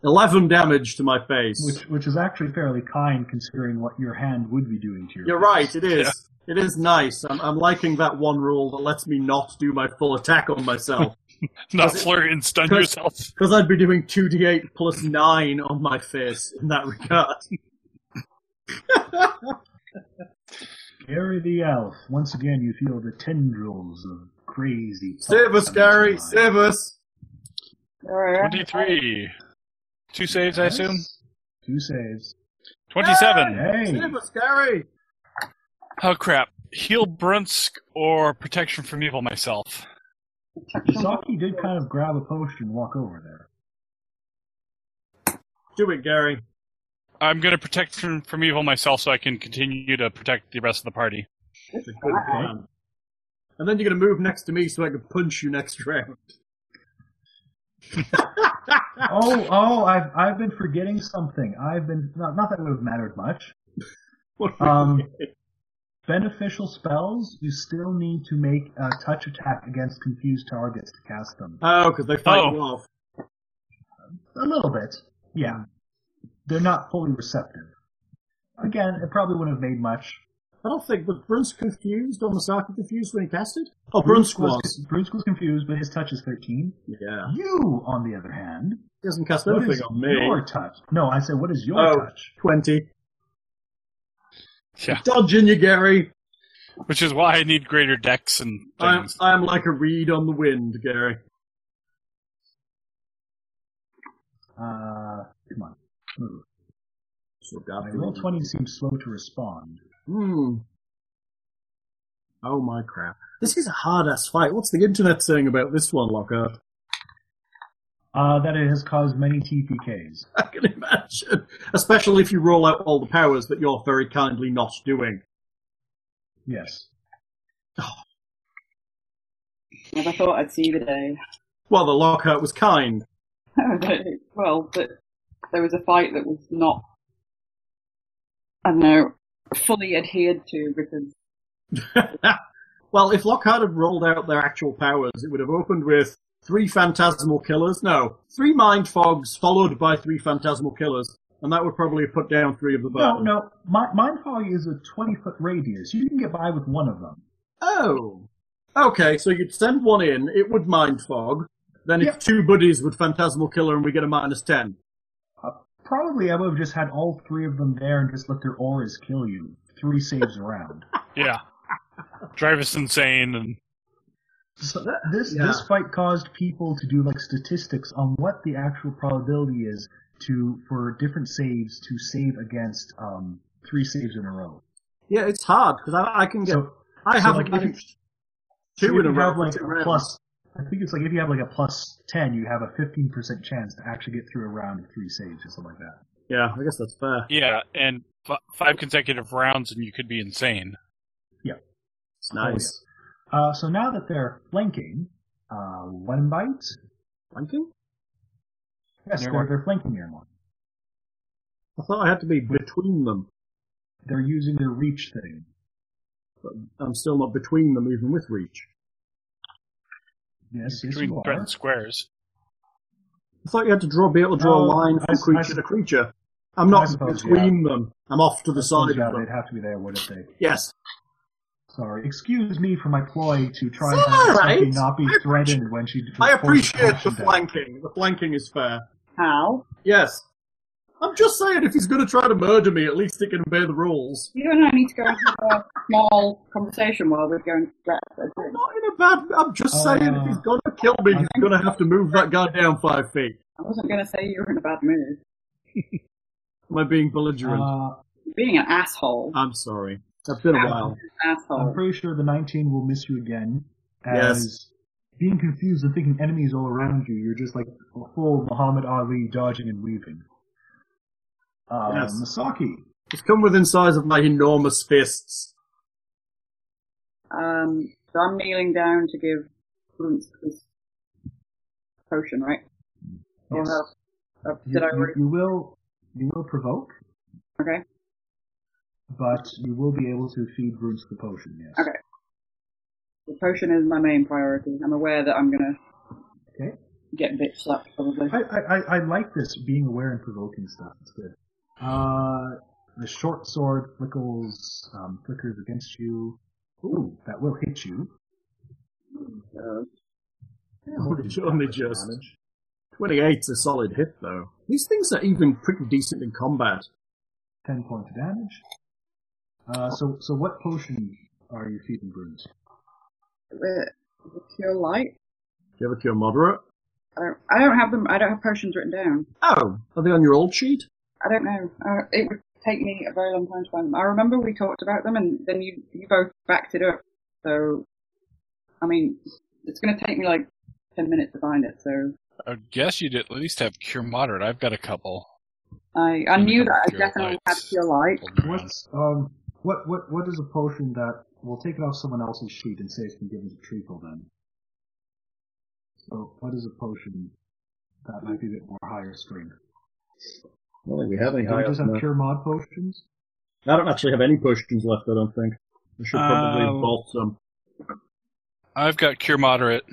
11 damage to my face. Which, which is actually fairly kind considering what your hand would be doing to your You're face. right, it is. It is nice. I'm, I'm liking that one rule that lets me not do my full attack on myself. Not Does it- flurry and stun Does- yourself. Because I'd be doing 2d8 plus 9 on my face in that regard. Gary the Elf. Once again, you feel the tendrils of crazy. Save us, thoughts Gary! coming to your mind. Save us! Alright. 23. Two saves, I assume? Yes. Two saves. 27. Hey! Save us, Gary! Oh, crap. Heal Brunsk or protection from evil myself? Misaki did kind of grab a potion and walk over there. Do it, Gary. I'm going to protect from, from evil myself so I can continue to protect the rest of the party. It's a good um, plan. And then you're going to move next to me so I can punch you next round. Oh, oh, I've I've been forgetting something. I've been not not that it would have mattered much. What we- Um, beneficial spells. You still need to make a touch attack against confused targets to cast them. oh, because they fight Oh. you off. A little bit, yeah. They're not fully receptive. Again, it probably wouldn't have made much. I don't think, was Brunsk confused or Masaki confused when he casted? Oh, Brunsk was. Brunsk was confused, but his touch is thirteen. Yeah. You, on the other hand, He doesn't cast what anything is on me. your touch? No, I said, what is your Oh. touch? 20. Yeah. Dodging you, Gary. Which is why I need greater decks and I'm, things. I'm like a reed on the wind, Gary. Uh, come on. Move. So My roll twenty seems slow to respond. Hmm. Oh my crap. This is a hard ass fight. What's the internet saying about this one, Lockhart? Uh, that it has caused many TPKs. I can imagine. Especially if you roll out all the powers that you're very kindly not doing. Yes. Never thought I'd see the day. Well, the Lockhart was kind. well, that there was a fight that was not, I don't know, fully adhered to because well, if Lockhart had rolled out their actual powers, it would have opened with three phantasmal killers. No, three mind fogs followed by three phantasmal killers, and that would probably have put down three of the No, bottom. no. Mi- Mind fog is a 20 foot radius. You can get by with one of them. Oh. Okay, so you'd send one in, it would mind fog. Then if Yep. two buddies would phantasmal killer and we get a minus ten. Probably I would have just had all three of them there and just let their auras kill you. Three saves around. Yeah. Drive us insane and So this Yeah. this fight caused people to do like statistics on what the actual probability is to for different saves to save against um, three saves in a row. Yeah, it's hard because I, I can get. So I so, haven't like, if you- managed two if in a you row. have, like, for two a rounds. plus. I think it's like if you have like a plus ten, you have a fifteen percent chance to actually get through a round of three saves or something like that. Yeah, I guess that's fair. yeah, and f- five consecutive rounds and you could be insane. It's yeah. nice. Uh, so now that they're flanking, uh, one bite. Flanking? Yes, Near they're, one. they're flanking near one. I thought I had to be between them, They're using their reach thing. but I'm still not between them even with reach. Yes, yes, Between you are. threatened squares. I thought you had to draw, be able to draw a Oh, line I from s- I creature s- to creature. I'm I not suppose, between them. I'm off to the side of Yeah, them. they'd have to be there, wouldn't they? Yes. Sorry. Excuse me for my ploy to try It's and have all right. Sophie not be I appreciate- threatened when I she. was forced to appreciate the action down. flanking. The flanking is fair. How? Yes. I'm just saying, if he's going to try to murder me, at least he can obey the rules. You and I need to go into a small conversation while we're going to grab a I'm drink. not in a bad. I'm just saying, if he's going to kill me, he's going to have to move that guy down five feet. I wasn't going to say you were in a bad mood. Am I being belligerent? Uh, You're being an asshole. I'm sorry. That's been a while. I'm asshole. pretty sure the 19 will miss you again. As Yes. Being confused and thinking enemies all around you, you're just like a full Muhammad Ali dodging and weaving. Uh, Yes. Masaki. He's come within size of my enormous fists. Um, so I'm kneeling down to give Flunts his potion, right? Or Yes. help. Uh, You, did I you- already? you will you will provoke, Okay. but you will be able to feed Bruce the potion. Yes. Okay. The potion is my main priority. I'm aware that I'm gonna Okay. get bitch slapped probably. I, I, I- I like this being aware and provoking stuff. It's good. Uh, the short sword flickles um, flickers against you. Ooh, that will hit you. So, It's only just 28's a solid hit, though. These things are even pretty decent in combat. Ten points of damage. Uh, so so what potion are you feeding Bruce? uh, pure light. Do you have a cure moderate? I don't, I don't have them. I don't have potions written down. Oh, are they on your old sheet? I don't know. Uh, it would take me a very long time to find them. I remember we talked about them, and then you you both backed it up. So, I mean, it's gonna take me like ten minutes to find it. So I guess you'd at least have cure moderate. I've got a couple. I I Mm, knew that I pure definitely had lights. pure light. Golden rounds. What's um what what what is a potion that we'll take it off someone else's sheet and say it's been given to Treacle then? So what is a potion that might be a bit more higher strength? I don't think we have any Do we higher just than have that. pure mod potions? I don't actually have any potions left, I don't think. I should probably Um, bolt some. I've got cure moderate.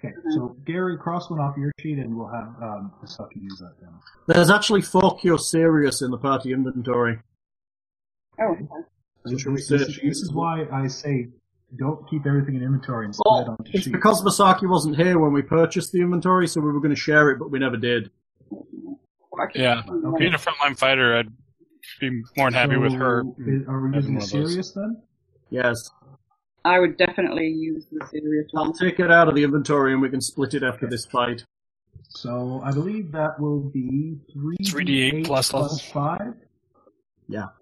Okay, so Mm-hmm. Gary, cross one off your sheet, and we'll have um, the stuff to use that then. There's actually four cure serious in the party inventory. Oh, okay. So should we this, this, search is- this is why I say don't keep everything in inventory and Well, split it onto it's sheets. because Masaki wasn't here when we purchased the inventory, so we were going to share it, but we never did. Well, I keep Yeah. thinking that Being a frontline fighter, I'd be more than happy with her. So, is- Are we using one a of those. serious then? Yes. I would definitely use the serious I'll one. take it out of the inventory and we can split it after this fight. So I believe that will be three 3d8 plus level. five.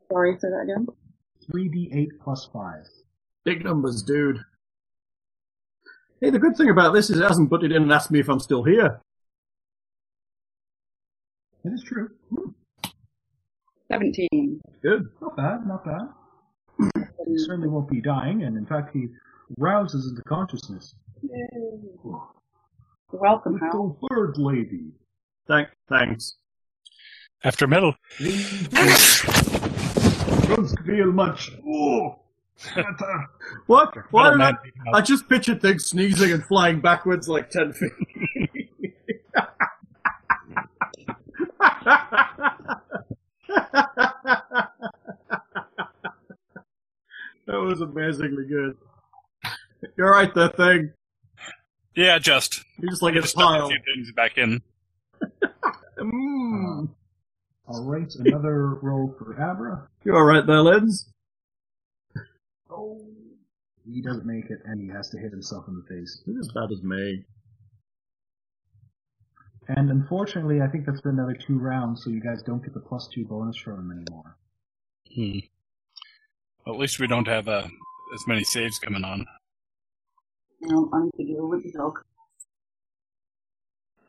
Sorry, say that again. Three d eight plus five. Big numbers, dude. Hey, the good thing about this is it hasn't butted in and asked me if I'm still here. That is true. Hmm, Seventeen. Good. Not bad. Not bad. He certainly won't be dying, and in fact, he rouses into consciousness. Welcome, Hal. Little bird lady. Thank, thanks. After metal. Don't feel much. Oh, What? Why did I, Middleman beating I up. just pictured things sneezing and flying backwards like 10 feet. that was amazingly good. You're right, the thing. Yeah, just. You're just like a Just stuck a pile. few things back in. Mm. All right, another roll for Abra. You're right there, Linz. Oh, he doesn't make it, and he has to hit himself in the face. You're as bad as me. And unfortunately, I think that's been another two rounds, so you guys don't get the plus two bonus from him anymore. Hmm. Well, at least we don't have uh, as many saves coming on. Um, I need to deal with the dog.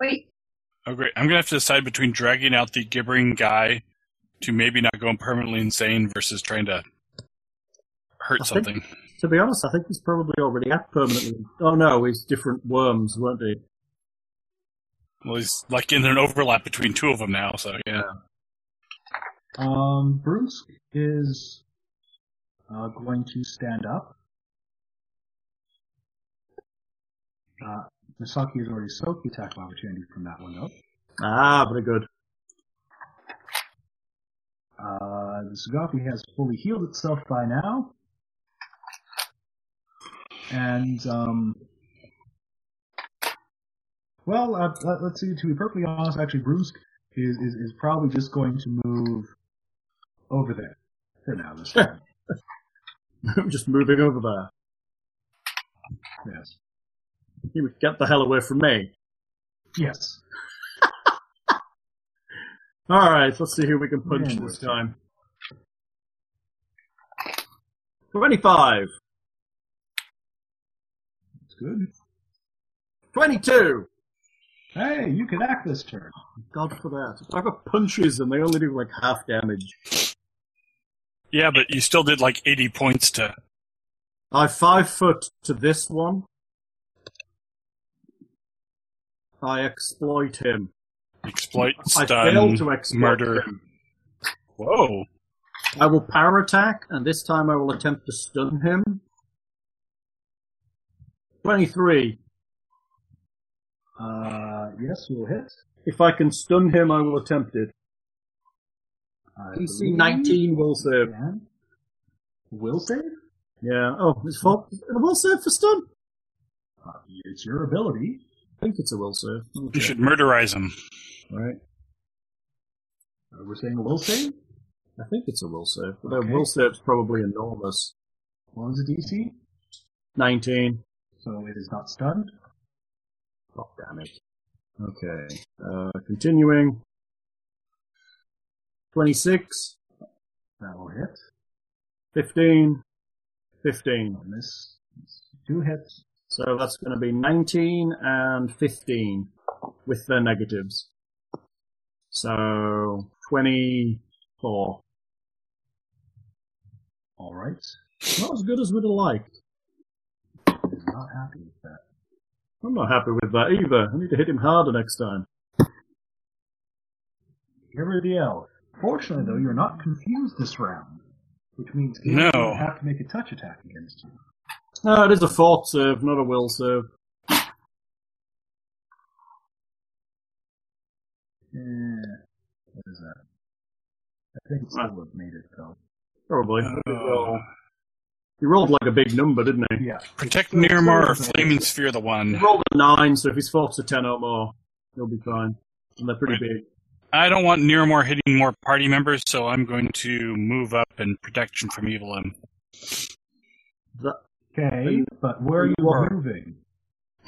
Wait, Oh, great. I'm going to have to decide between dragging out the gibbering guy to maybe not going permanently insane versus trying to hurt I think- something. To be honest, I think he's probably already had permanently. Oh no, he's different worms, weren't he? Well, he's like in an overlap between two of them now, so yeah. Um, Bruce is uh, going to stand up. Uh, Misaki has already soaked the attack of opportunity from that one, though. Ah, very good. Uh, the Sugafi has fully healed itself by now. And, um, well, uh, let, let's see, to be perfectly honest, actually, Bruce is, is, is probably just going to move over there for now this time. just moving over there. yes. He would get the hell away from me. Yes. All right, let's see who we can punch Yeah, this time. Twenty-five. That's good. 22. Hey, you can act this turn. God for that. I've got punches and they only do like half damage. Yeah, but you still did like 80 points to. I five foot to this one. I exploit him. Exploit, I fail stun, to exploit murder. him. Whoa. I will power attack, and this time I will attempt to stun him. 23. Uh, yes, you'll hit. If I can stun him, I will attempt it. I DC believe- 19 will save. And will save? Yeah. Oh, it's fault. A will save for stun. Uh, it's your ability. I think it's a will save. You Okay. should murderize him. All right. Uh, we're saying will save? I think it's a will save. But Okay. their will save's probably enormous. What was the DC? 19. So it is not stunned. God Oh, damn it. Okay. Uh, continuing. 26, That will hit. 15, 15. And this this two hits. So that's going to be 19 and 15 with their negatives. So 24. All right. Not as good as we'd have liked. I'm not happy with that. I'm not happy with that either. I need to hit him harder next time. Give her the L. Fortunately, though, you're not confused this round, which means you No. don't have to make a touch attack against you. No, it is a fort serve, not a will serve. Eh, what is that? I think it still would have made it though. Probably. Uh, He rolled like a big number, didn't he? Yeah. protect Nirmar or Flaming Sphere the one. He rolled a 9, so if he's fought to 10 or more, he'll be fine. And they're pretty big. I don't want Nirmar hitting more party members, so I'm going to move up and protection from evil him. Okay, but where you You are are- moving,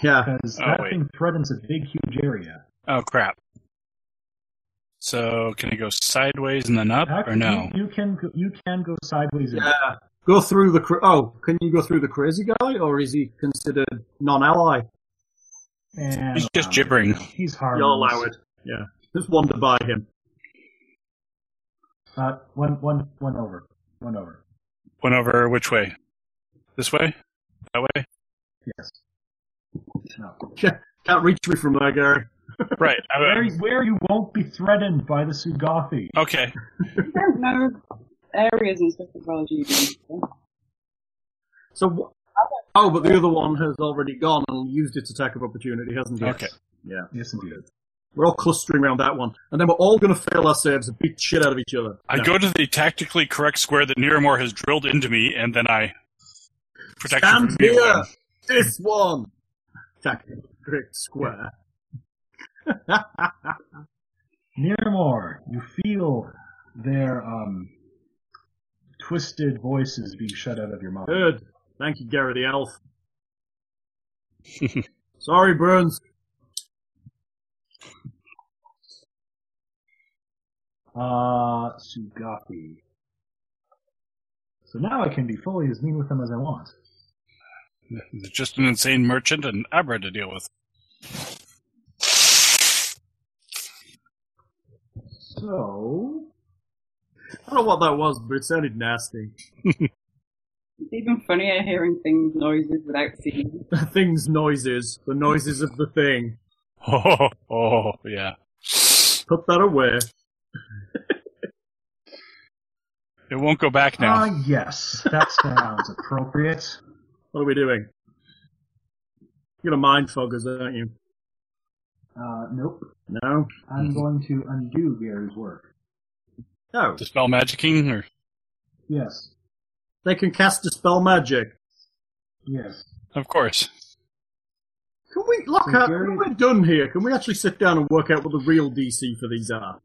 Yeah. because Oh, that wait. thing threatens a big, huge area. Oh crap. So can I go sideways and then up or Actually, no? You, you can go- you can go sideways. and- Yeah. Go through the. Cra- oh, can you go through the crazy guy, or is he considered non-ally? and He's just allow it. gibbering. He's harmless. You'll allow it. Yeah. Just wander by him. Uh, one, one, one over. One over. Went over which way? This way? That way? Yes. No. Can't reach me from there, Gary. Right. Where, where you won't be threatened by the Sugathi. okay. you don't know areas and stuff as well as you do. So, wh- oh, but the other one has already gone and used its attack of opportunity, hasn't it? Okay. Yes, indeed. We're all clustering around that one, and then we're all going to fail our saves and beat shit out of each other. I No. go to the tactically correct square that Niramore has drilled into me, and then I protect you Stand from being here. one. This one. Attack. Correct square. Nearmore, you feel their um, twisted voices being shut out of your mouth. Good. Thank you, Gary the Elf. Sorry, Burns. Uh, Sugapi. So now I can be fully as mean with them as I want. Just an insane merchant and Abra to deal with. So, I don't know what that was, but it sounded nasty. It's even funnier hearing things, noises without seeing. them. The thing's noises. The noises of the thing. Oh, oh yeah. Put that away. It won't go back Oh, now. uh, yes, that sounds appropriate. What are we doing? You're gonna mind fog us, aren't you? Uh, nope. No? I'm going to undo Gary's work. No. Dispel magicking, or Yes, They can cast a spell magic. yes. of course. Can we look So at Gary- when we're done here? Can we actually sit down and work out what the real DC for these are?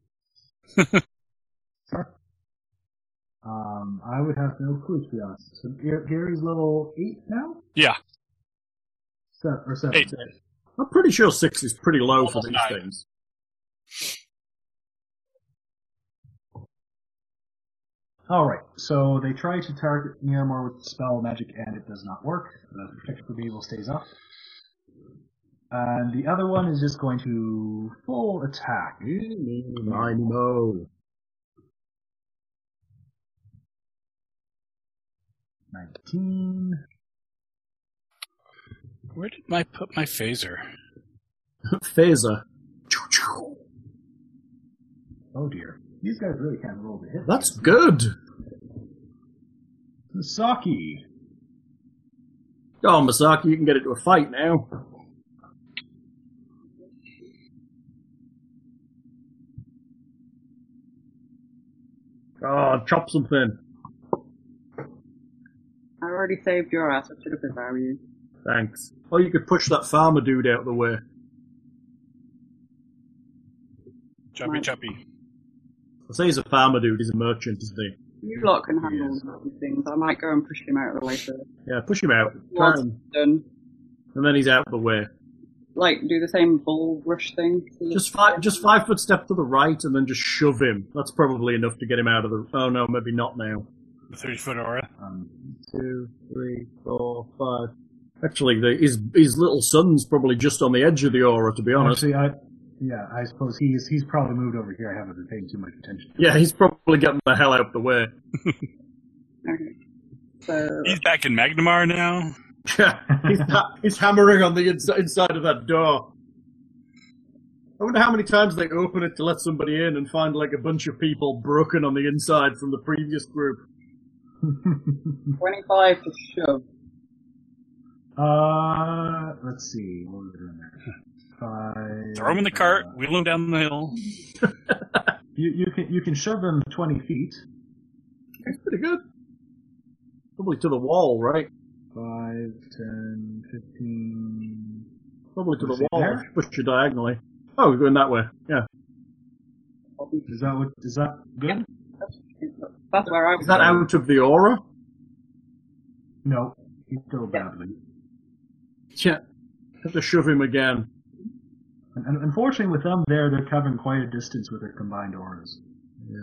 Um, I would have no clue, to be honest. So Gar- Gary's level 8 now? Yeah. Seven, or 7. Eight. I'm pretty sure six is pretty low for Almost these nine. things. Alright, so they try to target Miramore with spell magic and it does not work. The protection from evil stays up. And the other one is just going to full attack. I know. 19. Where did I put my phaser? Phaser. Oh dear. These guys really can't roll to hit. That's good. Saki! Oh, Masaki, you can get into a fight now. God, Ah, chop something. I already saved your ass. I should have been there with you. Thanks. Or you could push that farmer dude out of the way. Choppy, Oh. Mine. choppy. I say he's a farmer dude, he's a merchant, isn't he? You lot can handle these things. I might go and push him out of the way first. Yeah, push him out. Once Try him. it's done, And then he's out of the way. like do the same bull rush thing. Just five, just five foot step to the right and then just shove him. That's probably enough to get him out of the. Oh no, maybe not now. The 30 foot aura. Um, two, three, four, five. Actually, the, his his little son's probably just on the edge of the aura, to be honest. actually, I. Yeah, I suppose he's he's probably moved over here. I haven't been paying too much attention. Yeah, he's probably getting the hell out of the way. Okay. So He's back in Magnamar now. he's, ha- he's hammering on the ins- inside of that door. I wonder how many times they open it to let somebody in and find like a bunch of people broken on the inside from the previous group. twenty-five to shove. Uh, let's see. What was it in there? Five. Throw him in the cart, wheel him down the hill. You, you can you can shove them twenty feet. That's pretty good. Probably to the wall, right? Five, ten, fifteen. Probably to Is the it wall. there? Push you diagonally. Oh, we're going that way. Yeah. Is that what? Is that good? That's where I was. Is that out of the aura? No, he's still badly. Yeah. Have to shove him again. And, and unfortunately, with them there, they're covering quite a distance with their combined auras. Yeah.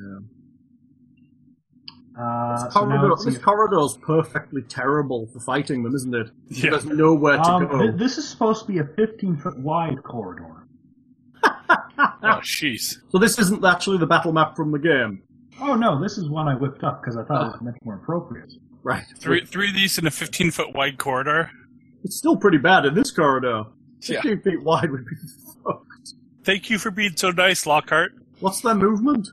Uh, This, so now corridor, let's see this if- corridor's perfectly terrible for fighting them, isn't it? Yeah. There's nowhere to um, go. thi- this is supposed to be a 15 foot wide corridor. Ah. Oh, jeez. So this isn't actually the battle map from the game, Oh no, this is one I whipped up because I thought Ah. it was much more appropriate. right? Three, three of these in a 15 foot wide corridor. It's still pretty bad in this corridor. Yeah. 15 feet wide would be fucked. Thank you for being so nice, Lockhart. What's their movement?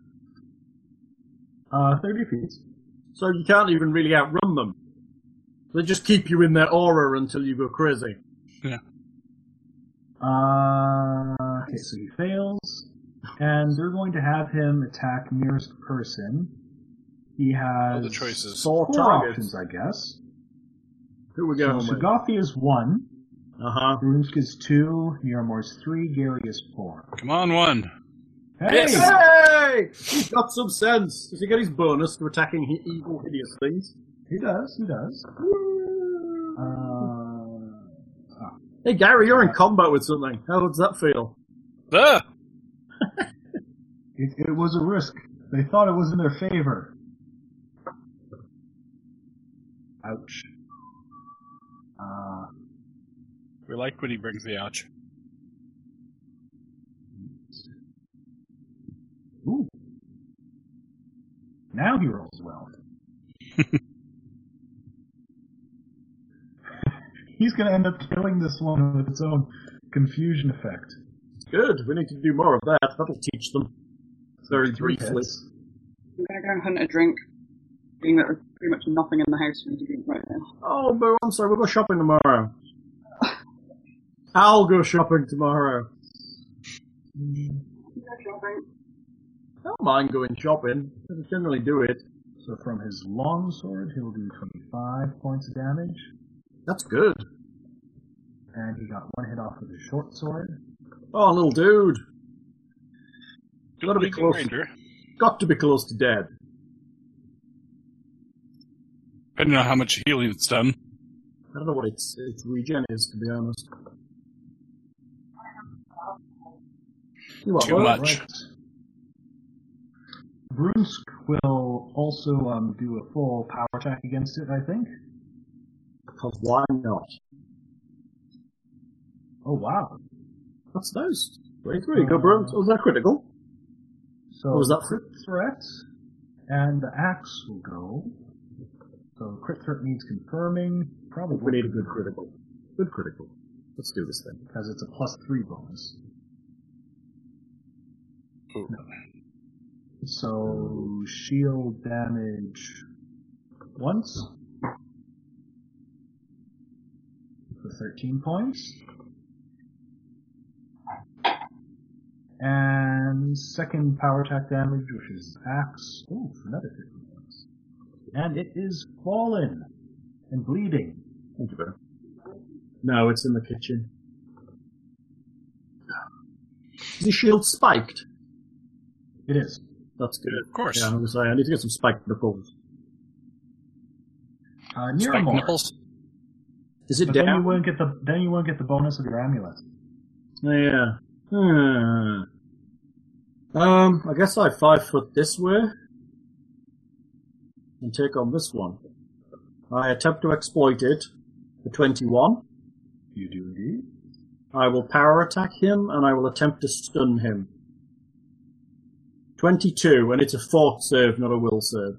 Uh, 30 feet. So you can't even really outrun them. They just keep you in their aura until you go crazy. Uh, okay, so he fails, and they're going to have him attack nearest person. He has the choices. four targets. options, I guess. Who we So going with? Uh-huh. Uh Shagathi is one, huh. Brunsk is two, Yarmor is three, Gary is four. Come on, one. Hey! Hey! He's got some sense. Does he get his bonus to attacking he- evil, hideous things? He does, he does. Uh, Hey, Gary, you're in combat with something. How does that feel? Ah! it, it was a risk. They thought it was in their favor. Ouch. Uh, We like when he brings the ouch. Ooh. Now he rolls well. He's going to end up killing this one with its own confusion effect. Good. We need to do more of that. That'll teach them. Very Three briefly. hits. I'm gonna go and hunt a drink, being that there's pretty much nothing in the house for me to drink right now. Oh, but I'm sorry. We'll go shopping tomorrow. I'll go shopping tomorrow. I don't mind going shopping. I generally do it. So from his longsword, he'll do 25 points of damage. That's good. And he got one hit off with his short sword. Oh, little dude. Do Gotta a be weekly close. ranger. Got to be close to dead. Depending on how much healing it's done. I don't know what its its regen is, to be honest. You are Too right. much. Right. Brunsk will also um, do a full power attack against it, I think. Because why not? Oh, wow. That's nice. Twenty-three. Hmm. Go, bro. Was that critical? So What was that for? crit threat, and the axe will go. So crit threat needs confirming, probably We need a good critical. Good critical. Let's do this thing. because it's a plus three bonus. Ooh. No. So shield damage once for thirteen points. And second power attack damage, which is axe. Ooh, for another 15 points. And it is fallen and bleeding. Thank you, bro. No, it's in the kitchen. Is the shield spiked? It is. That's good. Of course. Yeah, I'm gonna say I need to get some spiked knuckles. Uh, Spike Niramor. nipples. Is it But then you down? won't get the then you won't get the bonus of your amulet. Yeah. Hmm. Um, I guess I five foot this way and take on this one. I attempt to exploit it for 21. You do indeed. I will power attack him and I will attempt to stun him. 22, and it's a fort save, not a will save.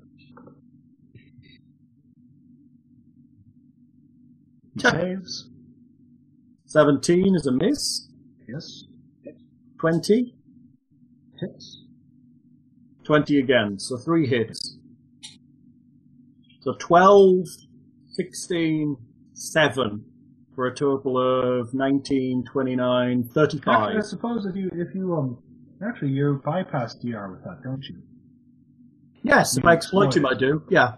He Yeah. saves. 17 is a miss. Yes. 20. Hits. 20 again, so three hits. So 12, 16, 7 for a total of 19, 29, 35. Actually, I suppose if you if you um actually you bypass DR with that, don't you? yes, if I exploit him, I do. Yeah.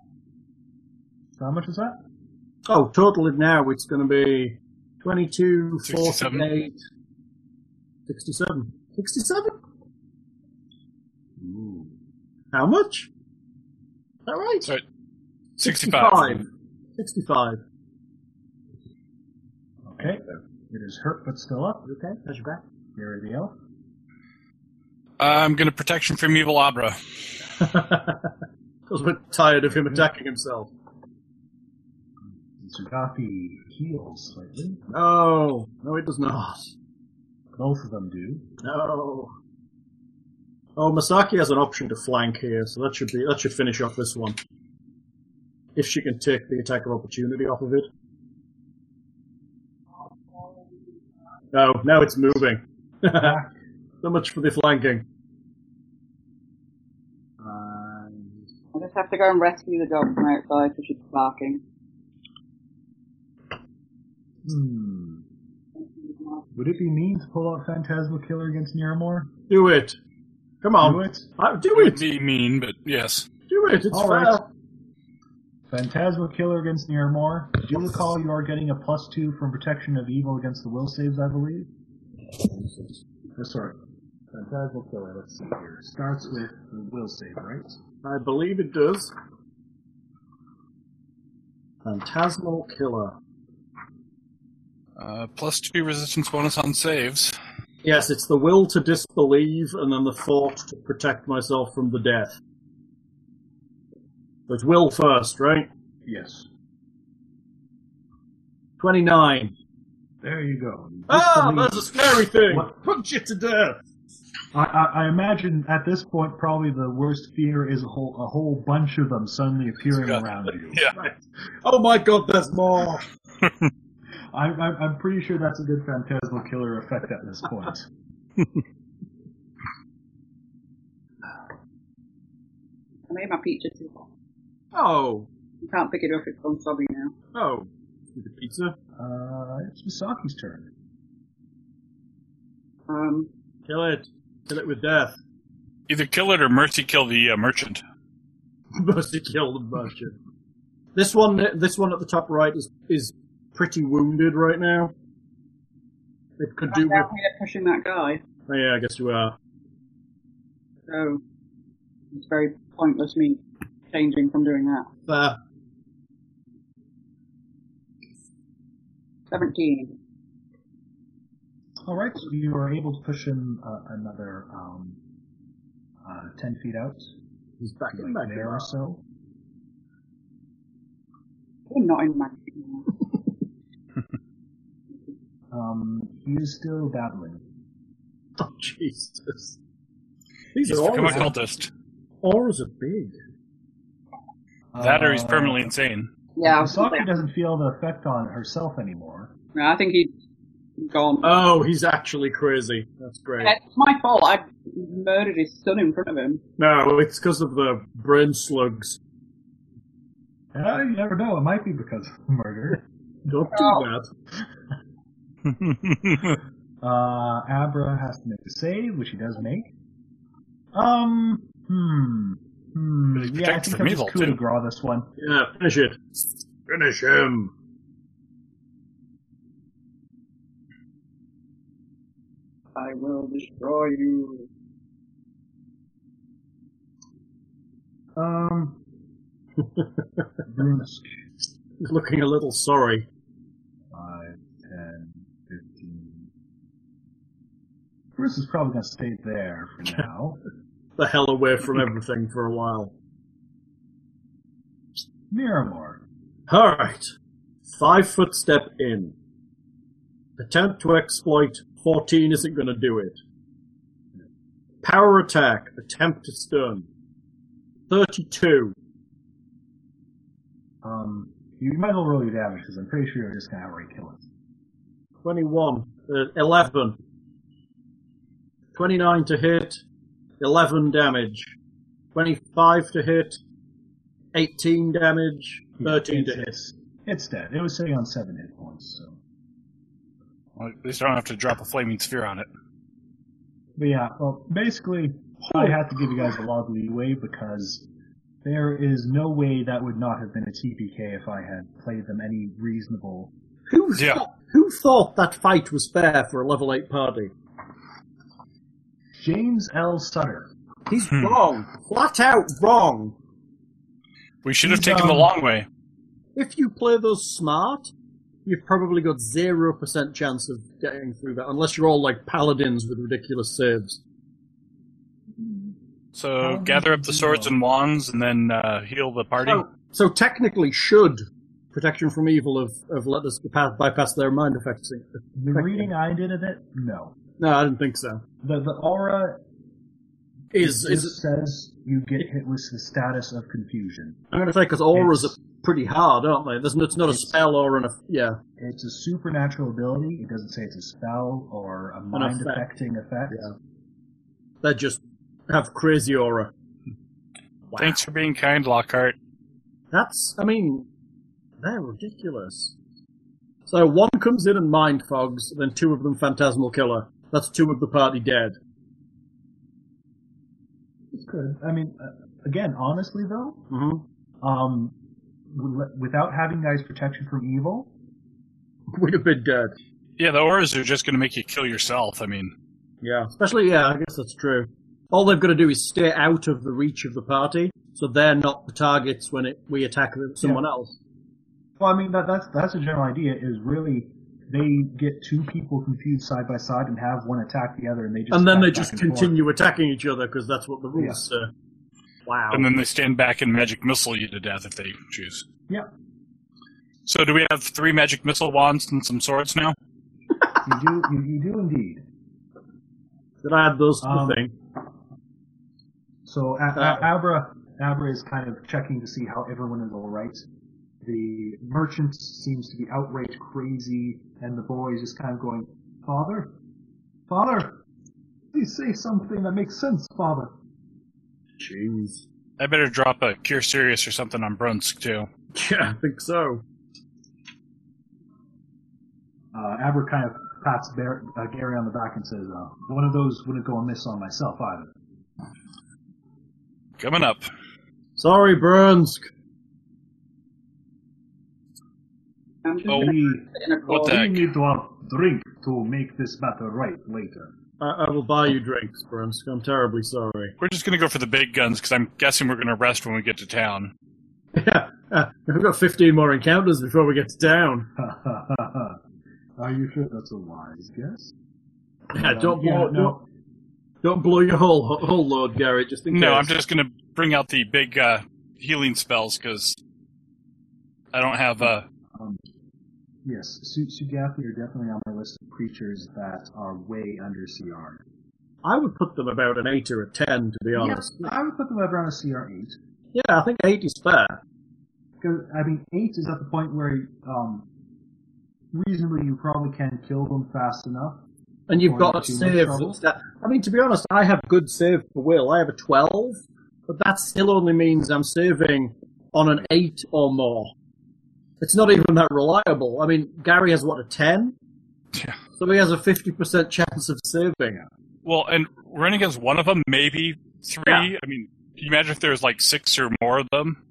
So how much is that? Oh, total it now, it's going to be 22, 67. 48, 67. 67? Ooh. How much? Is that right? Sorry. 65. 65. Okay. It is hurt but still up. Okay, that's your back. Gary the elf. I'm going to protection from evil Abra. I was a bit tired of him attacking himself. Zugathi heals slightly. No, no, it does not. Both of them do. No. Oh, Masaki has an option to flank here, so that should be that should finish off this one. If she can take the attack of opportunity off of it. No, now it's moving. so much for the flanking. Uh, I just have to go and rescue the dog from outside because she's barking. Hmm. Would it be mean to pull out Phantasma Killer against Nearmore? Do it. Come Do on. it. Uh, Do Would it. be mean, but yes. Do it. It's All fair. right. Phantasma Killer against Nearmore. Do you recall you are getting a plus two from protection of evil against the will saves, I believe? Oh, sorry. Phantasmal Killer, let's see here. Starts with the will save, right? I believe it does. Phantasmal Killer. Uh, plus two resistance bonus on saves. Yes, it's the will to disbelieve and then the thought to protect myself from the death. So it's will first, right? Yes. 29. There you go. Ah, Disbelief. that's a scary thing! What? Punch it to death! I, I, I imagine at this point probably the worst fear is a whole a whole bunch of them suddenly appearing Got- around you. Yeah. Right. Oh my god, there's more! I, I, I'm pretty sure that's a good phantasmal killer effect at this point. I made my pizza too. Oh, You can't pick it up, it's gone soggy now. oh. The pizza? Uh, it's Misaki's turn. Um, Kill it. Kill it with death. Either kill it or mercy kill the uh, merchant. Mercy kill the merchant. This one, this one at the top right is is pretty wounded right now. It could do I'm with. down here pushing that guy, Oh, yeah, I guess you are. so it's very pointless me changing from doing that. There. 17. All right, you are able to push him uh, another um, uh, ten feet out, He's back in back like there or there. so. I'm not in magic anymore. Um, he is still battling. Oh, Jesus. These He's are become a auras. are- cultist. Auras are big. That or he's Uh, permanently insane. Yeah, I, was gonna Misaki say- doesn't feel the effect on herself anymore. No, I think he's gone. Oh, he's actually crazy. That's great. Yeah, it's my fault. I murdered his son in front of him. No, it's because of the brain slugs. Uh, you never know. It might be because of murder. Don't do Oh. that. Uh, Abra has to make a save, which he does make. Um, hmm, hmm. But he Yeah, I protects think from I'm just evil, coup de too. grace this one. Yeah, finish it. Finish him. I will destroy you. Um, Brunsk. He's looking a little sorry. 5, 10, 15. Bruce is probably going to stay there for now. The hell away from everything for a while. Miramore. Alright. Five foot step in. Attempt to exploit. 14 isn't going to do it. Power attack. Attempt to stun. 32. Um, you might as well roll your damage because I'm pretty sure you're just going to outright kill it. 21. Uh, 11. 29 to hit. 11 damage. 25 to hit. 18 damage. 13 to it's, hit. it's, it's dead. It was sitting on 7 hit points, so. Well, at least I don't have to drop a flaming sphere on it. But yeah, well, basically, I have to give you guys a lot of leeway because there is no way that would not have been a TPK if I had played them any reasonable. Who, Yeah. thought, who thought that fight was fair for a level 8 party? James L. Sutter. He's Hmm. wrong. Flat out wrong. We should have He's, taken the um, long way. If you play those smart, you've probably got 0% chance of getting through that, unless you're all like paladins with ridiculous saves. So gather up the swords and wands, and then uh, heal the party. So, so technically, should protection from evil have, have let us bypass, bypass their mind effects? The reading I did of it, no. No, I didn't think so. The, the aura Is It is just says you get hit with the status of confusion. I'm going to say because auras It's- are pretty hard, aren't they? There's no, it's not a It's- spell or an eff- yeah. It's a supernatural ability. It doesn't say it's a spell or a mind effect. affecting effect. Yeah. They just have crazy aura. Wow. Thanks for being kind, Lockhart. That's I mean, they're ridiculous. So one comes in and mind fogs, then two of them phantasmal killer. That's two of the party dead. It's good. I mean, uh, again, honestly though, Mm-hmm. um, wi- without having guys protection from evil, We'd have been dead. Yeah, the auras are just going to make you kill yourself. I mean, Yeah, especially yeah, I guess that's true. All they've got to do is stay out of the reach of the party, so they're not the targets when it, we attack someone else. Well, I mean that, that's that's the general idea. Is really they get two people confused side by side and have one attack the other, and they just And then attack they back just and forth. continue attacking each other because that's what the rules say. Wow. and then they stand back and magic missile you to death if they choose. Yeah. So do we have three magic missile wands and some swords now? You do you, you do indeed. Did I add those to Um, the thing? So a- Oh. a- Abra Abra is kind of checking to see how everyone is all right. The merchant seems to be outright crazy, and the boy is just kind of going, "Father, father, please say something that makes sense, father." Jeez. I better drop a cure serious or something on Brunsk too. Yeah, I think so. Uh, Abra kind of pats Bear, uh, Gary on the back and says, uh, "One of those wouldn't go amiss on myself either." Coming up. Sorry, Brunsk. I'm just Oh, gonna We, put it in a what call. the- we need to have drink to make this matter right later. I, I will buy you drinks, Brunsk. I'm terribly sorry. We're just going to go for the big guns because I'm guessing we're going to rest when we get to town. Yeah, uh, we've got 15 more encounters before we get to town. Are you sure that's a wise guess? Yeah, don't, Yeah, blow, no. don't, don't blow your whole whole load, Gary. Just in No, case. I'm just going to bring out the big uh, healing spells because I don't have uh, Um, yes, Su- Sugathi are definitely on my list of creatures that are way under CR. I would put them about an eight or a ten, to be honest. Yeah, I would put them around a CR eight. Yeah, I think eight is fair. 'Cause, I mean, eight is at the point where um, reasonably you probably can kill them fast enough. And you've Or got not a too much save. trouble. That's that. I mean, to be honest, I have good save for will. I have a twelve, but that still only means I'm saving on an eight or more. It's not even that reliable. I mean, Gary has what a ten, Yeah. so he has a fifty percent chance of saving. Well, and running against one of them, maybe three. Yeah. I mean, can you imagine if there's like six or more of them?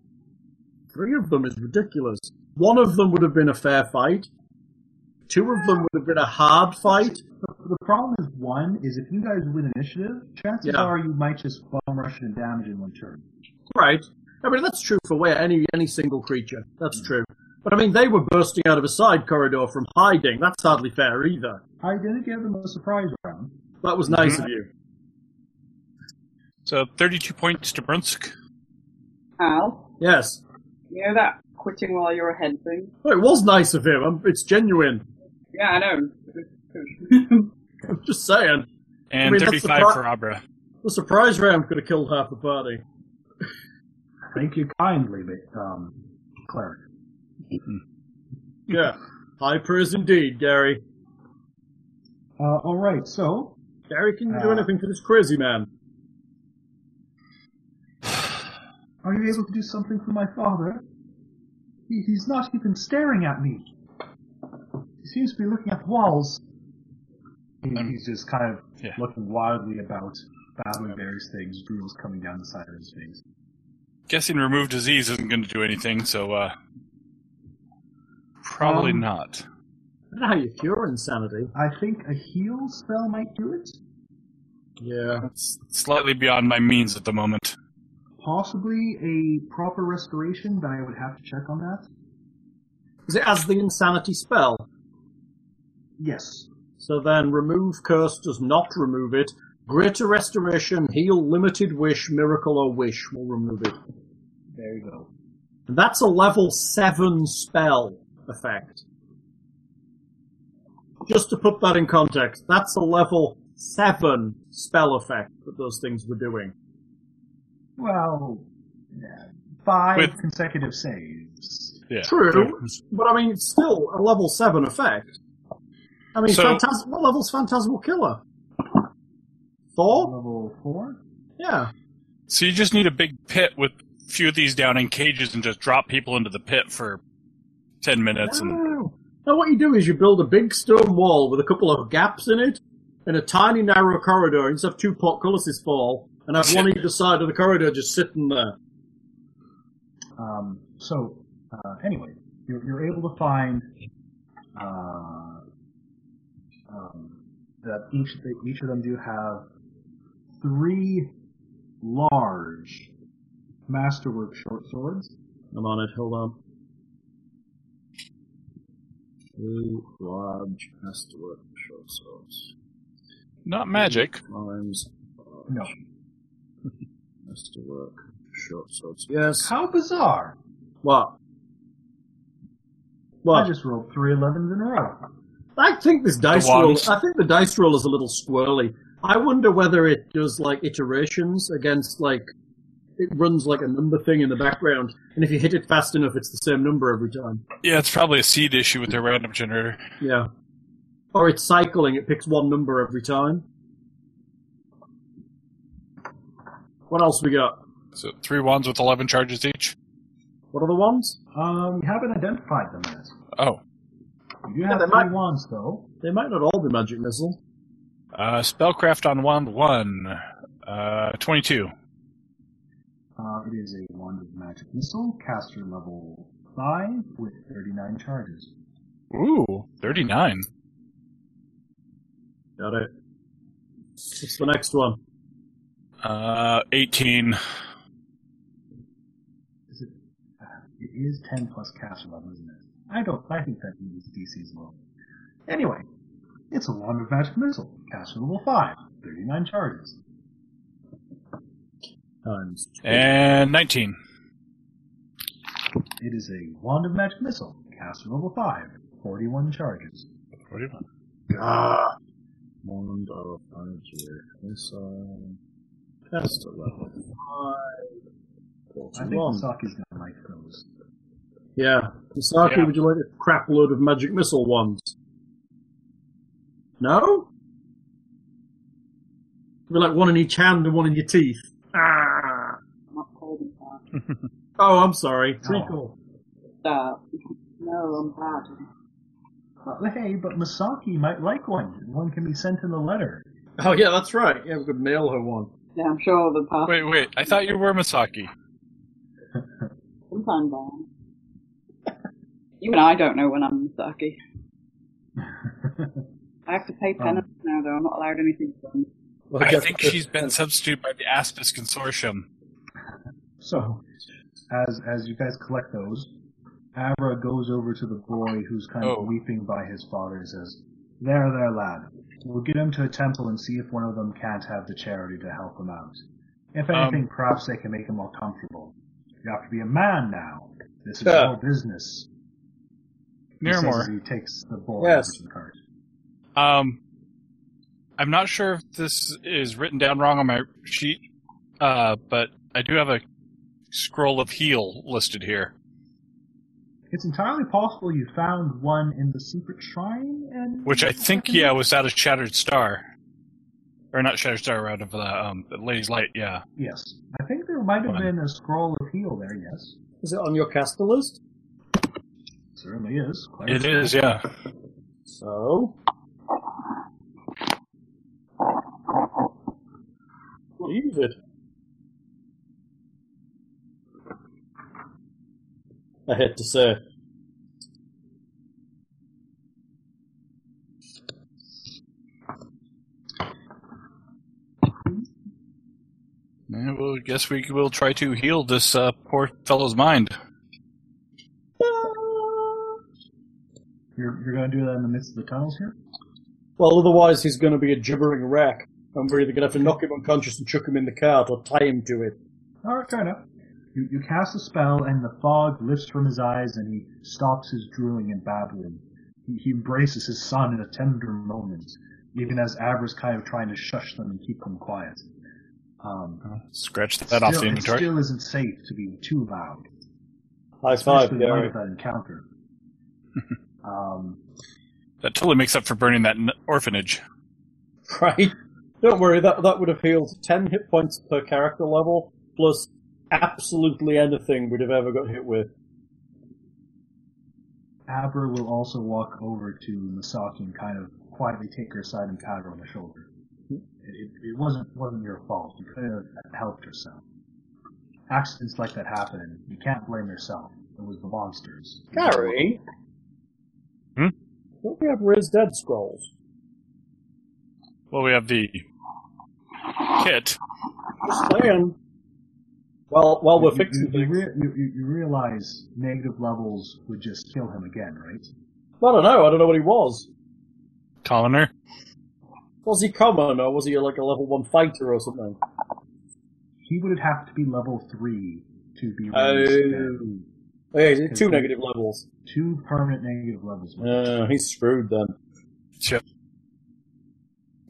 Three of them is ridiculous. One of them would have been a fair fight. Two of them would have been a hard fight. The, the problem is one is if you guys win initiative, chances Yeah. are you might just bomb rush it and damage in one turn. Right. I mean, that's true for where any any single creature. That's true. But I mean, they were bursting out of a side corridor from hiding. That's hardly fair either. I didn't give them a surprise round. That was nice of you. So 32 points to Brunsk. Al, Yes. you know that quitting while you're ahead thing? Well, it was nice of him. I'm, it's genuine. Yeah, I know. I'm just saying. And I mean, that's the 35 pro- for Abra. The surprise round could have killed half the party. Thank you kindly, but, um, cleric. Yeah. High praise indeed, Gary. Uh, all right, so Gary, can you do Uh. anything for this crazy man? are you able to do something for my father? He, he's not even staring at me. He seems to be looking at the walls. He, he's just kind of Yeah. looking wildly about, babbling various things, drools coming down the side of his face. Guessing remove disease isn't going to do anything, so uh, probably Um, not. I don't know how you cure insanity. I think a heal spell might do it. Yeah. That's slightly beyond my means at the moment. Possibly a proper restoration, but I would have to check on that. Is it as the insanity spell? Yes. So then, remove curse does not remove it. Greater restoration, heal, limited wish, miracle, or wish will remove it. There you go. And that's a level seven spell effect. Just to put that in context, that's a level seven spell effect that those things were doing. Well, yeah, five With- consecutive saves. Yeah. True, but I mean, it's still a level seven effect. I mean, So- phantas- what level's Phantasmal Killer? Uh, Four? Oh! Level four? Yeah. So you just need a big pit with a few of these down in cages and just drop people into the pit for 10 minutes. And No. So what you do is you build a big stone wall with a couple of gaps in it and a tiny narrow corridor and just have two portcullises fall and have one either side of the corridor just sitting there. Um, so, uh, anyway, you're, you're able to find uh, um, that each that each of them do have three large masterwork short swords. I'm on it, hold on. Two large masterwork short swords. Not magic. Arms. large No, Masterwork short swords. Yes. how bizarre! What? I What? just rolled three 11s in a row. I think this dice The roll. wands. I think the dice roll is a little squirrely. I wonder whether it does like iterations against like it runs like a number thing in the background, and if you hit it fast enough, it's the same number every time. Yeah, it's probably a seed issue with their random generator. Yeah. Or it's cycling; it picks one number every time. What else we got? So three wands with eleven charges each. What other ones? Um, you haven't identified them yet. Oh, You do they have three might- wands though. They might not all be magic missile. uh, spellcraft on wand one, uh, twenty-two. Uh, it is a wand of magic missile, caster level five with 39 charges. Ooh, thirty-nine. Got it. What's the next one? Uh, eighteen. Is it? uh, It is 10 plus caster level, isn't it? I don't. I think that means DC is low. Anyway, it's a wand of magic missile, caster level five, 39 charges. Times. two. And 19. It is a wand of magic missile, caster level five, 41 charges. Ah, Wand of Magic Missile. Test at level 5. I think Saki's gonna like those. Yeah. Misaki, Yeah. would you like a crap load of magic missile ones? No? Be like one in each hand and one in your teeth. Ah. I'm not holding that. Oh, I'm sorry. Treacle. Stop. No, I'm bad. Uh, hey, but Masaki might like one. One can be sent in the letter. Oh, yeah, that's right. Yeah, we could mail her one. Yeah, I'm sure the past Wait, wait. I thought you were Masaki. sometimes I am. You and I don't know when I'm Misaki. I have to pay Oh. penance now, though. I'm not allowed anything from Well, I guess- think she's been substituted by the Aspis Consortium. So, as as you guys collect those, Avra goes over to the boy who's kind Oh. of weeping by his father and says, "There, there, lad. We'll get him to a temple and see if one of them can't have the charity to help him out. If Um, anything, perhaps they can make him more comfortable. You have to be a man now. This is Yeah. your business." He says as Nearmore. He takes the boy Yes. over to the cart. Um, I'm not sure if this is written down wrong on my sheet, uh, but I do have a scroll of heal listed here. It's entirely possible you found one in the secret shrine, and Which I think, yeah, was out of Shattered Star. Or not Shattered Star, out of the, um, the Lady's Light, yeah. yes, I think there might have One. been a scroll of heal there. Yes, Is it on your caster list? certainly is. Claire. It is, yeah. So. Leave it. I hate to say. Yeah, well, I guess we will try to heal this uh, poor fellow's mind. You're, you're going to do that in the midst of the tunnels here? Well, otherwise he's going to be a gibbering wreck. And we're either going to have to knock him unconscious and chuck him in the cart or tie him to it. Alright, fair enough. You, you cast a spell, and the fog lifts from his eyes, and he stops his drooling and babbling. He, he embraces his son in a tender moment, even as Avra's kind of trying to shush them and keep them quiet. Um, Scratch that still, off the it inventory. still isn't safe to be too loud, High five, especially in light Gary. of that encounter. um, That totally makes up for burning that n- orphanage. Right? Don't worry, that, that would have healed 10 hit points per character level, plus absolutely anything we'd have ever got hit with. Abra will also walk over to Masaki and kind of quietly take her aside and pat her on the shoulder. It, it, it wasn't wasn't your fault. You could have helped yourself. Accidents like that happen, and you can't blame yourself. It was the monsters. Gary? Hmm? Don't we have Riz Dead scrolls? Well, we have the kit. Just saying. Well, while we're You- fixing you, you, things. rea- you, you, you realize negative levels would just kill him again, right? I don't know. I don't know what he was. Commoner. Was he common or was he like a level one fighter or something? He would have to be level three to be raised at Oh, yeah, he's at two negative levels. two permanent negative levels. Uh, he's screwed then. Yep.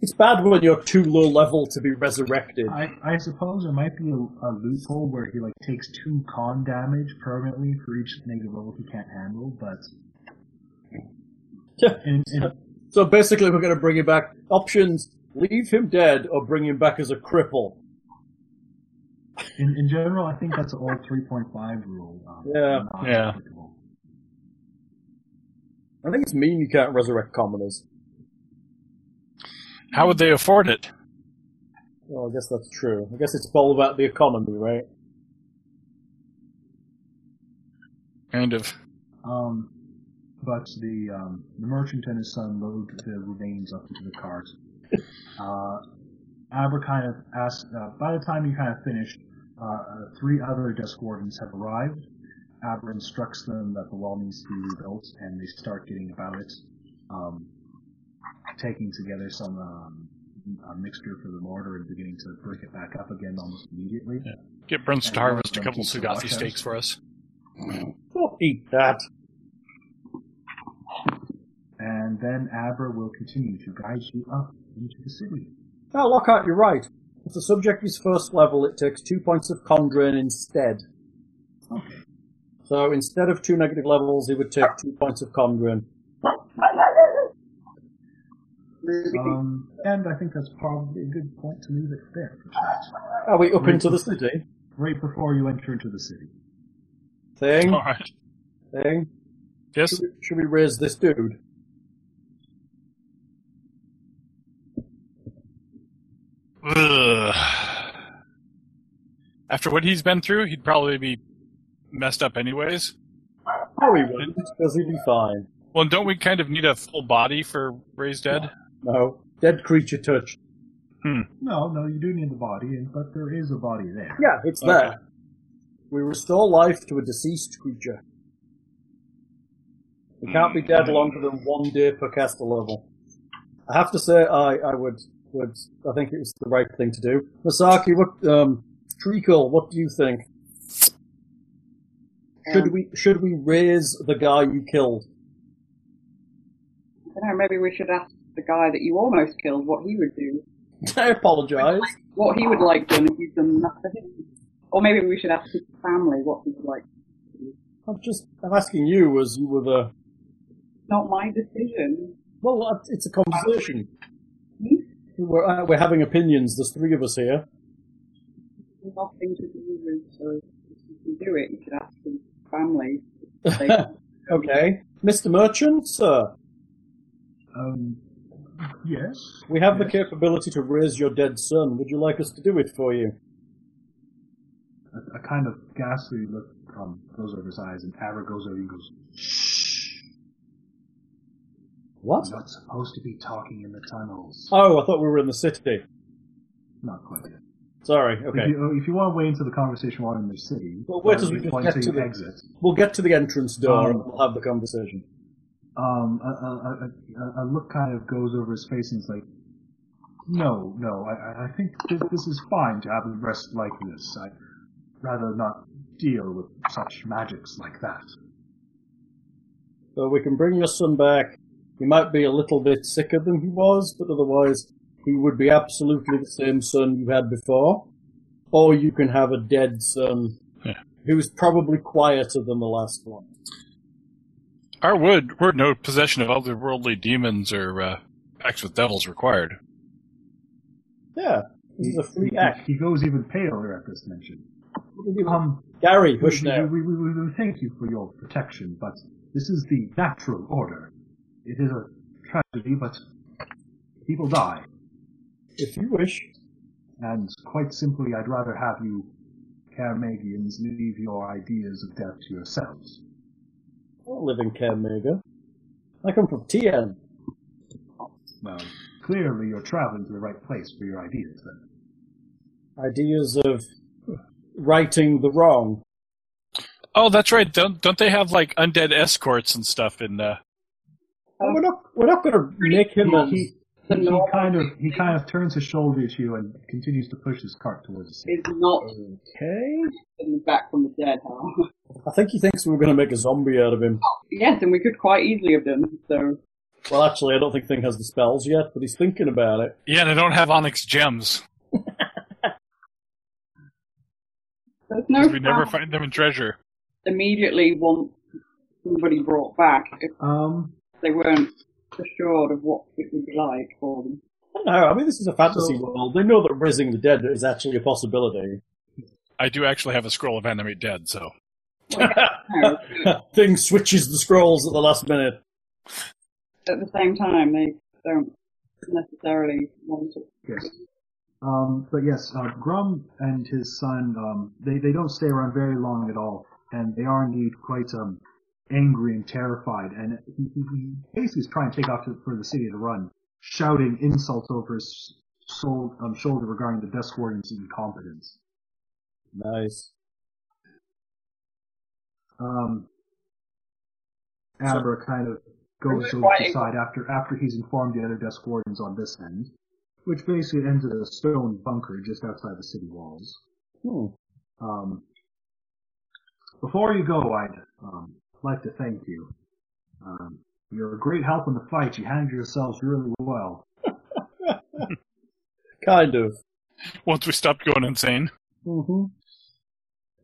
It's bad when you're too low level to be resurrected. I, I suppose there might be a, a loophole where he like takes two con damage permanently for each negative level he can't handle, but Yeah. and, and So basically, we're going to bring him back. Options: leave him dead or bring him back as a cripple. in, in general, I think that's an old 3.5 rule. Um, Yeah. not Yeah. applicable. I think it's mean you can't resurrect commoners. How would they afford it? Well, I guess that's true. I guess it's all about the economy, right? Kind of. Um, but the um, the merchant and his son load the remains up into the cart. Uh, Abra kind of asked. Uh, by the time you kind of finished, uh, uh, three other desk wardens have arrived. Abra instructs them that the wall needs to be rebuilt, and they start getting about it, um, taking together some um, a mixture for the mortar and beginning to break it back up again almost immediately. Get Bruns And to harvest a welcome couple to Sugathi Russia. steaks for us. Don't eat that. And then Abra will continue to guide you up into the city. Now, Lockhart, you're right. If the subject is first level, it takes two points of con drain instead. Okay. So instead of two negative levels, he would take two points of con drain. Um, and I think that's probably a good point to leave it there. Are we up into the city? Right before you enter into the city. Thing, All right. thing. Yes. Should we, should we raise this dude? Ugh. After what he's been through, he'd probably be messed up anyways. No, he wouldn't, because he'd be fine. Well, don't we kind of need a full body for Raised Dead? No. Dead creature touch. No, no, you do need the body, and- but there is a body there. Yeah, it's Okay. there. We restore life to a deceased creature. It can't be dead longer than one day per caster level. I have to say, I, I would, would, I think it was the right thing to do. Masaki, what, um, Treacle, what do you think? Um, Should we, should we raise the guy you killed? I don't know, maybe we should ask the guy that you almost killed what he would do, I apologize. what he would like done if you'd done that to him. Or maybe we should ask his family what he would like. I'm just, I'm asking you as you were the, Not my decision. well, uh, it's a conversation. Hmm? We're, uh, we're having opinions, there's three of us here. Nothing to do with. So if you can do it, you should ask his family. if they- Okay. Mr. Merchant, sir, Um, yes. we have the Yes. capability to raise your dead son. Would you like us to do it for you? A, a kind of ghastly look um, goes over his eyes, and Abra goes over and goes, What? You're not supposed to be talking in the tunnels. Oh, I thought we were in the city. Not quite yet. Sorry, If, okay. you, oh, if you want to wait into the conversation while in the city, Well, wait uh, till we just wait get till to you the- exit. We'll get to the entrance door and Um, we'll have the conversation. um, a- a, a, a, a look kind of goes over his face and he's like, no, no, I- I, I think this, this is fine to have a rest like this. I'd rather not deal with such magics like that. So we can bring your son back. He might be a little bit sicker than he was, but otherwise he would be absolutely the same son you had before. Or you can have a dead son Yeah. who's probably quieter than the last one. Our wood, we're no possession of otherworldly demons or uh, acts with devils required. Yeah, this is a free He- act. He, he goes even paler at this mention. Um, Gary, we, hush now. we, we, we, we thank you for your protection, but This is the natural order. It is a tragedy, but people die. If you wish. And quite simply, I'd rather have you Carmagians leave your ideas of death to yourselves. I don't live in Kermega. I come from TN. Well, clearly you're traveling to the right place for your ideas then. Ideas of righting the wrong. Oh, that's right. Don't don't they have like undead escorts and stuff in uh And we're not we're not gonna make him a He, he, he kind of he kind of turns his shoulder to you and continues to push his cart towards the sea. It's not Okay. getting back from the dead, however. I think he thinks we're gonna make a zombie out of him. Yes, and we could quite easily have done, so. Well actually I don't think Thing has the spells yet, but he's thinking about it. Yeah, they don't have onyx gems. There's no 'cause We never plan. find them in treasure. immediately want somebody brought back if Um, they weren't assured of what it would be like for them. I don't know, I mean this is a fantasy world. They know that raising the dead is actually a possibility. I do actually have a scroll of animate dead, so No, Thing switches the scrolls at the last minute. at the same time, they don't necessarily want it. yes. Um, but yes, uh, Grum and his son, um, they, they don't stay around very long at all, and they are indeed quite um, angry and terrified, and he, he- he basically is trying to take off to, for the city to run, shouting insults over his soul, um, shoulder regarding the desk warden's incompetence. Nice. Um, Amber kind of goes Is it over quite to the a- side after after he's informed the other desk wardens on this end, which basically ends at a stone bunker just outside the city walls. Hmm. Um, before you go, I'd um, like to thank you. Um, you're a great help in the fight. You handled yourselves really well. Kind of. once we stopped going insane. Mm-hmm.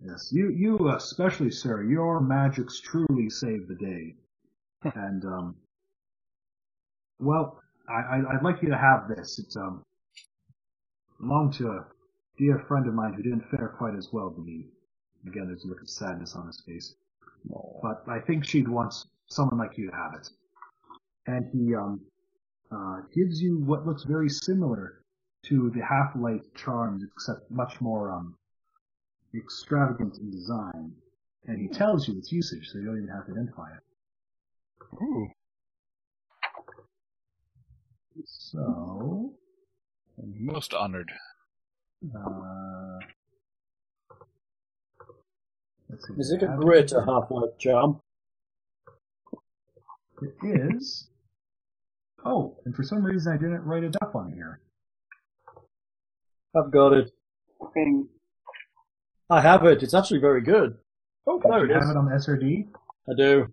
Yes, you you uh, especially, sir. Your magics truly saved the day. and um, well, I, I I'd like you to have this. It's um, belonged to a dear friend of mine who didn't fare quite as well to me. Again, there's a look of sadness on his face. But I think she'd want someone like you to have it. And he um, uh, gives you what looks very similar to the half-light charms, except much more um, extravagant in design, and he tells you its usage, so you don't even have to identify it. Ooh. So, I'm most honored. uh, let's see. Is it a greater half-life charm? It is. Oh, and for some reason I didn't write it up on here. I've got it. Fucking I have it. It's actually very good. Oh, Do there you it have is. it on SRD? I do.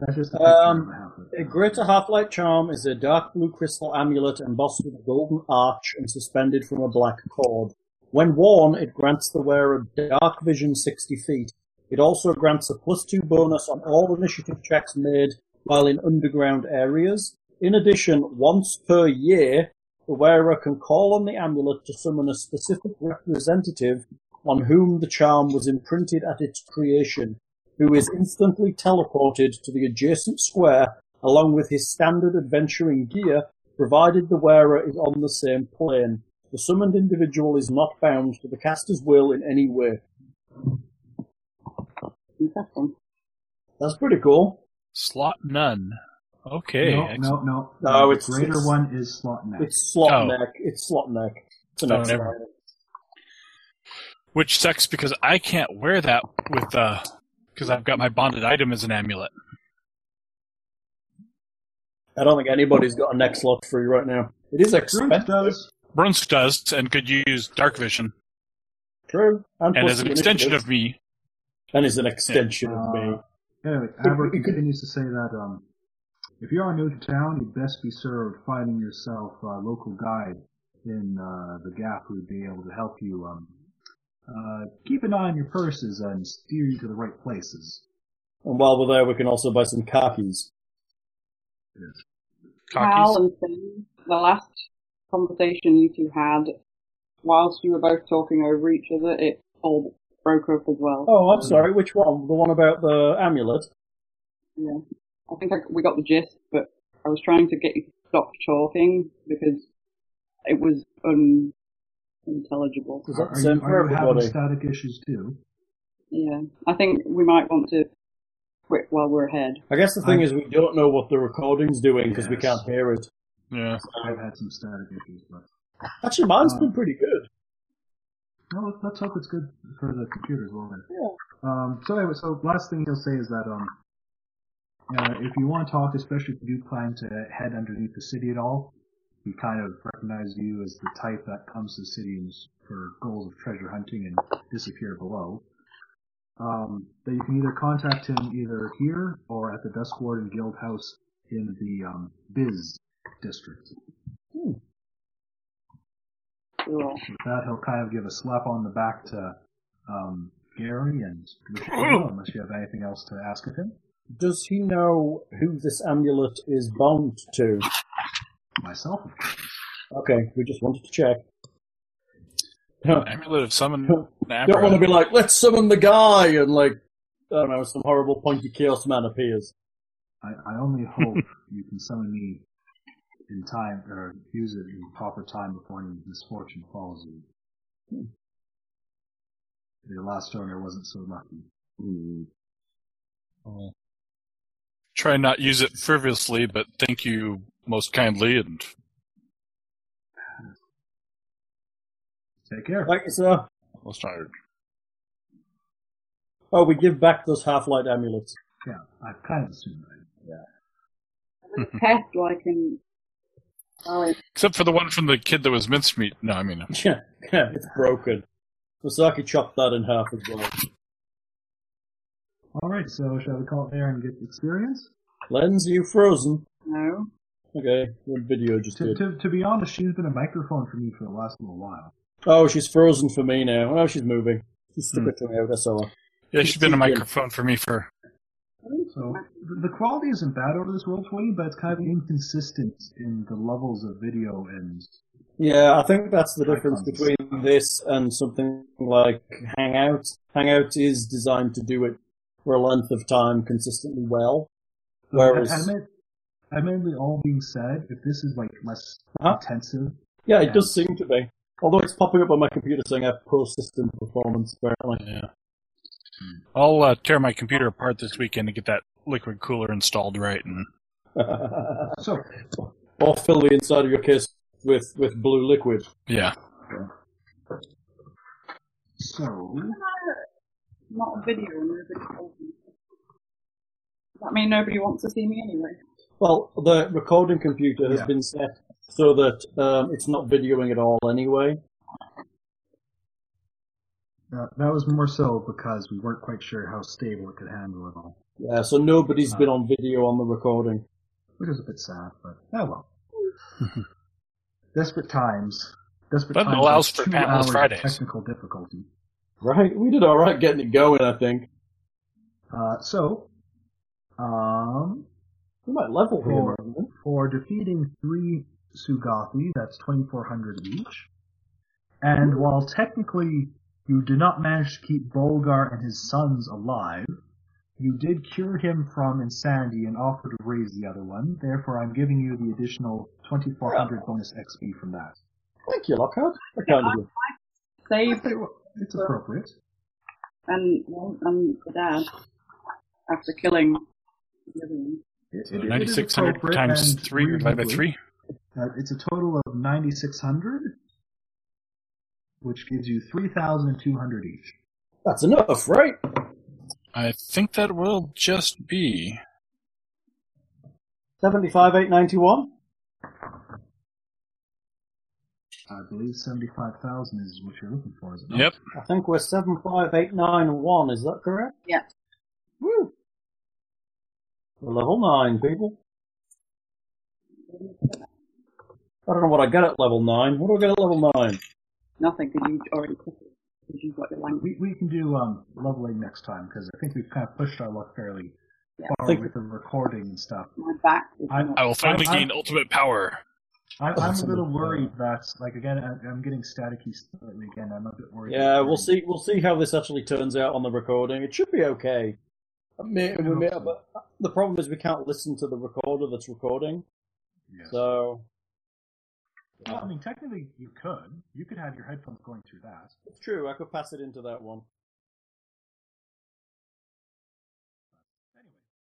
That's just a picture Um, of half of it. A greater half-light charm is a dark blue crystal amulet embossed with a golden arch and suspended from a black cord. When worn, it grants the wearer dark vision 60 feet. It also grants a plus two bonus on all initiative checks made while in underground areas. In addition, once per year, the wearer can call on the amulet to summon a specific representative on whom the charm was imprinted at its creation, who is instantly teleported to the adjacent square along with his standard adventuring gear, provided the wearer is on the same plane. The summoned individual is not bound to the caster's will in any way. interesting. That's pretty cool. Slot none. Okay. no, excellent. no, no, No, it's- the greater it's- one is slot neck. It's slot Oh. neck. It's slot neck. It's an Oh, excellent never. item. Which sucks because I can't wear that with uh because I've got my bonded item as an amulet. I don't think anybody's got a neck slot free right now. It is Groot expensive. does. Brunst does and could use dark vision. True. And plus as an the extension initiative. of me, And is an extension of me. Uh, anyway, Albert continues to say that um, if you are new to town, you'd best be served finding yourself a local guide in uh, the Gap who would be able to help you. Um, uh, keep an eye on your purses and steer you to the right places. And while we're there, we can also buy some khakis. Cal cockies. and Finn, the last conversation you two had, whilst you were both talking over each other, it all broke up as well. Oh, Hmm. I'm sorry. Which one? The one about the amulet? Yeah. I think I, we got the gist, but I was trying to get you to stop talking because it was unintelligible. Is Are, that the you, same for are you having everybody? static issues too? Yeah. I think we might want to quit while we're ahead. I guess the thing I- is we don't know what the recording's doing because we Yes. can't hear it. Yeah. I've had some static issues, but Actually, mine's Uh, been pretty good. no, let's, let's hope it's good for the computer as well. Then. Yeah. Um, so anyway, so last thing he'll say is that um, uh, if you want to talk, especially if you do plan to head underneath the city at all, he kind of recognizes you as the type that comes to the city and s- for goals of treasure hunting and disappear below. Um, that you can either contact him either here or at the Dusk Warden Guild House in the um, Biz district. Cool. With that, he'll kind of give a slap on the back to um, Gary and wish you well, unless you have anything else to ask of him. Does he know who this amulet is bound to? Myself, of course. Okay, we just wanted to check. Amulet of summon. Don't Don't want to be like, let's summon the guy, and like, I don't know, some horrible pointy chaos man appears. I, I only hope you can summon me in time, or use it in proper time before any misfortune falls you. The last owner wasn't so lucky. Oh. Try not use it frivolously, but thank you most kindly. And Take care. Thank you, sir. let's not. Oh, we give back those half-light amulets. Yeah, I kind of assumed that. Pest like in. Oh, it's Except for the one from the kid that was mincemeat. No, I mean, Yeah, yeah, it's broken. Masaki chopped that in half as well. Alright, so shall we call it there and get experience? Lens, are you frozen? no. Okay, your video just To, did. to, to be honest, she's been a microphone for me for the last little while. Oh, she's frozen for me now. Oh, she's moving. She stuck her tongue out, I saw her. yeah, she's been a microphone for me for. So th- the quality isn't bad over this World 20, but it's kind of inconsistent in the levels of video and Yeah, I think that's the difference Icons. between this and something like Hangout. Hangout is designed to do it for a length of time consistently well. Whereas, I, I meant, I meant with all being said, if this is like less Uh-huh. intensive, yeah, it does seem to be. Although it's popping up on my computer saying I have poor system performance, apparently. Yeah. I'll uh, tear my computer apart this weekend to get that liquid cooler installed right. And so or fill the inside of your case with, with blue liquid. yeah, so Not a video. Nobody told me. Does that mean nobody wants to see me anyway? Well, the recording computer has Yeah. been set so that um, it's not videoing at all anyway. uh, that was more so because we weren't quite sure how stable it could handle it all, Yeah, so nobody's been on video on the recording. which is a bit sad, but oh well. Desperate times. Desperate That times. allows with for two Pamela's hours of Fridays. Technical difficulty. Right? We did all right getting it going, I think. Uh, so, um, We might level for, here. man. for defeating three Sugathi, that's 2,400 each. And while technically you did not manage to keep Bolgar and his sons alive, you did cure him from insanity and offer to raise the other one. Therefore, I'm giving you the additional 2,400 bonus XP from that. Thank you, Lockhart. That kind of you. Save It's appropriate. and and the dad after killing the other one. It- it- it is ninety six hundred appropriate times and three divided by reasonably. three. Uh, it's a total of 9,600, which gives you 3,200 each. That's enough, right? I think that will just be. 75, 891? I believe 75,000 is what you're looking for, is it not? Yep. I think we're 75891, is that correct? Yeah. Woo! We're level 9, people. I don't know what I get at level 9. What do I get at level 9? Nothing because you already took it because you've got your language. We, we can do um, leveling next time because I think we've kind of pushed our luck fairly Yeah. far Thank with the recording and stuff. My back is I- not. Oh, I will finally I- I- gain ultimate power. I, I'm That's a a little good worried that, like, again, I, I'm getting staticky slightly again. I'm a bit worried. Yeah, that- we'll see. We'll see how this actually turns out on the recording. It should be okay. I mean, we may- but the problem is we can't listen to the recorder that's recording. Yeah. So Well, I mean, technically, you could. You could have your headphones going through that. it's true. I could pass it into that one.